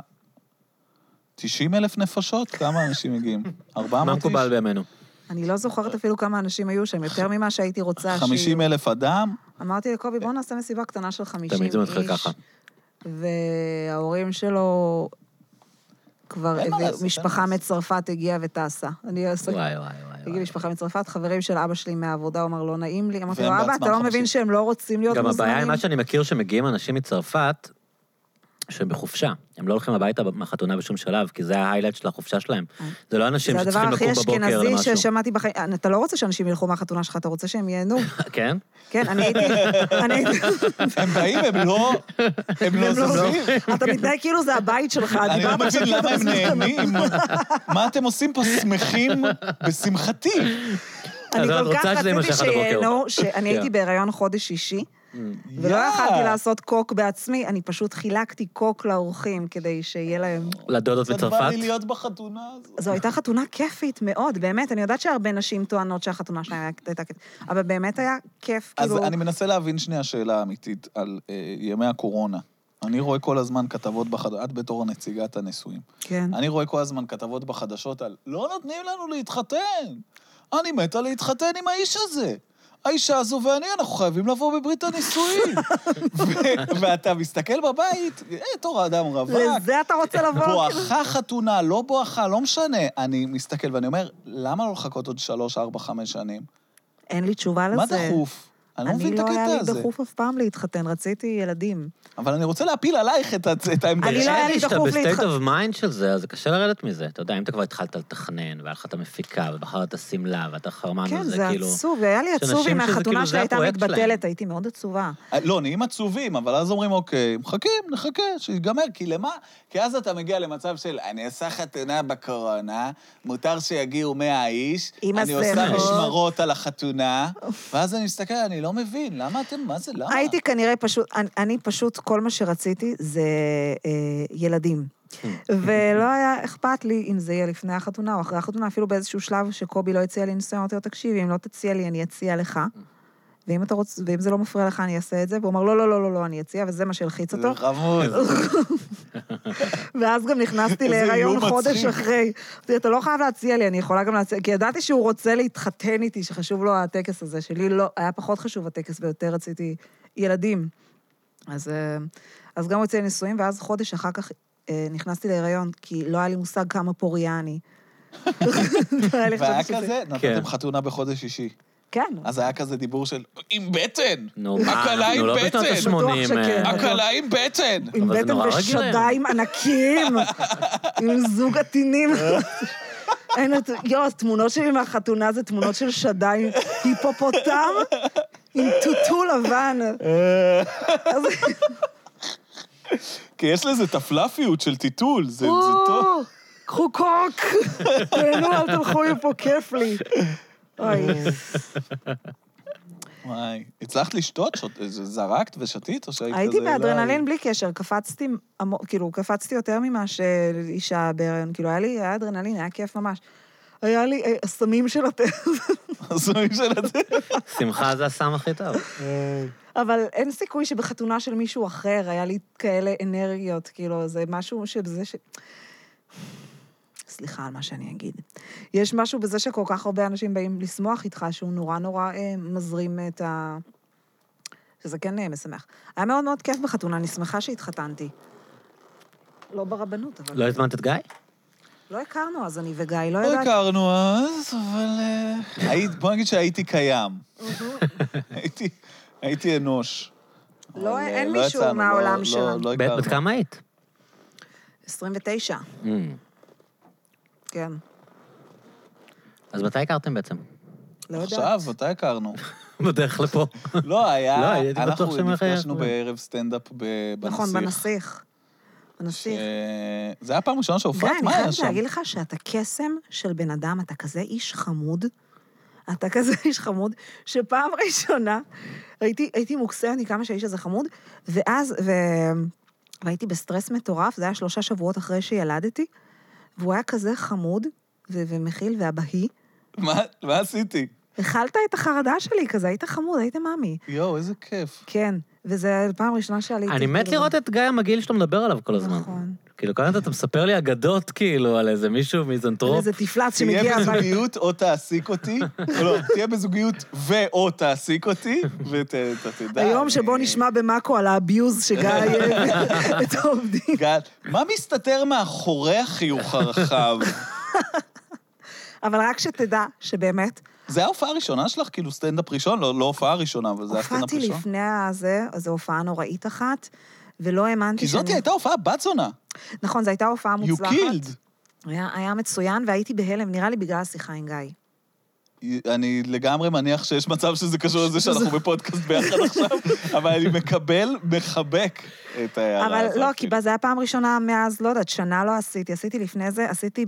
C: 90 אלף נפשות? כמה אנשים מגיעים? 400
B: מה
C: איש?
B: מקובל בימינו?
A: אני לא זוכרת אפילו כמה אנשים היו שם, יותר ממה שהייתי רוצה.
C: 50
A: שיהיו.
C: אלף אדם?
A: אמרתי לקובי, בוא נעשה מסיבה קטנה של 50 איש.
B: תמיד זה מתחיל ככה.
A: וההורים שלו כבר...
C: אין מה
A: הביאו-
C: לעשות, אין
A: משפחה
C: מה לעשות.
A: מצרפת הגיעה וטסה. אני
B: וואי,
A: עסק-
B: וואי, וואי.
A: הגיעה
B: וואי.
A: משפחה מצרפת, חברים של אבא שלי מהעבודה, הוא אמר, לא נעים לי. אמרתי לו,
C: והם
A: אבא,
C: בעצמם
A: אתה לא
C: חמישים."
A: מבין שהם לא רוצים להיות
B: גם
A: מוזמנים?
B: הבעיה עם מה שאני מכיר שמגיעים אנשים מצרפת, שהם בחופשה. הם לא הולכים הביתה מהחתונה בשום שלב, כי זה ההיילייט של החופשה שלהם. זה לא אנשים
A: אה. זה הדבר
B: שצריכים
A: הכי
B: לקום בבוקר
A: אשכנזי
B: למשהו.
A: ששמעתי בחיים. אתה לא רוצה שאנשים ילכו מהחתונה שלך, אתה רוצה שהם ייהנו.
B: כן?
A: כן, אני הייתי... אני הייתי...
C: הם באים, הם לא... הם לא
A: הם לא-
C: זזים.
A: אתה מתנהג כאילו זה הבית שלך,
C: אני לא
A: דיברת
C: מבין
A: עכשיו
C: למה
A: כאילו
C: הם לא
A: אתה-
C: נהנים. מה אתם עושים פה שמחים בשמחתי?
A: אני
B: אז את
A: כל כך
B: רוצה שזה
A: רציתי
B: יימשך עד הבוקר.
A: שיהנו, שאני הייתי
B: כן.
A: בהיריון חודש שישי, ולא
C: יא.
A: יכלתי לעשות קוק בעצמי, אני פשוט חילקתי קוק לאורחים כדי שיהיה להם...
B: לדודות
C: קצת בא
B: בצרפת?
C: לי להיות בחתונה הזאת.
A: זו הייתה חתונה כיפית מאוד, באמת, אני יודעת שהרבה נשים טוענות שהחתונה שלהם הייתה כיפית, אבל באמת היה כיף,
C: אז
A: כאילו...
C: אני מנסה להבין שנייה שאלה אמיתית על אה, ימי הקורונה. אני רואה כל הזמן כתבות בחדשות, את בתור נציגת הנישואים.
A: כן.
C: אני רואה כל הזמן כתבות בחדשות על לא נותנים לנו להתחתן. אני מתה להתחתן עם האיש הזה. האישה הזו ואני, אנחנו חייבים לבוא בברית הנישואים. ו- ואתה מסתכל בבית, אה, תור אדם רווק,
A: לזה אתה רוצה לבוא? כאילו?
C: בואכה חתונה, לא בואכה, לא משנה. אני מסתכל ואני אומר, למה לא לחכות עוד שלוש, ארבע, חמש שנים?
A: אין לי תשובה לזה.
C: מה דחוף? אני לא מבין את
A: אני לא
C: הקטע
A: היה לי
C: הזה.
A: דחוף אף פעם להתחתן, רציתי ילדים.
C: אבל אני רוצה להפיל עלייך את ה- את העמדה
A: אני לא
C: שלי.
A: היה לי
B: שאתה
A: דחוף
B: בסטייט
A: להתח-
B: אוף מיינד של זה, אז זה קשה לרדת מזה. אתה יודע, אם אתה כבר התחלת לתכנן, והיה לך את המפיקה, ובחרת שמלה, ואתה חרמן
A: כן,
B: על
A: זה
B: כאילו...
A: עצוב, היה לי
B: יש
A: עצוב
B: אנשים
A: אם
B: שזה כאילו,
A: החתונה
B: זה
A: שלי הייתה
B: הפרויקט שלהם.
A: מתבטלת, הייתי מאוד עצובה.
C: לא, נהיים עצובים, אבל אז אומרים, אוקיי, מחכים, נחכה, שיגמר, כי למה? כי אז אתה מגיע למצב של, אני עושה חתונה בקורונה, מותר שיגיעו 100 איש,
A: עם
C: אני עושה
A: הסליחות.
C: משמרות על החתונה, ואז אני מסתכל, אני לא מבין, למה אתם, מה זה, למה?
A: הייתי כנראה פשוט, אני, אני פשוט, כל מה שרציתי זה אה, ילדים. ולא היה אכפת לי אם זה יהיה לפני החתונה או אחרי החתונה, אפילו באיזשהו שלב שקובי לא הציע לי ניסיון, אמרתי לו, תקשיבי, אם לא תציע לי, אני אציע לך. ואם, אתה רוצ... ואם זה לא מפריע לך, אני אעשה את זה. והוא אמר, לא, לא, לא, לא, לא, אני אציע, וזה מה שהלחיץ
C: זה
A: אותו.
C: חמוד.
A: ואז גם נכנסתי
C: איזה
A: להיריון
C: איום
A: חודש
C: מצחיק.
A: אחרי. אמרתי, אתה לא חייב להציע לי, אני יכולה גם להציע, כי ידעתי שהוא רוצה להתחתן איתי, שחשוב לו הטקס הזה. שלי לא, היה פחות חשוב הטקס ויותר רציתי ילדים. אז, אה, אז גם הוא הציע לי נישואים, ואז חודש אחר כך אה, נכנסתי להיריון, כי לא היה לי מושג כמה פוריה אני. היה לי
C: והיה
A: חשבתי שזה-
C: כזה,
B: כן.
C: נתתם חתונה בחודש שישי.
A: כן.
C: אז היה כזה דיבור של, עם בטן!
B: נו, מה,
C: הקלה
B: אנחנו
C: עם
B: לא אה, בשנות
C: בטן.
B: ה-80.
A: בטוח שכן.
C: הקלה עם בטן!
A: עם
B: אבל זה
A: בטן
B: נורא רגיל
A: ושדיים ענקיים, עם זוג עטינים. אין את... יואו, התמונות שלי מהחתונה זה תמונות של שדיים, היפופוטם עם טוטו לבן. אה. אז-
C: כי יש לזה את הפלאפיות של טיטול, זה זה טוב.
A: או, קחו קוק, תהנו, אל תלכו מפה, כיף לי. אוי,
C: וואי. הצלחת לשתות? שות- זרקת ושתית? או שהיית כזה...
A: הייתי
C: לא,
A: באדרנלין בלי קשר, קפצתי, עמו- כאילו, קפצתי יותר ממה שאישה בהריון, כאילו, היה לי, היה אדרנלין, היה כיף ממש. היה לי אה, הסמים של הטבע. לא
C: הסמים של הטבע.
B: שמחה זה הסם הכי טוב.
A: אבל אין סיכוי שבחתונה של מישהו אחר היה לי כאלה אנרגיות, כאילו, זה משהו שזה ש... סליחה על מה שאני אגיד. יש משהו בזה שכל כך הרבה אנשים באים לשמוח איתך, שהוא נורא נורא אה, מזרים את ה... שזה כן אה, משמח. היה מאוד מאוד כיף בחתונה, אני שמחה שהתחתנתי. לא ברבנות, אבל...
B: לא הזמנת את גיא?
A: לא הכרנו אז אני וגיא, לא
C: לא
A: ידעתי.
C: הכרנו אז, אבל... אה, היית- בוא נגיד שהייתי קיים. הייתי- הייתי אנוש.
A: לא,
C: אבל, אה,
A: אין
C: לא
A: מישהו
C: יצאנו, לא-
A: מהעולם
C: לא-
A: שלנו.
C: לא
B: בת-
C: הכרנו.
B: בת כמה היית?
A: 29,
C: Hmm.
B: Mm.
A: כן.
B: אז מתי הכרתם בעצם?
A: לא יודעת.
C: עכשיו, מתי הכרנו?
B: בדרך לפה.
C: לא,
B: לא,
C: היה...
B: הייתי בטוח שהם
C: אנחנו
B: אחרי-
C: נפגשנו בערב סטנדאפ ב- בנסיך.
A: נכון, בנסיך. בנסיך.
C: אה, זה היה פעם ראשונה
A: גיא,
C: שהופעת?
A: אני
C: מה היה
A: חייבת
C: שם?
A: להגיד לך שאתה קסם של בן אדם, אתה כזה איש חמוד. אתה כזה איש חמוד, שפעם ראשונה הייתי, הייתי מוקסמת מכמה שהאיש הזה חמוד, ואז, ו... והייתי בסטרס מטורף, זה היה שלושה שבועות אחרי שילדתי, והוא היה כזה חמוד ו- ומכיל ואבהי.
C: מה- מה עשיתי?
A: הכלת את החרדה שלי, כזה, היית חמוד, היית מאמי.
C: יואו, איזה כיף.
A: כן, וזו פעם ראשונה שעליתי.
B: אני מת
A: כאילו,
B: לראות את גיא המגעיל שאתה מדבר עליו כל הזמן.
A: נכון.
B: כאילו, כל הזמן אתה מספר לי אגדות, כאילו, על איזה מישהו
A: על
B: מיזנטרופ.
A: איזה תפלץ שמגיע...
C: תהיה
A: הביתה.
C: בזוגיות או תעסיק אותי, לא, תהיה בזוגיות ואו תעסיק אותי, ואתה תדע.
A: היום
C: אני-
A: שבו נשמע במאקו על האביוז שגיא את העובדים.
C: גל, מה מסתתר מאחורי החיוך הרחב?
A: אבל רק שתדע שבאמת,
C: זה היה ההופעה הראשונה שלך? כאילו סטנדאפ ראשון? לא לא הופעה ראשונה, אבל זה היה סטנדאפ
A: הופעתי
C: ראשון.
A: לפני הזה, אז זו הופעה נוראית אחת, ולא האמנתי
C: כי
A: שאני...
C: זאתי הייתה הופעה בת זונה.
A: נכון, זו הייתה הופעה
C: You
A: מוצלחת.
C: killed.
A: היה, היה מצוין, והייתי בהלם, נראה לי בגלל השיחה עם גיא.
C: אני לגמרי מניח שיש מצב שזה קשור לזה שאנחנו בפודקאסט ביחד עכשיו, אבל אני מקבל, מחבק את ההערה
A: אבל
C: הזאת.
A: לא, כי
C: כאילו.
A: זו הייתה פעם ראשונה מאז, לא יודעת, שנה לא עשיתי. עשיתי לפני זה, עשיתי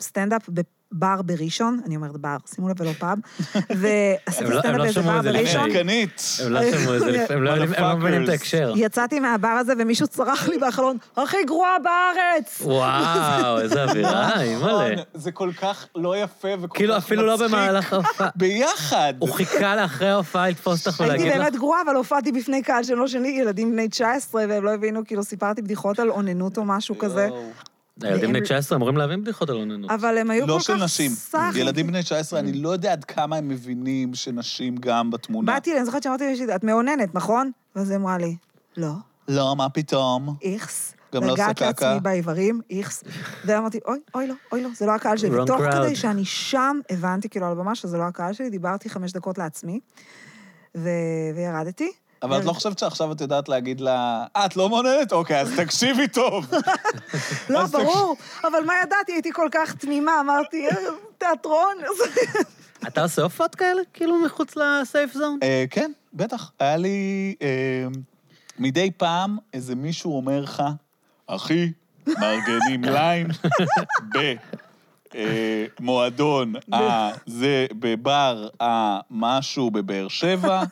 A: סטנדאפ בבר בראשון, אני אומרת בר, שימו לב ולא פאב, ועשיתי
B: הם לא- הם לא
A: סטנדאפ באיזה
B: שמעו
A: בר
B: את זה לפני.
C: כן,
A: בראשון.
C: שחקנית.
B: הם לא שמעו את זה, לפ- הם לא יודעים- הם לא מבינים את
C: Motherfuckers.
B: ההקשר.
A: יצאתי מהבר הזה ומישהו צרח לי בחלון, הכי גרוע בארץ!
B: וואו, איזה אווירה, אימא'לה.
C: זה כל כך לא יפה וכל כך נכון. מצחיק.
B: כאילו, אפילו לא במהלך ההופעה.
C: ביחד.
B: הוא חיכה לאחרי ההופעה לתפוס אותך
A: הייתי
B: ולהגיד לך...
A: באמת גרועה, אבל הופעתי בפני קהל שהם לא שלי, ילדים בני 19, והם לא הבינו, כאילו סיפרתי בדיחות על אוננות או
C: לא.
A: משהו כזה,
C: יואו.
B: הילדים
A: והם-
B: בני 19 אמורים להבין בדיחות על אוננות.
A: אבל הם היו כל
C: לא
A: כך
C: של נשים.
A: סאחים.
C: ילדים בני 19, אני לא יודע עד כמה הם מבינים שנשים גם בתמונה.
A: באתי, אני זוכרת שאמרתי למישהי, את מאוננת, נכון? ואז היא אמרה לי, לא,
C: לא, מה פתאום?
A: איכס.
C: גם לא
A: נגעת
C: עושה קקה?
A: לעצמי באיברים, איכס. ואמרתי, אוי, אוי לא, אוי לא, זה לא הקהל שלי.
B: Wrong
A: תוך
B: crowd.
A: כדי שאני שם, הבנתי כאילו על הבמה שזה לא הקהל שלי, דיברתי חמש דקות לעצמי, ו- וירדתי.
C: אבל את לא חושבת שעכשיו את יודעת להגיד לה, "אה, את לא מעוניינת? אוקיי, אז תקשיבי טוב.
A: לא,
C: אז תקשיב.
A: ברור, אבל מה ידעתי? הייתי כל כך תמימה, אמרתי, "אה, תיאטרון. אז-
B: אתה עושה הופעות כאלה, כאילו, מחוץ לסייף זון?
C: אה, כן, בטח. היה לי אה, מדי פעם איזה מישהו אומר לך, אחי, מארגנים ליין ב... אה, מועדון, אה, זה בבר המשהו בבאר שבע,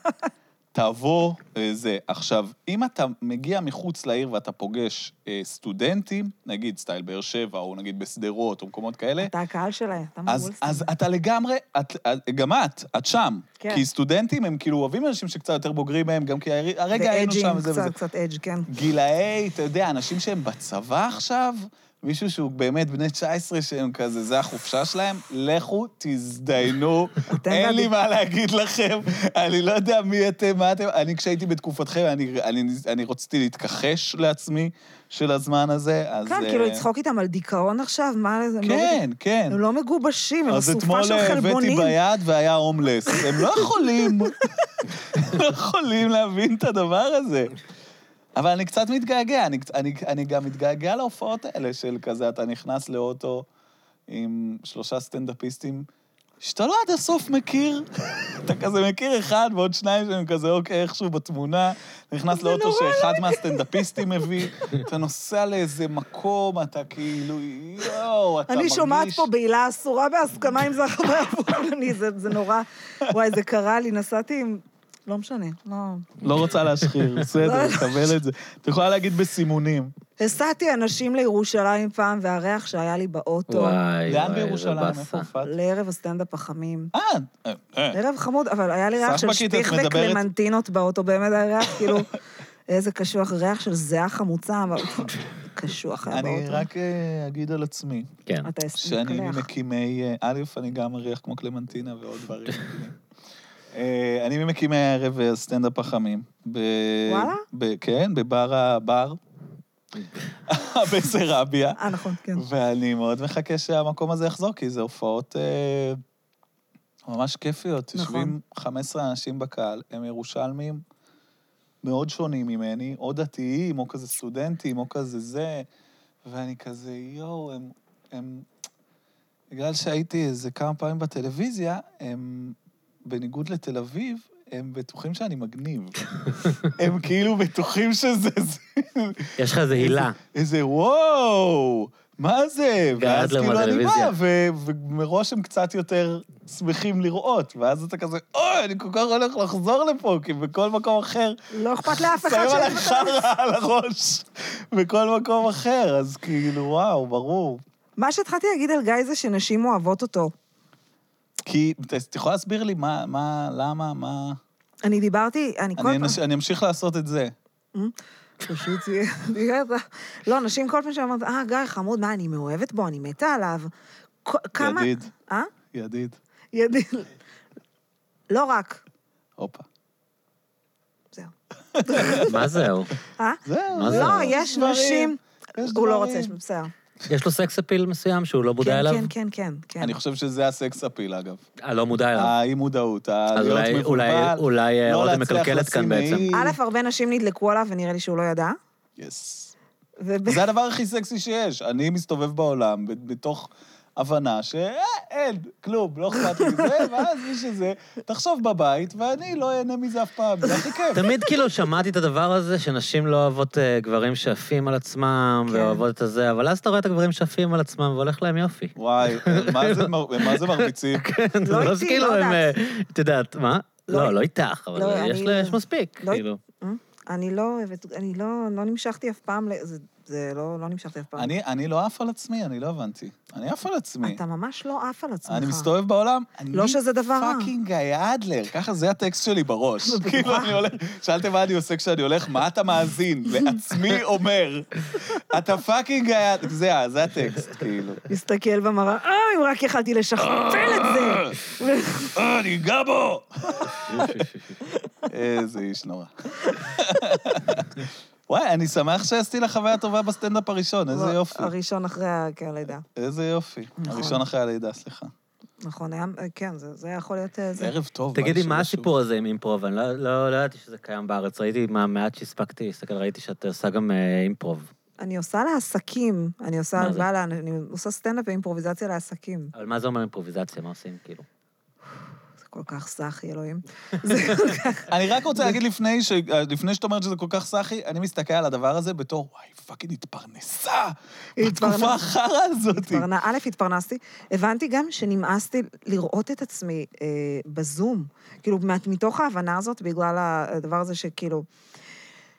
C: תבוא, אה, זה. עכשיו, אם אתה מגיע מחוץ לעיר ואתה פוגש אה, סטודנטים, נגיד סטייל באר שבע, או נגיד בשדרות, או מקומות כאלה,
A: אתה הקהל שלהם, אתה
C: אז,
A: מבולסטר.
C: אז אתה לגמרי, את, את, גם את, את שם.
A: כן.
C: כי סטודנטים הם כאילו אוהבים אנשים שקצת יותר בוגרים מהם, גם כי הרי- הרגע היינו שם וזה וזה.
A: קצת, קצת אדג', כן.
C: גילאי, אתה יודע, אנשים שהם בצבא עכשיו, מישהו שהוא באמת בני 19 שהם כזה, זה החופשה שלהם, לכו תזדיינו,
A: אתם
C: אין לי
A: ועדי-
C: מה להגיד לכם, אני לא יודע מי אתם, מה אתם, אני כשהייתי בתקופתכם, אני, אני, אני רציתי להתכחש לעצמי של הזמן הזה, אז...
A: כן,
C: אה,
A: כאילו לצחוק איתם על דיכאון עכשיו, מה זה? הם לא-
C: כן, כן.
A: הם לא מגובשים, הם
C: אז
A: אסופה
C: אתמול אה,
A: של
C: הבאתי
A: חלבונים.
C: ביד והיה הומלס. הם לא יכולים, הם לא יכולים להבין את הדבר הזה. אבל אני קצת מתגעגע, אני, אני, אני גם מתגעגע להופעות האלה של כזה, אתה נכנס לאוטו עם שלושה סטנדאפיסטים, שאתה לא עד הסוף מכיר, אתה כזה מכיר אחד ועוד שניים שהם כזה, אוקיי, איכשהו בתמונה, נכנס לאוטו שאחד מהסטנדאפיסטים מביא, אתה נוסע לאיזה מקום, אתה כאילו, יואו, אתה
A: אני
C: מרגיש...
A: שומעת פה בעילה אסורה בהסכמה עם זכר והפולני, זה זה נורא. וואי, זה קרה לי, נסעתי עם... לא משנה, לא...
C: לא רוצה להשחיר, בסדר, קבל את זה. את יכולה להגיד בסימונים.
A: הסעתי אנשים לירושלים פעם, והריח שהיה לי באוטו,
B: וואי,
C: לאן
B: וואי, זה
C: בירושלים? איפה
B: באסה.
C: הופעת?
A: לערב הסטנדאפ החמים.
C: אה, אה, אה.
A: ערב חמוד, אבל היה לי ריח של
C: סחבקית, את
A: שפיך
C: מדברת?
A: וקלמנטינות באוטו, באמת היה ריח, כאילו... איזה קשוח, ריח של זיעה חמוצה, אבל קשוח היה
C: אני
A: לא, באוטו.
C: רק אה, אגיד על עצמי,
B: כן.
A: אתה
C: שאני
A: מקלח.
C: ממקימי... אה, א', אני גם מריח כמו קלמנטינה ועוד דברים. אה, אני ממקימי הערב אה, סטנדאפ החמים. ב-
A: וואלה?
C: ב- כן, בבר הבר. בסרביה.
A: אה, נכון, כן.
C: ואני מאוד מחכה שהמקום הזה יחזור, כי זה הופעות אה, ממש כיפיות.
A: נכון.
C: יושבים 15 אנשים בקהל, הם ירושלמים מאוד שונים ממני, או דתיים, או כזה סטודנטים, או כזה זה, ואני כזה, יואו, הם... הם... בגלל שהייתי איזה כמה פעמים בטלוויזיה, הם, בניגוד לתל אביב, הם בטוחים שאני מגניב. הם כאילו בטוחים שזה זה.
B: יש לך איזה הילה.
C: איזה וואו, מה זה? ואז
B: גאדלר
C: כאילו אני
B: מהטלוויזיה.
C: בא, ו- ומראש הם קצת יותר שמחים לראות, ואז אתה כזה, אוי, אני כל כך הולך לחזור לפה, כי בכל מקום אחר,
A: לא אכפת לאף אחד
C: שמים
A: ש...
C: עליי חרא על הראש, בכל מקום אחר, אז כאילו, וואו, ברור.
A: מה שהתחלתי להגיד על גיא זה שנשים אוהבות אותו.
C: כי, ת- את יכולה להסביר לי מה, מה, למה, מה...
A: אני דיברתי, אני כל
C: אני
A: פעם...
C: אנש- אני אמשיך לעשות את זה.
A: פשוט זה- תראה את ה- לא, נשים כל פעם שאמרת, אה, גיא, חמוד, מה, אני מאוהבת בו, אני מתה עליו. כ- כמה...
C: ידיד,
A: אה?
C: ידיד,
A: ידיד. לא רק.
C: הופה.
A: זהו.
B: מה זהו?
A: אה?
C: זהו,
B: מה זה?
A: לא,
C: זהו,
A: יש
C: דברים,
A: נשים...
C: יש
A: הוא לא
C: דברים.
A: רוצה, יש- בסדר.
B: יש לו סקס אפיל מסוים שהוא לא מודע
A: כן,
B: אליו?
A: כן, כן, כן, כן.
C: אני חושב שזה הסקס אפיל, אגב.
B: הלא מודע
C: אה,
B: אליו.
C: האי-מודעות,
B: אז
C: הלהיות
B: אולי-
C: מבולבל.
B: אולי- אולי אה,
C: לא
B: רותם
C: להצליח
B: מקלקלת
C: לשים
B: כאן בעצם.
C: מעיל.
A: א', הרבה נשים נדלקו עליו, ונראה לי שהוא לא ידע.
C: יס.
A: וב',
C: זה הדבר הכי סקסי שיש. אני מסתובב בעולם ב- בתוך הבנה שאין, כלום, לא אכפת לי מזה, ואז מי שזה, תחשוב בבית, ואני לא אהנה מזה אף פעם, זה הכי כיף.
B: תמיד כאילו שמעתי את הדבר הזה, שנשים לא אוהבות אה, גברים שעפים על עצמם,
A: כן.
B: ואוהבות את הזה, אבל אז אתה רואה את הגברים שעפים על עצמם, והולך להם יופי.
C: וואי, מה זה מר- מה זה מרביצים?
B: כן, זה
A: לא
B: לא
A: איתי,
B: כאילו
A: לא
B: הם...
A: יודעת.
B: אה, את יודעת, מה?
A: לא
B: לא,
A: איתי.
B: לא איתך, אבל
A: לא,
B: יש
A: אני-
B: לה- יש מספיק,
A: לא
B: כאילו.
A: אה? אני לא אוהבת, אני לא לא נמשכתי אף פעם, ל- זה- זה לא לא נמשכתי אף פעם.
C: אני אני לא עף על עצמי, אני לא הבנתי. אני עף על עצמי.
A: אתה ממש לא עף על עצמך.
C: אני מסתובב בעולם, אני
A: לא שזה דבר רע.
C: פאקינג גיא אדלר, ככה זה הטקסט שלי בראש. כאילו, אני הולך, שאלתם מה אני עושה כשאני הולך, מה אתה מאזין? לעצמי אומר. אתה פאקינג גיא אדלר, זה ה- זה הטקסט, כאילו.
A: מסתכל במראה, אה, אם רק יכלתי לשכפל את זה.
C: אה, אני אגע בו! איזה איש נורא. וואי, אני שמח שעשיתי לך חוויה טובה בסטנדאפ הראשון, איזה יופי.
A: לא, הראשון אחרי ה- כן, הלידה.
C: איזה יופי. הראשון אחרי הלידה, סליחה.
A: נכון, היה, כן, זה זה יכול להיות... אה, זה.
C: ערב טוב.
B: תגידי,
C: בא לי
B: מה
C: שוב
B: הסיפור הזה עם אימפרוב? אני לא- לא לא ידעתי שזה קיים בארץ. ראיתי מהמעט שהספקתי, להסתכל, ראיתי שאת עושה גם אה, אימפרוב.
A: אני עושה לעסקים, אני עושה
B: מה זה?
A: הלוואה, לאנ- אני עושה סטנדאפ ואימפרוביזציה לעסקים.
B: אבל מה זה אומר אימפרוביזציה? מה עושים, כאילו?
A: זה כל כך סאחי, אלוהים.
C: שוב. אני רק רוצה להגיד לפני ש- אה, לפני שאת אומרת שזה כל כך סאחי, אני מסתכל על הדבר הזה בתור, וואי, פאקינג התפרנסה!
A: היא
C: בתקופה
A: התפרנסה.
C: החרא הזאת.
A: התפרנ... א', התפרנסתי, הבנתי גם שנמאסתי לראות את עצמי אה, בזום. כאילו, מה- מתוך ההבנה הזאת, בגלל הדבר הזה שכאילו...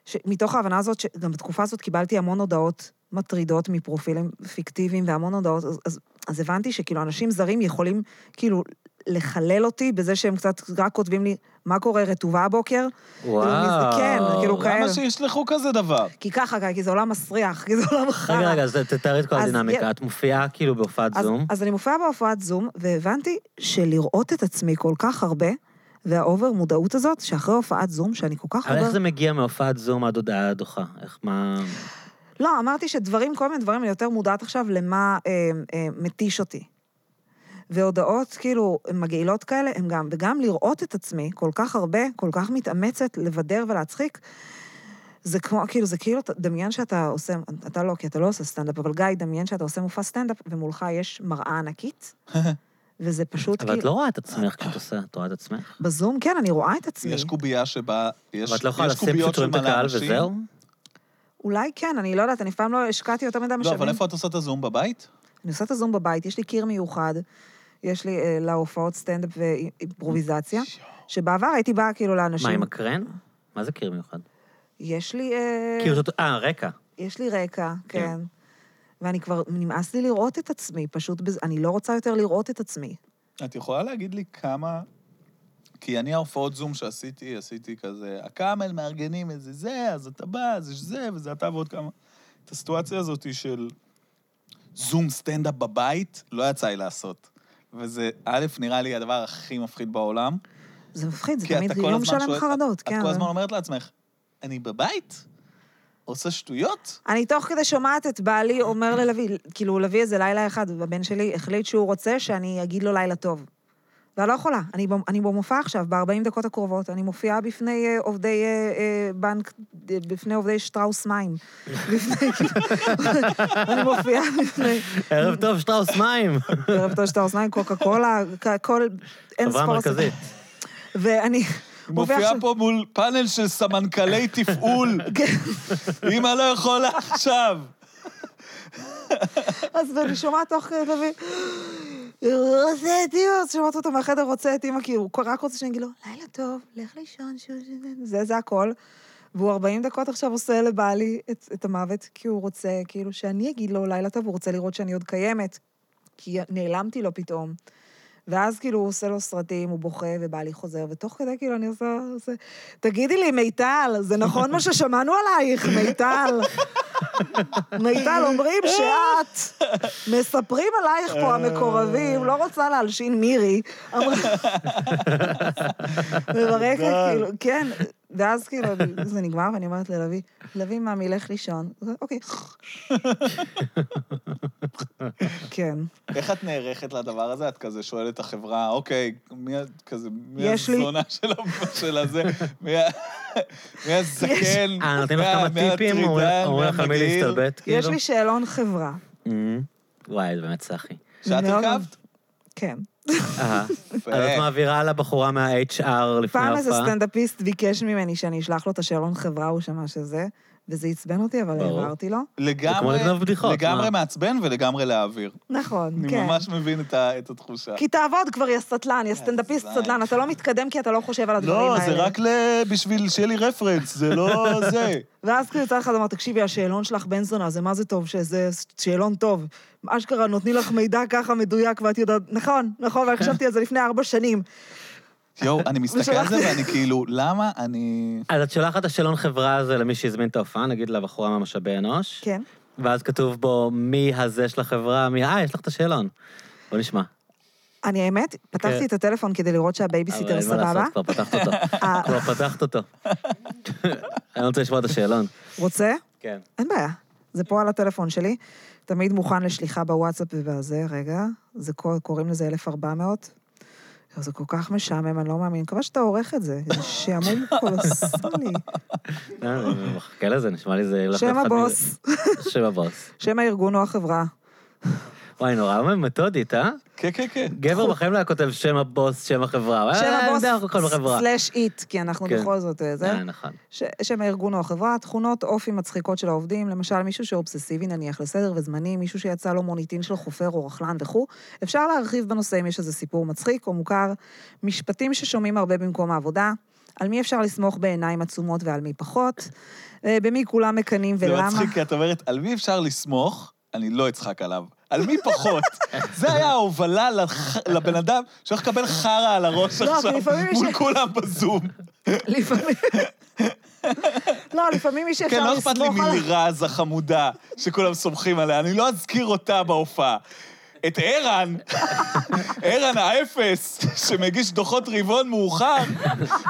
A: ש... מתוך ההבנה הזאת, שגם בתקופה הזאת קיבלתי המון הודעות מטרידות מפרופילים פיקטיביים והמון הודעות, אז, אז, אז הבנתי שכאילו אנשים זרים יכולים כאילו לחלל אותי בזה שהם קצת רק כותבים לי, מה קורה, רטובה הבוקר?
B: וואו.
A: כן, כאילו, כאלה.
C: למה שישלחו כזה דבר?
A: כי ככה, כי זה עולם מסריח, כי זה עולם חרא.
B: רגע, רגע, אז תתארי את כל
A: אז
B: הדינמיקה.
A: י-
B: את מופיעה כאילו בהופעת
A: אז,
B: זום.
A: אז אני מופיעה בהופעת זום, והבנתי שלראות את עצמי כל כך הרבה, והאובר מודעות הזאת, שאחרי הופעת זום, שאני כל כך
B: אבל
A: הרבה...
B: איך זה מגיע מהופעת זום עד הודעה דוחה? איך, מה...
A: לא, אמרתי שדברים, כל מיני דברים, אני יותר מודעת עכשיו למה אה, אה, מתיש אותי. והודעות, כאילו, מגעילות כאלה, הם גם, וגם לראות את עצמי כל כך הרבה, כל כך מתאמצת לבדר ולהצחיק, זה כמו, כאילו, זה כאילו, אתה- דמיין שאתה עושה, אתה לא, כי אתה לא עושה סטנדאפ, אבל גיא, דמיין שאתה עושה מופע סטנדאפ, ומולך יש מראה ענקית, וזה פשוט
B: אבל
A: כאילו...
B: את לא רואה את עצמך כשאת עושה, את רואה את עצמך.
A: בזום, כן, אני רואה את עצמי.
C: יש קובייה שבה, יש
B: אבל את לא יכולה
C: יש
B: לשים
C: קוביות
B: פשוט
C: של
B: רואים את
C: מלא
B: הקהל
C: אנשים.
B: וזהו?
A: אולי כן, אני לא יודעת, אני אף פעם לא השקעתי יותר מדי
C: לא,
A: משאבים.
C: אבל איפה את עושה את הזום? בבית?
A: אני עושה את הזום בבית, יש לי קיר מיוחד, יש לי אה, להופעות סטנדאפ ואימפרוביזציה, שבעבר הייתי באה כאילו לאנשים...
B: מה, עם הקרן? מה זה קיר מיוחד?
A: יש לי... אה,
B: קיר זאת... אה, רקע.
A: יש לי רקע,
B: כן.
A: כן. ואני כבר, נמאס לי לראות את עצמי, פשוט, בז- אני לא רוצה יותר לראות את עצמי.
C: את יכולה להגיד לי כמה כי אני ההופעות זום שעשיתי, עשיתי כזה, הקאמל מארגנים איזה זה, אז אתה בא, אז יש זה, וזה אתה ועוד כמה. את הסיטואציה הזאת של זום סטנדאפ בבית, לא יצא לי לעשות. וזה, א', נראה לי הדבר הכי מפחיד בעולם.
A: זה מפחיד, זה
C: כי
A: תמיד
C: אתה כל
A: יום
C: הזמן
A: שלם
C: שואל-
A: חרדות,
C: את
A: כן.
C: כל הזמן אומרת לעצמך, אני בבית? עושה שטויות?
A: אני תוך כדי שומעת את בעלי אומר ללוי, כאילו, לוי איזה לילה אחד, הבן שלי החליט שהוא רוצה שאני אגיד לו לילה טוב. ואני לא יכולה, אני, במ- אני במופע עכשיו, ב-40 דקות הקרובות, אני מופיעה בפני אה, עובדי אה, אה, בנק, אה, בפני עובדי שטראוס מים. לפני, אני מופיעה בפני
B: ערב טוב, שטראוס מים.
A: ערב טוב שטראוס מים, קוקה קולה, ק- כל, אין
B: חברה
A: ספור...
B: מרכזית.
A: ואני...
C: היא
A: מופיעה
C: מופיעה
A: עכשיו-
C: פה מול פאנל של סמנכלי תפעול. אמא לא יכולה עכשיו.
A: אז אני שומעת תוך כדי לוי, רוצה את אימא, אז שומעת אותו מהחדר רוצה את אימא, כי הוא רק רוצה שאני אגיד לו, לילה טוב, לך לישון, שוב, שוב", זה, זה הכל. והוא 40 דקות עכשיו עושה לבעלי את, את המוות, כי הוא רוצה, כאילו, שאני אגיד לו לילה טוב, הוא רוצה לראות שאני עוד קיימת, כי נעלמתי לו פתאום. ואז כאילו הוא עושה לו סרטים, הוא בוכה, ובעלי חוזר, ותוך כדי כאילו אני עושה... עושה... תגידי לי, מיטל, זה נכון מה ששמענו עלייך, מיטל? מיטל, אומרים שאת, מספרים עלייך פה המקורבים, לא רוצה להלשין מירי. אמרה- וברקע, כאילו, כן, ואז כאילו, זה נגמר, ואני אומרת ללוי, לוי, מאמי, לך לישון. אוקיי. כן.
C: איך את נערכת לדבר הזה? את כזה שואלת את החברה, אוקיי, מי את כזה, מי
A: יש לי-
C: הזונה של ה- של הזה? מי ה- מי הזקן?
B: אה, נותנים לך
C: מי ה-
B: כמה
C: מי
B: טיפים,
C: הטרידן? מי
B: אומרים לך על מי
C: המגעיל?
B: להסתלבט, כאילו.
A: יש לי שאלון חברה.
B: אמ, וואי, זה באמת סחי.
C: שאת
A: מאוד.
C: הרכבת?
A: כן.
B: אהה.
C: יפה.
B: אז את מעבירה לבחורה מה-HR לפני
A: פעם איזה
B: ההופעה.
A: סטנדאפיסט ביקש ממני שאני אשלח לו את השאלון חברה, הוא שמע שזה, וזה עצבן אותי, אבל
B: ברור.
A: העברתי לו.
B: זה כמו
C: לגמרי,
B: לגנוב בדיחות,
C: לגמרי
B: מה?
C: מעצבן ולגמרי להעביר.
A: נכון,
C: אני
A: כן.
C: ממש מבין את ה- את התחושה.
A: כי תעבוד כבר, יא סטלן, יא סטנדאפיסט
C: זין.
A: סטלן, אתה לא מתקדם כי אתה לא חושב על הדברים
C: לא,
A: האלה.
C: זה רק ל- בשביל שיהיה לי רפרנס, זה לא זה.
A: ואז כאילו צד אחד אמר, תקשיבי, השאלון שלך בן זונה, זה מה זה טוב, שזה שאלון טוב. אשכרה נותנים לך מידע ככה מדויק, ואת יודעת, נכון, נכון, וחשבתי על זה לפני ארבע שנים.
C: יואו, אני מסתכל על זה
A: ושלחתי-
C: ואני כאילו, למה אני...
B: אז את שולחת את השאלון חברה הזה למי שהזמין את ההופעה, נגיד לבחורה מהמשאבי אנוש.
A: כן.
B: ואז כתוב בו מי הזה של החברה, מי... אה, יש לך את השאלון. בוא נשמע.
A: אני האמת, פתחתי את הטלפון כדי לראות
B: אבל
A: שהבייביסיטר
B: אין מה
A: סבבה.
B: לעשות, כבר פתחת אותו.
A: אה.
B: כבר פתחת אותו. אני רוצה לשמוע את השאלון.
A: רוצה?
B: כן.
A: אין בעיה. זה פה על הטלפון שלי. תמיד מוכן לשליחה בוואטסאפ ובזה, רגע. זה קו- קוראים לזה 1400. יואו, זה כל כך משעמם, אני לא מאמין. אני מקווה שאתה עורך את זה. זה שעמום קולוסלי.
B: אני אה, מחכה לזה, נשמע לי זה... הולך
A: שם
B: לאחד
A: הבוס,
B: מזה. שם הבוס.
A: שם הארגון או החברה.
B: וואי, נורא מתודית, אה?
C: כן, כן, כן.
B: גבר בחיים לא היה כותב שם הבוס, שם החברה.
A: נכון. שם הבוס
B: אנחנו כל בחברה.
A: סלאש איט, כי אנחנו
B: כן.
A: בכל זאת אה, זה.
B: אה, נכון.
A: ש- שם הארגון או החברה, תכונות אופי מצחיקות של העובדים, למשל מישהו שאובססיבי נניח לסדר וזמנים, מישהו שיצא לו מוניטין של חופר או רכלן וכו', אפשר להרחיב בנושא אם יש איזה סיפור מצחיק או מוכר, משפטים ששומעים הרבה במקום העבודה, על מי אפשר לסמוך בעיניים עצומות ועל מי פחות, אה, במי כולם מקנאים
C: זה
A: ולמה.
C: מצחיק, כי את אומרת, על מי אפשר לסמוך? אני לא אצחק עליו. על מי פחות? זה היה ההובלה לח- לבן אדם שהולך לקבל חרא על הראש
A: לא,
C: עכשיו,
A: כי לפעמים יש-
C: מול כולם בזום.
A: לפעמים... לא, לפעמים מי
C: כן,
A: שאפשר
C: לא אכפת לי
A: לסמוך על...
C: מלירז החמודה שכולם סומכים עליה, אני לא אזכיר אותה בהופעה. את ערן, ערן האפס, שמגיש דוחות רבעון מאוחר,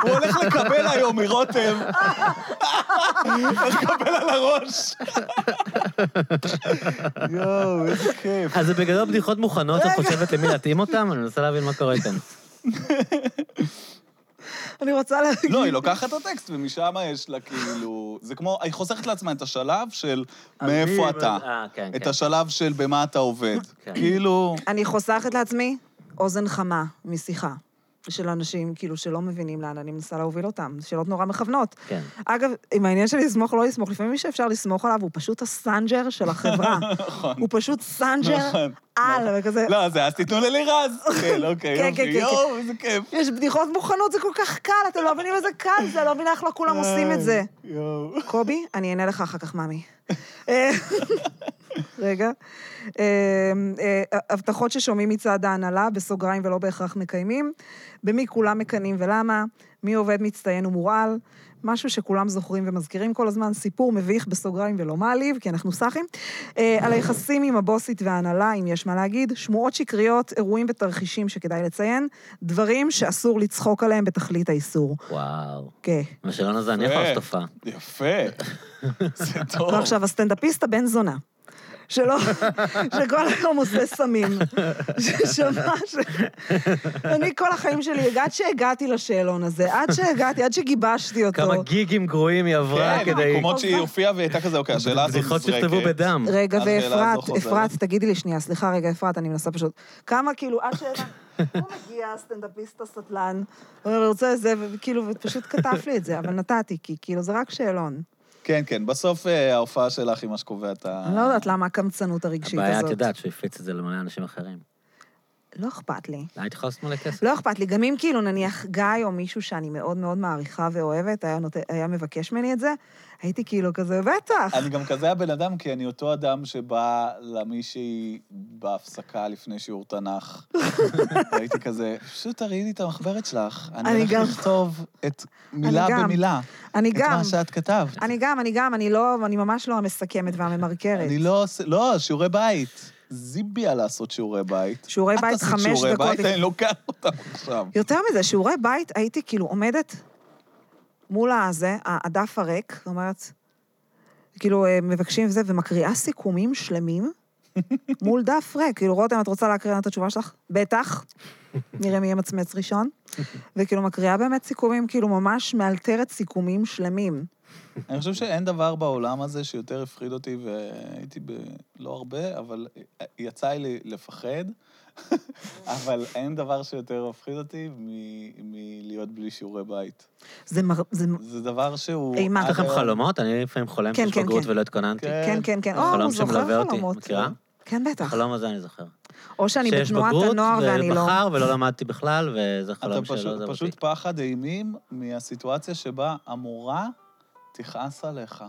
C: הוא הולך לקבל היום מרותם. הולך לקבל על הראש. יואו, איזה כיף.
B: אז זה בגדול בדיחות מוכנות, את חושבת למי להתאים אותן? אני מנסה להבין מה קורה איתן.
A: אני רוצה להגיד...
C: לא, היא לוקחת את הטקסט, ומשם יש לה כאילו... זה כמו, היא חוסכת לעצמה את השלב של מאיפה אתה.
B: אה, כן,
C: את
B: כן.
C: השלב של במה אתה עובד.
B: כן.
C: כאילו...
A: אני חוסכת לעצמי אוזן חמה משיחה של אנשים, כאילו, שלא מבינים לאן אני מנסה להוביל אותם. שאלות נורא מכוונות.
B: כן.
A: אגב, עם העניין של לסמוך או לא לסמוך, לפעמים מי שאפשר לסמוך עליו הוא פשוט הסנג'ר של החברה. הוא פשוט סנג'ר
C: נכון,
A: על, וכזה...
C: לא, אז אז תיתנו ללירז. כן, אוקיי,
A: כן,
C: יופי,
A: כן, כן,
C: יואו, איזה כיף.
A: יש בדיחות מוכנות, זה כל כך קל, אתם לא מבינים איזה קל זה, לא מבינה איך לא כולם עושים את זה.
C: אה, יואו.
A: קובי, אני אענה לך אחר כך, מאמי. אה, רגע. אה, אה, הבטחות ששומעים מצד ההנהלה, בסוגריים ולא בהכרח מקיימים. במי כולם מקנאים ולמה? מי עובד מצטיין ומורעל? משהו שכולם זוכרים ומזכירים כל הזמן, סיפור מביך בסוגריים ולא מעליב, כי אנחנו סאחים. אה, על היחסים עם הבוסית וההנהלה, אם יש מה להגיד, שמועות שקריות, אירועים ותרחישים שכדאי לציין, דברים שאסור לצחוק עליהם בתכלית האיסור.
B: וואו.
A: כן.
B: בשאלון הזה אני יכול
C: יפה.
B: לעשות הופעה.
C: יפה. זה טוב.
A: ועכשיו, הסטנדאפיסט הבן זונה. שלא, שכל היום עושה סמים. ששמע ש... אני כל החיים שלי, עד שהגעתי לשאלון הזה, עד שהגעתי, עד שגיבשתי אותו.
B: כמה גיגים גרועים היא עברה
C: כן,
B: כדי...
C: במקומות שהיא הופיעה והייתה כזה, אוקיי, השאלה הזאת
B: בדיחות
C: נזרקת.
B: שכתבו בדם.
A: רגע,
C: השאלה הזו
A: ואפרת,
C: חוזרת.
A: אפרת, תגידי לי שנייה, סליחה רגע, אפרת, אני מנסה פשוט. כמה כאילו, עד שהבנתי, הוא מגיע, הסטנדאפיסט הסטלן, הוא אומר, רוצה זה, וכאילו, ופשוט כתב לי את זה, אבל נתתי, כי כאילו, זה רק שאלון.
C: כן, כן, בסוף אה, ההופעה שלך היא מה שקובע את ה...
A: אני לא יודעת למה הקמצנות הרגשית
B: הבעיה, את
A: הזאת.
B: יודעת, שהוא הפיץ את זה למלא אנשים אחרים.
A: לא אכפת לי.
B: היית יכולה לעשות מלא כסף.
A: לא אכפת לי, גם אם כאילו נניח גיא או מישהו שאני מאוד מאוד מעריכה ואוהבת היה, נות... היה מבקש ממני את זה, הייתי כאילו כזה, בטח.
C: אני גם כזה הבן אדם, כי אני אותו אדם שבא למישהי בהפסקה לפני שיעור תנ"ך. והייתי כזה, פשוט תראי לי את המחברת שלך, אני
A: אני
C: הולך
A: גם.
C: לכתוב את מילה
A: אני גם.
C: במילה,
A: אני
C: את
A: גם,
C: מה שאת כתבת.
A: אני גם, אני גם, אני לא, אני ממש לא המסכמת והממרקרת.
C: אני לא עושה, לא, שיעורי בית. זיבי על לעשות שיעורי בית.
A: שיעורי
C: את
A: בית
C: עשית
A: חמש
C: שיעורי
A: דקות
C: בית,
A: לפני.
C: אני לוקח אותם עכשיו.
A: יותר מזה, שיעורי בית, הייתי כאילו עומדת מול הזה, הדף הריק, אומרת, כאילו אה, מבקשים וזה, ומקריאה סיכומים שלמים מול דף ריק. כאילו, רותם, את רוצה להקריא לנו את התשובה שלך? בטח. נראה מי ימצמץ ראשון. וכאילו, מקריאה באמת סיכומים, כאילו, ממש מאלתרת סיכומים שלמים.
C: אני חושב שאין דבר בעולם הזה שיותר הפחיד אותי, והייתי ב... לא הרבה, אבל יצא לי לפחד, אבל אין דבר שיותר מפחיד אותי מ- מלהיות בלי שיעורי בית.
A: זה מר... זה... מ-
C: זה דבר שהוא...
A: אימה.
B: יש
C: עד
B: לכם
C: היום-
B: חלומות? אני לפעמים חולם
A: כן,
B: שיש
A: כן,
B: בגרות
A: כן.
B: ולא התכוננתי.
C: אה, כן.
A: כן, כן, כן. או,
B: אה, חלום
A: הוא זוכר
B: שמלווה אותי,
A: חלומות.
B: מכירה?
A: כן, בטח.
B: החלום הזה אני זוכר.
A: או שאני
B: שיש
A: בתנועת
B: בגרות,
A: הנוער ואני לא...
B: ובחר ולא למדתי בכלל, וזה
C: אתה
B: חלום שלא
C: פשוט,
B: עזב אותי.
C: פשוט פחד אימים מהסיטואציה שבה המורה תכעס עליך.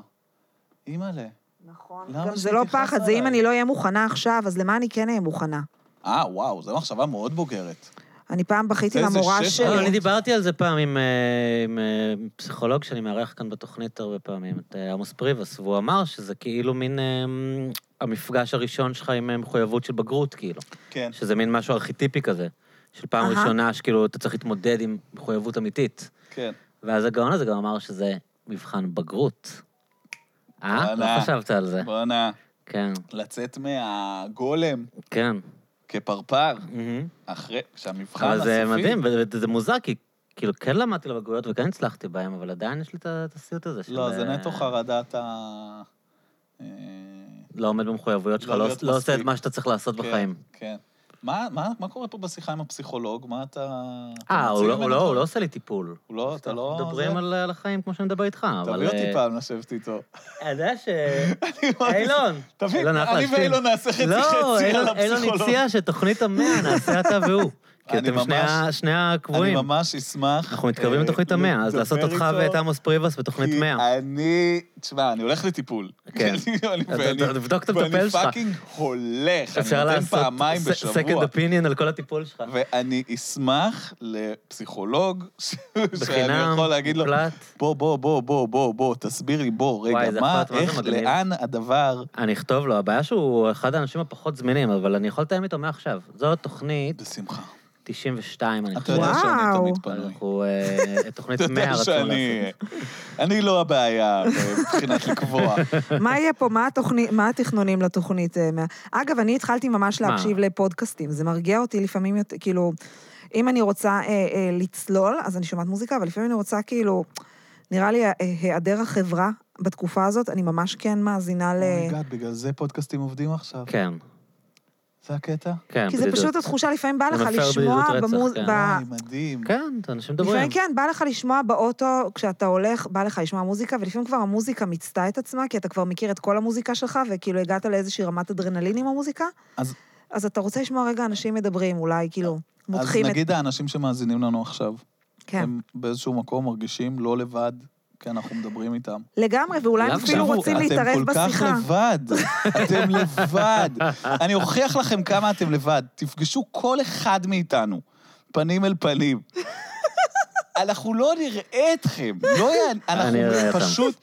C: אימא'לה.
A: נכון.
C: למה
A: גם זה
C: שהיא
A: לא
C: תכעס
A: פחד, זה אם
C: עליי?
A: אני לא אהיה מוכנה עכשיו, אז למה אני כן אהיה מוכנה?
C: אה, וואו, זו מחשבה מאוד בוגרת.
A: אני פעם בכיתי
C: זה איזה
A: למורה
C: שפע.
B: לא, אני
A: שלי.
B: דיברתי על זה פעם עם, אה, עם אה, פסיכולוג שאני מארח כאן בתוכנית הרבה פעמים, את אה, עמוס פריבס, והוא אמר שזה כאילו מין אה, המפגש הראשון שלך עם אה, מחויבות של בגרות, כאילו.
C: כן.
B: שזה מין משהו ארכיטיפי כזה, של פעם
A: אהה.
B: ראשונה שכאילו אתה צריך להתמודד עם מחויבות אמיתית.
C: כן.
B: ואז הגאון הזה גם אמר שזה מבחן בגרות. אה? לא
C: וואלה.
B: חשבת על זה.
C: בואנה,
B: כן,
C: לצאת מהגולם
B: כן.
C: כפרפר,
B: מהמם.
C: אחרי, כשהמבחן הסופי...
B: אבל זה מדהים, וזה מוזר, כי כאילו כן למדתי לבגרויות וכן הצלחתי בהם, אבל עדיין יש לי את ה- את הסיוט הזה של...
C: לא, זה
B: אה,
C: נטו חרדת ה... אה,
B: לא עומד במחויבויות שלך,
C: לא
B: לא-
C: להיות
B: לא עושה את
C: מספיק.
B: מה שאתה צריך לעשות
C: כן,
B: בחיים.
C: כן. מה, מה, מה קורה פה בשיחה עם הפסיכולוג? מה אתה...
B: אה,
C: אתה
B: הוא
C: מוציא
B: לא-
C: ממנו
B: הוא לא-
C: דברים?
B: הוא לא עושה לי טיפול.
C: הוא לא, אתה לא...
B: מדברים
C: זה?
B: על על החיים כמו שאני מדבר איתך, אבל...
C: תביא אותי
B: אה,
C: פעם לשבת איתו.
B: אני אה, יודע ש... אילון.
C: תביא,
B: אילון הלך
C: אני
B: להשתין.
C: ואילון נעשה חצי
B: כן. לא,
C: חצי על
B: אילון- אילון
C: הפסיכולוג.
B: הציע שתוכנית המאה נעשה אתה והוא. כי
C: אני
B: אתם שני ה-
C: ממש-
B: שני
C: אני
B: הקבועים.
C: ממש אשמח...
B: אנחנו מתקרבים
C: אה,
B: לתוכנית המאה, אז
C: לדבר
B: לעשות אותך
C: איתו,
B: ואת עמוס פריבס בתוכנית
C: כי אה,
B: 100.
C: אני... תשמע, אני הולך לטיפול.
B: כן.
C: אני-
B: אתה-
C: ואני-
B: אתה- תבדוק את המטפל שלך.
C: ואני פאקינג הולך, אני
B: אפשר
C: נותן
B: לעשות
C: פעמיים בשבוע.
B: second opinion על כל הטיפול שלך.
C: ואני אשמח לפסיכולוג, ש- שאני
B: בחינם,
C: יכול להגיד לו,
B: מוקלט.
C: בוא, בוא, בוא, בוא, בוא, בוא, תסביר לי, בוא,
B: וואי,
C: רגע,
B: זה
C: מה,
B: אכפת, מה זה
C: איך,
B: מגניב.
C: לאן הדבר...
B: אני אכתוב לו, הבעיה שהוא אחד האנשים הפחות זמינים, אבל אני יכול לתאם איתו מעכשיו. זו תוכנית
C: בשמחה.
B: 92, אני
C: אתה
B: חושב.
C: יודע שאני
A: וואו.
C: תמיד פנוי.
B: אנחנו, אה, תוכנית
C: אתה
B: 100
C: יודע
B: רצו
C: שאני...
B: לעשות.
C: אני לא הבעיה מבחינת לקבוע. Oh
A: מה יהיה פה? מה, התוכני, מה התכנונים לתוכנית? אה, מה... אגב, אני התחלתי ממש
B: מה?
A: להקשיב לפודקאסטים. זה מרגיע אותי לפעמים, יותר, כאילו, אם אני רוצה אה, אה, לצלול, אז אני שומעת מוזיקה, אבל לפעמים אני רוצה, כאילו, נראה לי, אה, היעדר החברה בתקופה הזאת, אני ממש כן מאזינה ל...
C: אומייגאד, בגלל זה פודקאסטים עובדים עכשיו.
B: כן,
C: זה הקטע?
B: כן,
A: כי זה
B: בדידות.
A: פשוט התחושה, לפעמים בא
B: זה
A: לך
B: מפר
A: לשמוע
B: בדידות רצח,
A: במוז...
B: כן.
A: ב...
C: וואי, אה, מדהים.
B: כן, אנשים מדברים.
A: לפעמים כן, בא לך לשמוע באוטו, כשאתה הולך, בא לך לשמוע מוזיקה, ולפעמים כבר המוזיקה מיצתה את עצמה, כי אתה כבר מכיר את כל המוזיקה שלך, וכאילו הגעת לאיזושהי רמת אדרנלין עם המוזיקה,
C: אז-
A: אז אתה רוצה לשמוע רגע אנשים מדברים, אולי כאילו,
C: אז
A: מותחים את...
C: נגיד האנשים שמאזינים לנו עכשיו,
A: כן,
C: הם באיזשהו מקום מרגישים לא לבד כי אנחנו מדברים איתם.
A: לגמרי, ואולי הם
B: למה
A: אפילו
B: שאנחנו-
A: רוצים
C: לא? אתם
A: להתערב
C: כל כך
A: בשיחה.
C: לבד. אתם לבד. אני אוכיח לכם כמה אתם לבד. תפגשו כל אחד מאיתנו, פנים אל פנים. אנחנו לא נראה אתכם, לא יע... אנחנו
B: אני אראה אותם.
C: פשוט,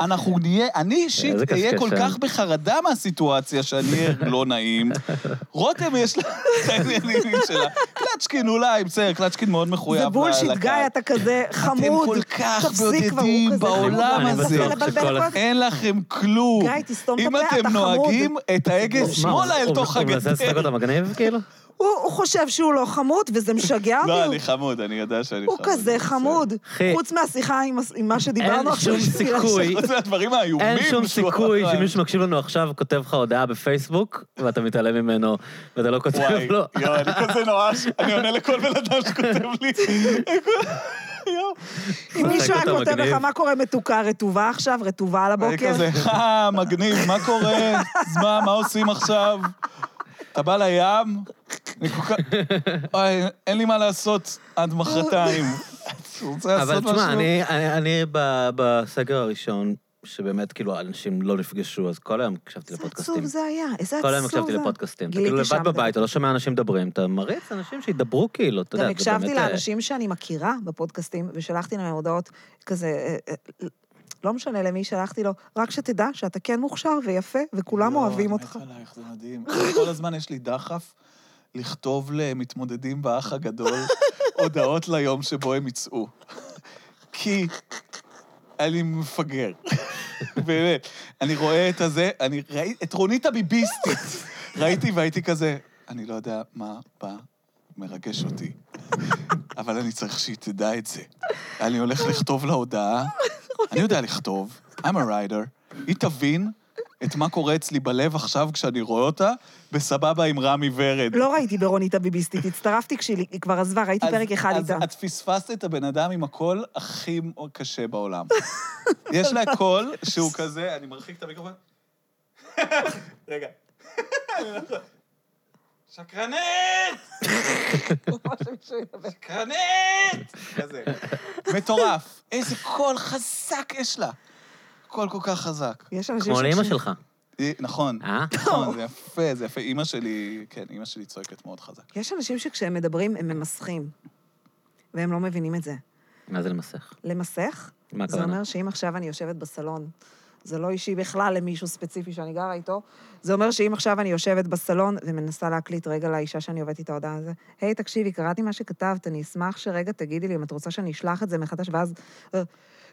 C: אנחנו נהיה, אני אישית
B: איזה
C: אהיה כל
B: קשקשן.
C: כך בחרדה מהסיטואציה שאני אהיה לא נעים. רותם יש לה את העניינים שלה. קלצ'קין אולי, בסדר, קלצ'קין מאוד מחויב
A: זה בולשיט,
C: לקהל.
A: גיא, אתה כזה חמוד.
C: כל כך
A: תפסיק כבר, הוא
C: בודדים
A: כזה חמוד.
C: בעולם
A: אתה
C: הזה.
A: מנסה לבלבל
B: שכל
A: הכל.
C: אין לכם כלום.
A: גיא, תסתום את
C: אם
A: הפה, אתה
C: אתם
A: חמוד.
C: נוהגים את
A: כן,
C: ההגה
B: מה,
C: שמאלה אל
B: הוא-
C: תוך
B: הוא מנסה לשחק
C: הגדר.
B: אותה מגניב, כאילו?
A: הוא הוא חושב שהוא לא חמוד, וזה משגע אותי.
C: לא,
A: הוא-
C: אני חמוד, אני יודע שאני
A: הוא
C: חמוד.
A: כזה
C: בסדר.
A: חמוד.
B: אחי.
A: חוץ מהשיחה עם הס- עם מה
B: אין
A: שדיברנו עכשיו.
B: שום
A: סליחה,
B: סיכוי,
C: זה הדברים האיומים
B: אין שום
C: שהוא
B: סיכוי
C: אמר.
B: שמישהו שמקשיב לנו עכשיו כותב לך הודעה בפייסבוק, ואתה מתעלם ממנו, ואתה לא כותב
C: וואי,
B: לו.
C: יואו, אני כזה נואש, אני עונה לכל בן אדם שכותב לי. יואו.
A: אם מישהו היה
B: אותו
A: כותב
B: מגניב.
A: לך, מה קורה מתוקה רטובה עכשיו? רטובה על
C: אני
A: הבוקר?
C: כזה, אה, מגניב, מה קורה? אז מה, מה עושים עכשיו? אתה בא לים? אני כל כך... אוי, אין לי מה לעשות עד מחרתיים. אתה רוצה
B: אבל
C: לעשות משהו?
B: תשמע, אני- אני- אני ב- בסגר הראשון, שבאמת כאילו אנשים לא נפגשו, אז כל היום הקשבתי
A: איזה
B: לפודקאסטים.
A: עצוב זה היה, איזה עצוב
B: כל
A: זה.
B: היום הקשבתי לפודקאסטים. אתה
A: גיליתי
B: כאילו
A: שם
B: לבד
A: דבר.
B: בבית, אתה לא שומע אנשים מדברים, אתה מריץ אנשים שידברו כאילו, אתה יודע,
A: גם
B: זה באמת...
A: הקשבתי
B: אה,
A: לאנשים שאני מכירה בפודקאסטים, ושלחתי להם הודעות כזה, אה, אה, לא משנה למי שלחתי לו, רק שתדע שאתה כן מוכשר ויפה, וכולם
C: לא,
A: אוהבים
C: אני
A: אותך.
C: מת עלייך, זה מדהים. כל הזמן יש לי דחף לכתוב למתמודדים באח הגדול הודעות ליום שבו הם יצאו. כי אני מפגר. באמת. אני רואה את הזה, אני ראיתי את רונית הביביסטית. ראיתי והייתי כזה, אני לא יודע מה בא מרגש אותי, אבל אני צריך שהיא תדע את זה. אני הולך לכתוב לה הודעה, אני יודע לכתוב, I'm a writer, היא תבין את מה קורה אצלי בלב עכשיו כשאני רואה אותה, בסבבה עם רמי ורד.
A: לא ראיתי ברונית הביביסטית, הצטרפתי כשהיא היא כבר עזבה, ראיתי פרק אחד
C: אז,
A: איתה.
C: אז את פספסת את הבן אדם עם הקול הכי קשה בעולם. יש לה קול שהוא כזה, אני מרחיק את המיקרופון. רגע. שקרנית! שקרנית! כזה. מטורף. איזה קול חזק יש לה. קול כל כך חזק.
A: יש אנשים
B: כמו לאימא
A: שחושבים-
B: שלך,
C: אה, נכון,
B: אה?
A: לא.
C: נכון, זה יפה, זה יפה. אימא שלי, כן, אימא שלי צועקת מאוד חזק.
A: יש אנשים שכשהם מדברים, הם ממסכים, והם לא מבינים את זה.
B: מה זה למסך?
A: למסך,
B: מה
A: זה
B: הכוונה?
A: אומר שאם עכשיו אני יושבת בסלון, זה לא אישי בכלל למישהו ספציפי שאני גרה איתו, זה אומר שאם עכשיו אני יושבת בסלון ומנסה להקליט רגע לאישה שאני עובדת איתה הודעה על זה, היי, תקשיבי, קראתי מה שכתבת, אני אשמח שרגע תגידי לי אם את רוצה שאני אשלח את זה מחדש, ואז... אה,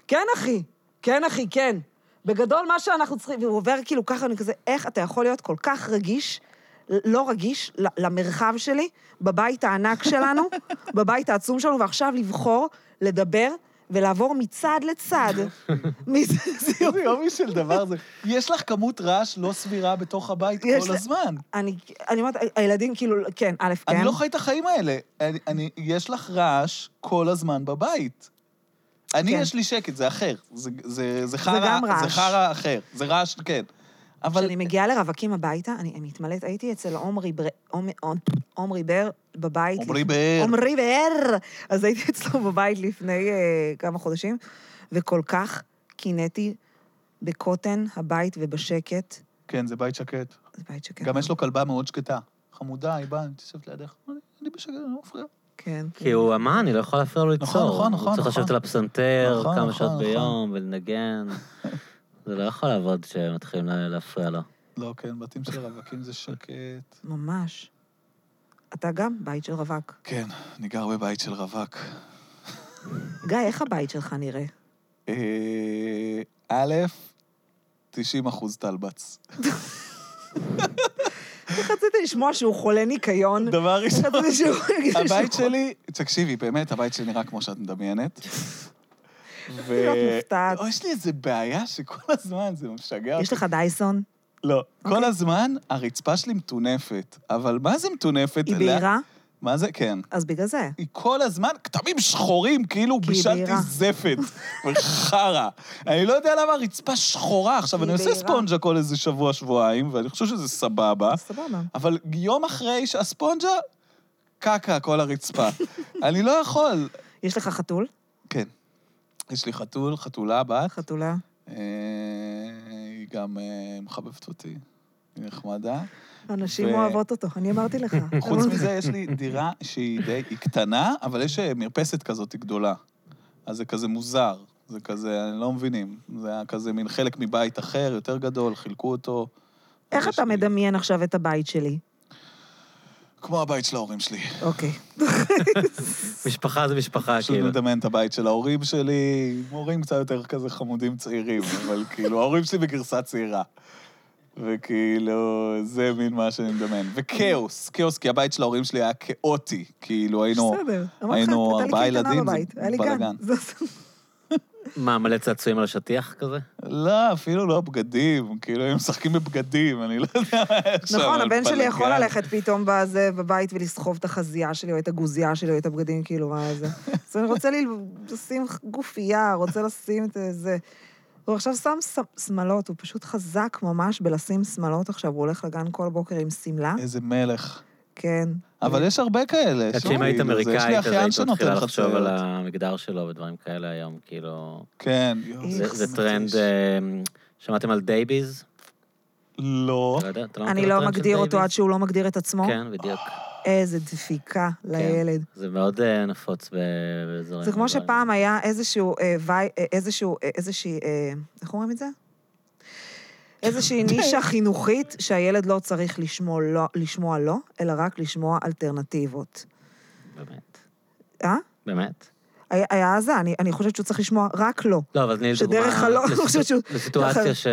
A: כן, אחי, כן, אחי, כן. בגדול, מה שאנחנו צריכים... והוא עובר כאילו ככה, אני כזה, איך אתה יכול להיות כל כך רגיש, לא רגיש, ל- למרחב שלי, בבית הענק שלנו, בבית העצום שלנו, ועכשיו לבחור לדבר ולעבור מצד לצד. מי זה? זה
C: איזה יופי של דבר זה. יש לך כמות רעש לא סבירה בתוך הבית
A: יש
C: כל
A: לה-
C: הזמן.
A: אני, אני אומרת, הילדים כאילו, כן, א', כן.
C: אני לא חי את החיים האלה. אני- אני- יש לך רעש כל הזמן בבית. אני,
A: כן.
C: יש לי שקט, זה אחר. זה- זה זה חרא,
A: גם רעש.
C: זה חרא אחר. זה רעש, כן. אבל
A: כשאני מגיעה לרווקים הביתה, אני מתמלאת, הייתי אצל עומרי בר, עומ- עומרי בר בבית.
C: עומרי באר.
A: עומרי באר! אז הייתי אצלו בבית לפני אה, כמה חודשים, וכל כך קינאתי בקוטן הבית ובשקט.
C: כן, זה בית שקט.
A: זה בית שקט.
C: גם יש לו כלבה מאוד שקטה. חמודה, היא באה, אני מתיישבת לידך. אני- אני בשקט, אני לא מפריע.
A: כן.
B: כי הוא אמר, אני לא יכול להפריע לו ליצור.
C: נכון, נכון,
B: הוא צריך
C: נכון.
B: לשבת על הפסנתר
C: נכון,
B: כמה
C: נכון,
B: שעות
C: נכון.
B: ביום ולנגן. זה לא יכול לעבוד כשמתחילים לה- להפריע לו.
C: לא, כן, בתים של רווקים זה שקט.
A: ממש. אתה גם בית של רווק.
C: כן, אני גר בבית של רווק.
A: גיא, איך הבית שלך נראה?
C: אה, א', 90 אחוז טלבץ.
A: רציתי לשמוע שהוא חולה ניקיון.
C: דבר ראשון.
A: רציתי שהוא יגיד לי שהוא
C: הבית
A: חולה.
C: שלי, תקשיבי, באמת, הבית שלי נראה כמו שאת מדמיינת. ו...
A: להיות מופתעת.
C: או, יש לי איזו בעיה שכל הזמן זה משגע אותי.
A: יש לך דייסון?
C: לא. כל
A: אוקיי.
C: הזמן הרצפה שלי מטונפת, אבל מה זה מטונפת?
A: היא
C: לא-
A: בהירה?
C: מה זה? כן.
A: אז בגלל זה.
C: היא כל הזמן, כתמים שחורים, כאילו
A: כי היא
C: בישלתי
A: בהירה.
C: זפת וחרא. אני לא יודע למה הרצפה שחורה. עכשיו,
A: כי
C: אני
A: היא
C: עושה
A: בהירה.
C: ספונג'ה כל איזה שבוע, שבועיים, ואני חושב שזה סבבה.
A: סבבה.
C: אבל יום אחרי שהספונג'ה, קקה כל הרצפה. אני לא יכול.
A: יש לך חתול?
C: כן. יש לי חתול, חתולה בת.
A: חתולה.
C: אה, היא גם אה, מחבבת אותי. היא נחמדה.
A: הנשים
C: ו-
A: אוהבות אותו, אני אמרתי לך.
C: חוץ מזה, יש לי דירה שהיא די... היא קטנה, אבל יש אה, מרפסת כזאת גדולה. אז זה כזה מוזר. זה כזה, אני לא מבינים. זה היה כזה מין חלק מבית אחר, יותר גדול, חילקו אותו.
A: איך
C: יש
A: אתה
C: לי-
A: מדמיין עכשיו את הבית שלי?
C: כמו הבית של ההורים שלי.
A: אוקיי.
B: משפחה זה משפחה,
C: פשוט
B: כאילו.
C: מדמיין את הבית של ההורים שלי, עם הורים קצת יותר כזה חמודים צעירים, אבל כאילו, ההורים שלי בגרסה צעירה. וכאילו, זה מין מה שאני מדמיין. וכאוס, כאוס, כי הבית של ההורים שלי היה כאוטי. כאילו, היינו...
A: בסדר. אמרתי לך,
C: היינו
A: הייתה לי קייטנה
C: ארבעה ילדים,
A: בבית,
C: זה
A: היה לי גן.
C: בלאגן.
A: זה-
B: מה, מלא צעצועים על השטיח כזה?
C: לא, אפילו לא בגדים, כאילו, הם משחקים בבגדים, אני לא יודע מה היה שם.
A: נכון,
C: אבל
A: הבן
B: כן.
A: שלי יכול
C: בלאגן.
A: ללכת פתאום בזה, בבית ולסחוב את החזייה שלי, או את הגוזייה שלי, או את הבגדים, כאילו, מה זה. אז אני רוצה לי לשים גופייה, רוצה לשים את זה. הוא עכשיו שם ס- שמלות, הוא פשוט חזק ממש בלשים שמלות עכשיו, הוא הולך לגן כל בוקר עם שמלה.
B: אה,
C: איזה מלך.
A: כן.
C: אבל יש הרבה כאלה.
B: את
C: שוב,
B: שאם היית
C: כאילו, זה- יש
B: אמריקאית,
C: לי
B: אז
C: אחיין
B: היית
C: שנותן
B: מתחילה
C: לך
B: לחשוב על
C: צעירות.
B: המגדר שלו ודברים כאלה היום, כאילו...
C: כן. יואו,
A: איך
B: זה-
A: זה
B: זה טרנד...
C: מתיש.
B: אה, שמעתם על דייביז?
C: לא.
B: אתה לא יודע, אתה לא מכיר
A: אני
B: את
A: לא
B: הטרנד של
A: מגדיר אותו
B: דייביז?
A: עד שהוא לא מגדיר את עצמו.
B: כן, בדיוק.
A: איזה דפיקה לילד.
B: זה מאוד אה, נפוץ ב- באזורים...
A: זה כמו
B: מדברים.
A: שפעם היה איזשהו, אה, וי, אה, איזשהו, אה, איזושהי, אה, איך אומרים את זה? איזושהי נישה חינוכית שהילד לא צריך לשמוע לא, לשמוע לא, אלא רק לשמוע אלטרנטיבות.
B: באמת.
A: אה?
B: באמת?
A: היה- היה זה, אני, אני חושבת שהוא צריך לשמוע רק לא.
B: לא, אבל תני לי דוגמה.
A: שדרך הלא- לא אני
B: לסיטו-
A: חושבת שהוא-
B: לסיטואציה ש...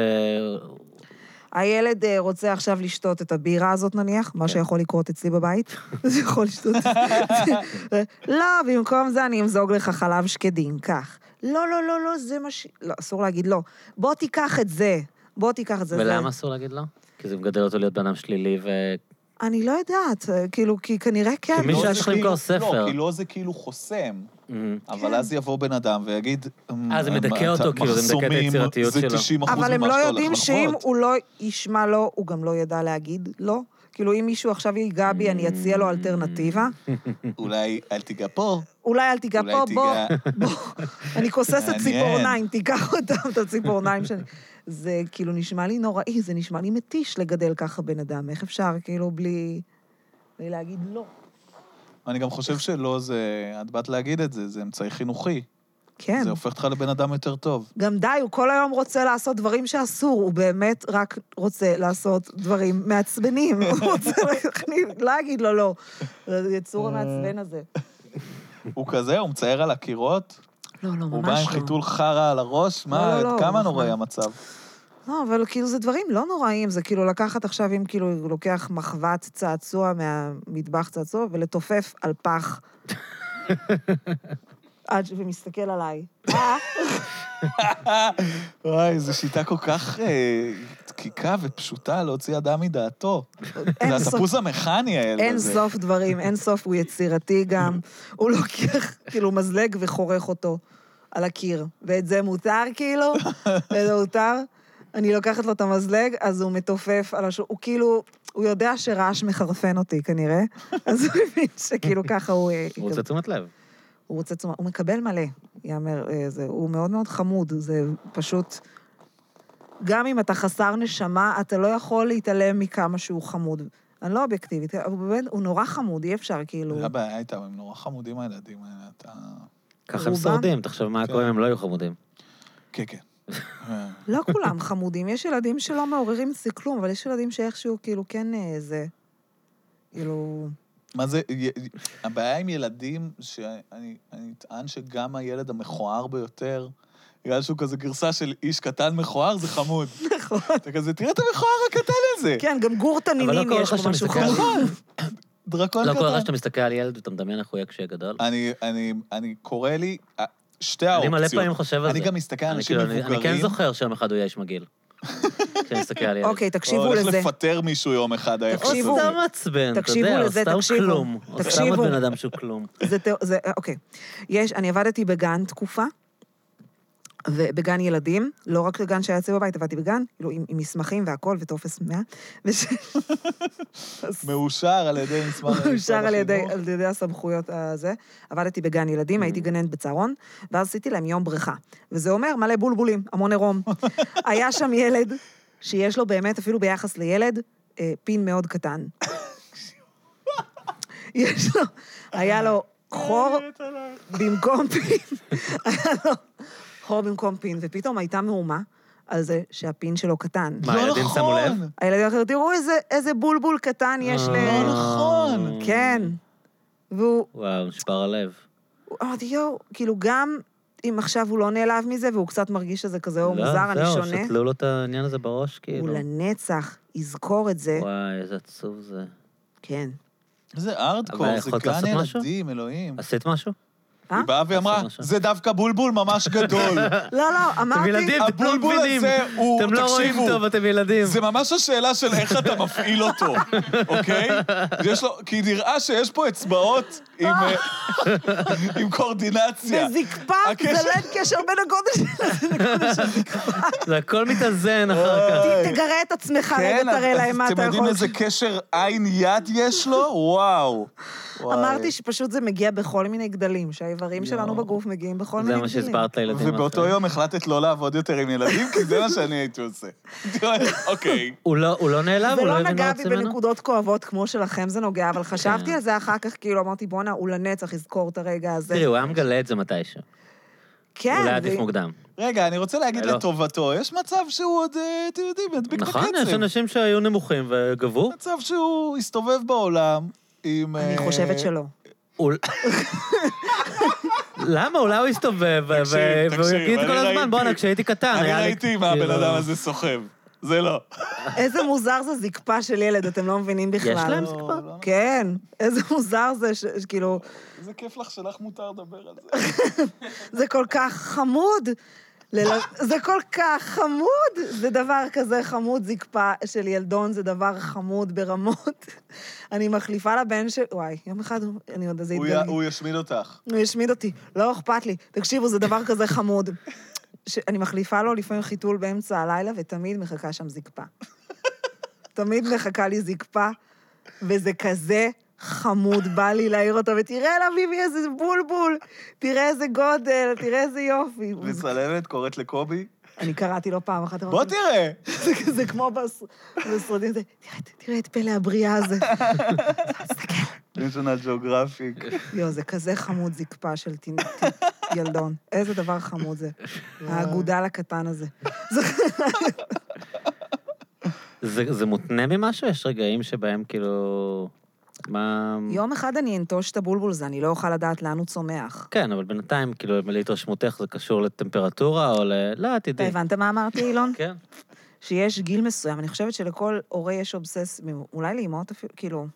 A: הילד אה, רוצה עכשיו לשתות את הבירה הזאת נניח, מה
B: כן.
A: שיכול לקרות אצלי בבית, זה יכול לשתות את זה. לא, במקום זה אני אמזוג לך חלב שקדים, קח. לא, לא, לא, לא, זה מה ש... לא, אסור להגיד לא. בוא תיקח את זה. בוא תיקח את זה. זה-
B: ולמה אסור להגיד לא? כי זה מגדל אותו להיות בן אדם שלילי ו...
A: אני לא יודעת, אה, כאילו, כי כנראה כן.
B: מי
C: לא,
B: שהיה
C: זה
B: צריך למכור
C: כאילו-
B: ספר.
C: לא, כי לא זה כאילו חוסם,
B: מהם.
A: כן.
C: אבל אז יבוא בן אדם ויגיד...
B: אה, זה מדכא
C: "אמ,
B: אותו,
C: אתה-
B: כאילו, זה מדכא את
C: מחסומים,
B: היצירתיות
C: זה
B: שלו."
C: 90 אחוז ממה
A: אבל
C: שאתה
A: הם
C: הולך
A: לא
C: לחוות.
A: יודעים שאם הוא לא ישמע לא, הוא גם לא ידע להגיד לא. כאילו, אם מישהו עכשיו ייגע בי, אני אציע לו אלטרנטיבה.
C: אולי אל תיגע פה,
A: אולי אל תיגע
C: אולי
A: פה, בוא,
C: תיגע-
A: בוא. אני כוססת
C: מעניין.
A: ציפורניים, תיקח אותם, את הציפורניים שלי. זה כאילו נשמע לי נוראי, זה נשמע לי מתיש לגדל ככה בן אדם. איך אפשר, כאילו, בלי... בלי להגיד לא.
C: אני גם חושב שלא זה... את באת להגיד את זה, זה אמצעי חינוכי.
A: כן.
C: זה הופך אותך לבן אדם יותר טוב.
A: גם די, הוא כל היום רוצה לעשות דברים שאסור, הוא באמת רק רוצה לעשות דברים מעצבנים. הוא רוצה להכניס- להגיד לו לא. זה
C: אה.
A: יצור המעצבן הזה.
C: הוא כזה, הוא מצייר על הקירות,
A: לא, לא,
C: הוא בא עם
A: ממש לא.
C: חיתול חרא על הראש,
A: לא,
C: מה,
A: לא,
C: עד
A: הוא
C: כמה
A: נחמד.
C: נוראי המצב.
A: לא, אבל כאילו זה דברים לא נוראים, זה כאילו לקחת עכשיו, אם כאילו הוא לוקח מחבת צעצוע מהמטבח צעצוע ולתופף על פח. עד ש... ומסתכל עליי. אה?
C: וואי, זו שיטה כל כך אה, דקיקה ופשוטה להוציא אדם מדעתו.
A: אין
C: זה
A: סוף.
C: התפוז המכני האלה.
A: אין
C: זה.
A: סוף דברים, אין סוף, הוא יצירתי גם. הוא לוקח כאילו מזלג וחורך אותו על הקיר. ואת זה מותר כאילו? ואת זה מותר? אני לוקחת לו את המזלג, אז הוא מתופף על השולחן. הוא כאילו, הוא יודע שרעש מחרפן אותי כנראה, אז הוא מבין שכאילו ככה הוא... אה,
B: הוא רוצה תשומת לב.
A: הוא רוצה תשומת, הוא מקבל מלא, יאמר, אה, זה, הוא מאוד מאוד חמוד, זה פשוט... גם אם אתה חסר נשמה, אתה לא יכול להתעלם מכמה שהוא חמוד. אני לא אובייקטיבית, אבל הוא באמת, הוא נורא חמוד, אי אפשר, כאילו...
C: זה הבעיה איתם, הם נורא חמודים הילדים האלה, אתה...
B: ככה הם
A: רובם-
B: שורדים, תחשוב מה
C: כן.
B: קורה אם הם לא היו חמודים.
C: כן, כן. אה,
A: לא כולם חמודים, יש ילדים שלא מעוררים אצלי כלום, אבל יש ילדים שאיכשהו, כאילו, כן אה, זה... כאילו...
C: מה זה, י- הבעיה עם ילדים, שאני אני אטען שגם הילד המכוער ביותר, בגלל שהוא כזה גרסה של איש קטן מכוער, זה חמוד.
A: נכון.
C: אתה כזה, תראה את המכוער הקטן הזה.
A: כן, גם גור
B: אבל
A: תנינים
B: לא כל
A: יש
B: אחד
A: בו משהו
B: שמסתכל על-
A: חמוד.
C: נכון. דרקון
B: לא אה, כל
C: קטן.
B: הרגע שאתה מסתכל על ילד ואתה מדמיין איך הוא יהיה כשהוא יהיה גדול.
C: אני, אני, אני קורא לי, אה, שתי
B: אני
C: האופציות.
B: מלא פעמים חושב על זה.
C: אני גם מסתכל על
B: אני
C: אנשים
B: כאילו, אני-
C: מבוגרים.
B: אני כן זוכר שיום אחד הוא יהיה איש מגעיל. כשאני מסתכל על ילד.
A: אוקיי,
C: או
A: תקשיבו
C: הולך
A: לזה.
C: לפטר מישהו יום אחד, האפס
B: הוא
A: תקשיבו.
C: הזה.
B: סתם מעצבן, אתה
A: תקשיבו
B: יודע, הוא
A: לזה,
B: סתם
A: תקשיבו.
B: כלום. הוא סתם
A: תקשיבו.
B: עוד בן אדם שהוא כלום.
A: אה, זה, תא- זה, אוקיי. יש, אני עבדתי בגן תקופה, ובגן ילדים, לא רק לגן שהיה אצלי בבית, עבדתי בגן, כאילו עם, עם מסמכים והכול וטופס 100, וש...
C: מאושר על ידי מסמך...
A: אושר
C: אה, משרד
A: על ידי,
C: החינוך. Mm.
A: על ידי הסמכויות הזה. עבדתי בגן ילדים, הייתי גננת בצהרון, ואז עשיתי להם יום בריכה. וזה אומר מלא בולבולים, המון עירום. היה שם ילד שיש לו באמת, אפילו ביחס לילד, אה, פין מאוד קטן. יש לו, היה לו חור במקום פין, היה לו חור במקום פין, ופתאום הייתה מהומה על זה שהפין שלו קטן.
B: מה, הילדים שמו לב?
C: נכון.
A: הילדים האחרים, תראו איזה- איזה בולבול קטן יש ל...
B: אה,
C: לא נכון.
A: כן. והוא,
B: וואו, נשבר הלב.
A: אמרתי, יואו, כאילו גם אם עכשיו הוא לא נעלב מזה והוא קצת מרגיש שזה כזה אור מוזר, אני
B: לא, זהו,
A: שונה,
B: שתלו לו את העניין הזה בראש, כאילו.
A: הוא לנצח יזכור את זה.
B: וואי, איזה עצוב זה.
A: כן.
C: איזה ארדקור, זה
B: יכולת
C: גן
B: לעשות משהו?
C: ילדים, אלוהים.
B: עשית משהו?
A: אה?
C: היא באה ואמרה,
B: עשית משהו?
C: זה דווקא בולבול ממש גדול.
A: לא, לא, אמרתי...
B: ילדים, אתם לא
C: הבולבול
B: מבינים.
C: הזה הוא,
B: אתם לא רואים
C: תקשיבו,
B: טוב, אתם ילדים.
C: זה ממש השאלה של איך אתה מפעיל אותו, אוקיי? יש לו, כי נראה שיש פה אצבעות עם, אה, עם קואורדינציה.
A: וזקפה,
C: הקשר-
A: זה לא אין קשר בין הגודל שלה, לגודל של זקפה.
B: זה הכל מתאזן
C: אה,
B: אחר כך.
C: אוי.
A: תגרה את עצמך רגע, תראה
C: כן, אז
A: להם מה
C: אתם
A: אתה
C: יודעים
A: יכול.
C: איזה קשר עין-יד יש לו? וואו. וואי.
A: אמרתי שפשוט זה מגיע בכל מיני גדלים, שהאיברים שלנו
C: יואו.
A: בגוף מגיעים בכל מיני
B: זה
A: גדלים.
B: מה שהסברת לילדים.
C: ובאותו
B: אחרי.
C: יום החלטת לא לעבוד יותר עם ילדים, כי זה מה שאני הייתי עושה. אוקיי.
B: הוא לא הוא לא נעלב? הוא לא
A: ולא
B: הבין מה
A: נגע בי
B: רוצים ממנו?
A: בנקודות כואבות כמו שלכם זה נוגע, אבל חשבתי
B: כן.
A: על זה אחר כך, כאילו, אמרתי, בואנה, הוא לנצח יזכור את הרגע הזה.
B: תראי, הוא היה מגלה את זה מתישהו.
A: כן,
B: אולי
A: זה-
B: עדיף מוקדם.
C: רגע, אני רוצה להגיד
B: לא.
C: לטובתו, יש מצב שהוא עוד, אה, אתם יודעים, ידביק את הקצב.
B: נכון, יש אנשים שהיו נמוכים וגבו.
C: מצב שהוא הסתובב בעולם עם...
A: אני
C: אה,
A: חושבת שלא.
B: אול- למה? אולי הוא יסתובב ו-
C: תקשיב,
B: ו- והוא
C: תקשיב,
B: יגיד
C: אני
B: כל הזמן,
C: ראיתי-
B: בואנה, כשהייתי קטן,
C: אני
B: היה לי...
C: ראיתי מה הבן
B: כאילו,
C: אדם הזה סוחב. זה לא.
A: איזה מוזר זה זקפה של ילד, אתם לא מבינים בכלל.
B: יש להם
C: לא, לא,
B: זקפה?
C: לא.
A: כן, איזה מוזר זה, ש- כאילו, שכאילו,
C: איזה כיף לך שלך מותר לדבר על זה.
A: זה כל כך חמוד. לל- זה כל כך חמוד, זה דבר כזה חמוד, זקפה של ילדון זה דבר חמוד ברמות. אני מחליפה לבן של... וואי, יום אחד הוא- אני עוד איזה
C: הוא
A: התגלגל.
C: י- הוא ישמיד אותך.
A: הוא ישמיד אותי, לא אכפת לי. תקשיבו, זה דבר כזה חמוד. שאני מחליפה לו לפעמים חיתול באמצע הלילה, ותמיד מחכה שם זקפה. תמיד מחכה לי זקפה, וזה כזה חמוד, בא לי להעיר אותו, ותראה לה, ביבי, איזה בולבול, תראה איזה גודל, תראה איזה יופי.
C: מצלמת, קוראת לקובי.
A: אני קראתי לו פעם אחת,
C: בוא
A: אמרתי,
C: תראה.
A: זה כזה כמו בס- בסרטים, זה, "תראה את- תראה את פלא הבריאה הזה.
C: national geographic.
A: יואו, זה כזה חמוד זקפה של טין- טין- ילדון. איזה דבר חמוד זה. האגודל הקטן הזה.
B: זה זה מותנה ממשהו? יש רגעים שבהם כאילו... מה...
A: יום אחד אני אנטוש את הבולבול הזה, אני לא אוכל לדעת לאן הוא צומח.
B: כן, אבל בינתיים, כאילו, להתרשמותך זה קשור לטמפרטורה או ל... לא,
A: אתה
B: תדעי.
A: הבנת מה אמרתי, אילון?
B: כן.
A: שיש גיל מסוים, אני חושבת שלכל הורה יש אובסס, אולי לאמהות אפילו, כאילו,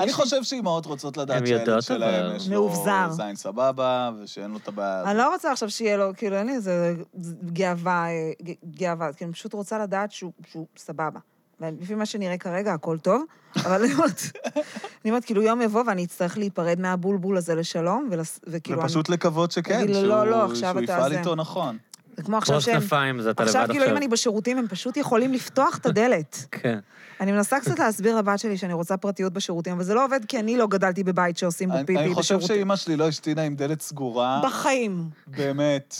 C: אני חושב שאימהות רוצות לדעת
B: הן
C: שהילד
B: יודעות,
C: שלהם
B: אבל-
C: יש לו
A: מאובזר.
C: זין סבבה, ושאין לו את הבעיה.
A: אני לא רוצה עכשיו שיהיה לו, כאילו, אין לי איזה גאווה, אה, ג- גאווה, כי אני פשוט רוצה לדעת שהוא, שהוא סבבה. ולפי מה שנראה כרגע, הכל טוב, אבל אני אומרת, אני אומרת, כאילו, יום יבוא ואני אצטרך להיפרד מהבולבול הזה לשלום, ולס- וכאילו, אני-
C: ופשוט לקוות שכן,
A: לא- תגיד לו,
C: שהוא
A: לא, לא, עכשיו
C: שהוא
A: אתה
C: יפעל
A: זה.
C: איתו נכון.
A: זה כמו עכשיו
B: פרוס
A: שהם...
B: כנפיים, זה אתה לבד
A: עכשיו,
B: עכשיו.
A: כאילו, אם אני בשירותים, הם פשוט יכולים לפתוח את הדלת.
B: כן.
A: אני מנסה קצת להסביר לבת שלי שאני רוצה פרטיות בשירותים, אבל זה לא עובד כי אני לא גדלתי בבית שעושים בו
C: אני-
A: פיפי
C: אני חושב
A: בשירותים.
C: שאימא שלי לא השתינה עם דלת סגורה,
A: בחיים.
C: באמת,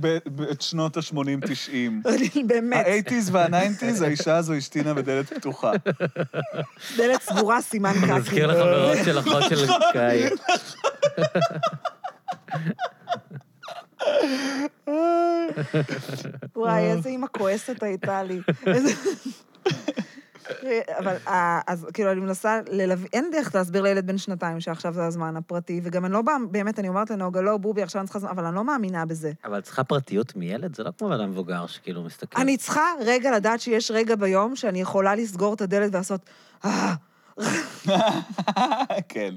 C: ב- ב- את שנות ה-80-90.
A: אני באמת.
C: ה-80's וה-90's, האישה הזו השתינה בדלת פתוחה.
A: דלת סגורה, סימן
B: אני
A: קקי.
B: מזכיר לחברות של אחות של
C: נכון.
B: קאי.
A: וואי, איזה אימא כועסת הייתה לי. איזה- אבל אה, אז כאילו, אני מנסה ללו... אין דרך להסביר לילד בן שנתיים שעכשיו זה הזמן הפרטי, וגם אני לא בא... באמת, אני אומרת לנוגה, לא, בובי, עכשיו אני צריכה זמן, אבל אני לא מאמינה בזה.
B: אבל צריכה פרטיות מילד? זה לא כמו בן אדם מבוגר שכאילו מסתכל.
A: אני צריכה רגע לדעת שיש רגע ביום שאני יכולה לסגור את הדלת ולעשות... "אה".
C: כן.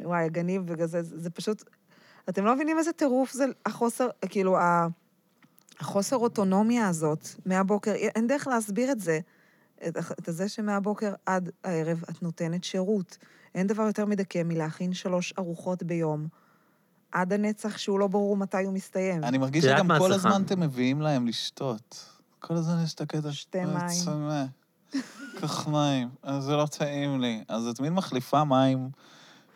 A: וואי, הגניב בגלל זה, זה פשוט... אתם לא מבינים איזה טירוף זה החוסר, כאילו, ה- החוסר אוטונומיה הזאת מהבוקר, אין דרך להסביר את זה. את, הח- את זה שמהבוקר עד הערב את נותנת שירות. אין דבר יותר מדכא מלהכין שלוש ארוחות ביום. עד הנצח שהוא לא ברור מתי הוא מסתיים.
C: אני
B: את
C: מרגיש
B: יודעת
C: שגם
B: מה
C: כל
B: הצלחה?
C: הזמן אתם מביאים להם לשתות. כל הזמן יש את הקטע
A: שתי
C: "אוי,
A: מים."
C: צמא. קח מים, אז זה לא טעים לי. אז את מין מחליפה מים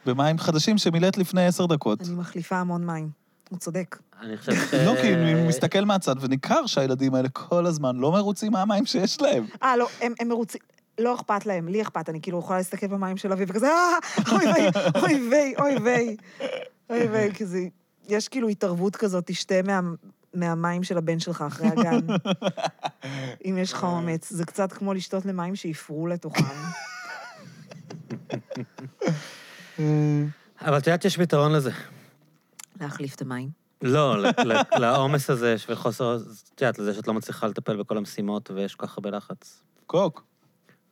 C: במים חדשים שמילאת לפני עשר דקות.
A: אני מחליפה המון מים. הוא צודק.
B: אני חושב ש...
C: לא,
B: אה.
C: כי אני מסתכל מהצד וניכר שהילדים האלה כל הזמן לא מרוצים מהמים שיש להם.
A: אה, לא, הם, הם מרוצים. לא אכפת להם, לי אכפת, אני כאילו יכולה להסתכל במים של אביב וכזה, אה, אוי ויי, אוי ויי, אוי ויי, אוי ויי, כזה, יש כאילו התערבות כזאת, תשתה מה, מהמים של הבן שלך אחרי הגן, אם יש לך אומץ. זה קצת כמו לשתות למים שיפרו לתוכם.
B: אבל את יודעת שיש פתרון לזה.
A: להחליף את המים.
B: לא, ל- ל- לעומס הזה של חוסר... את יודעת, לזה שאת לא מצליחה לטפל בכל המשימות ויש כל כך הרבה לחץ.
C: קוק.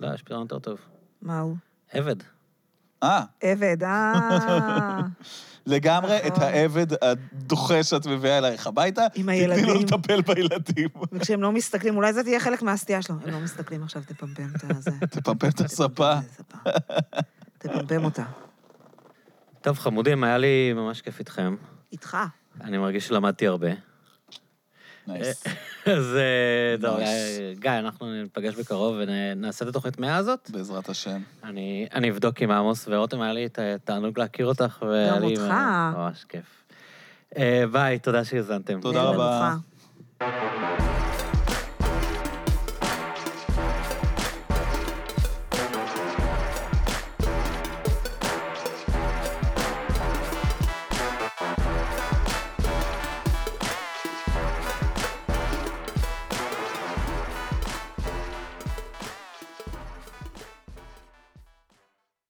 B: לא, יש פתרון יותר טוב.
A: מה הוא?
B: עבד.
C: אה,
A: עבד, אה.
C: לגמרי את
A: נכון.
C: העבד הדוחה שאת מביאה אלייך הביתה,
A: עם
C: תתני לו
A: הילדים.
C: לטפל בילדים.
A: וכשהם לא מסתכלים, אולי זה תהיה חלק מהסטייה שלו. הם לא מסתכלים עכשיו, תפמפם את הזה.
C: תפמפם את הספה.
A: תפמפם אותה.
B: טוב, חמודים, היה לי ממש כיף איתכם.
A: איתך.
B: אני מרגיש שלמדתי הרבה.
C: נייס.
B: אז אה, טוב,
C: Nice.
B: אה, גיא, אנחנו ניפגש בקרוב ונעשה את התוכנית 100 הזאת.
C: בעזרת השם.
B: אני אני אבדוק עם עמוס ורותם, היה לי את התענוג להכיר אותך. והיה לי
A: אותך.
B: ממש כיף. אה, ביי, תודה שהאזנתם.
C: תודה רבה.
A: נהנתך.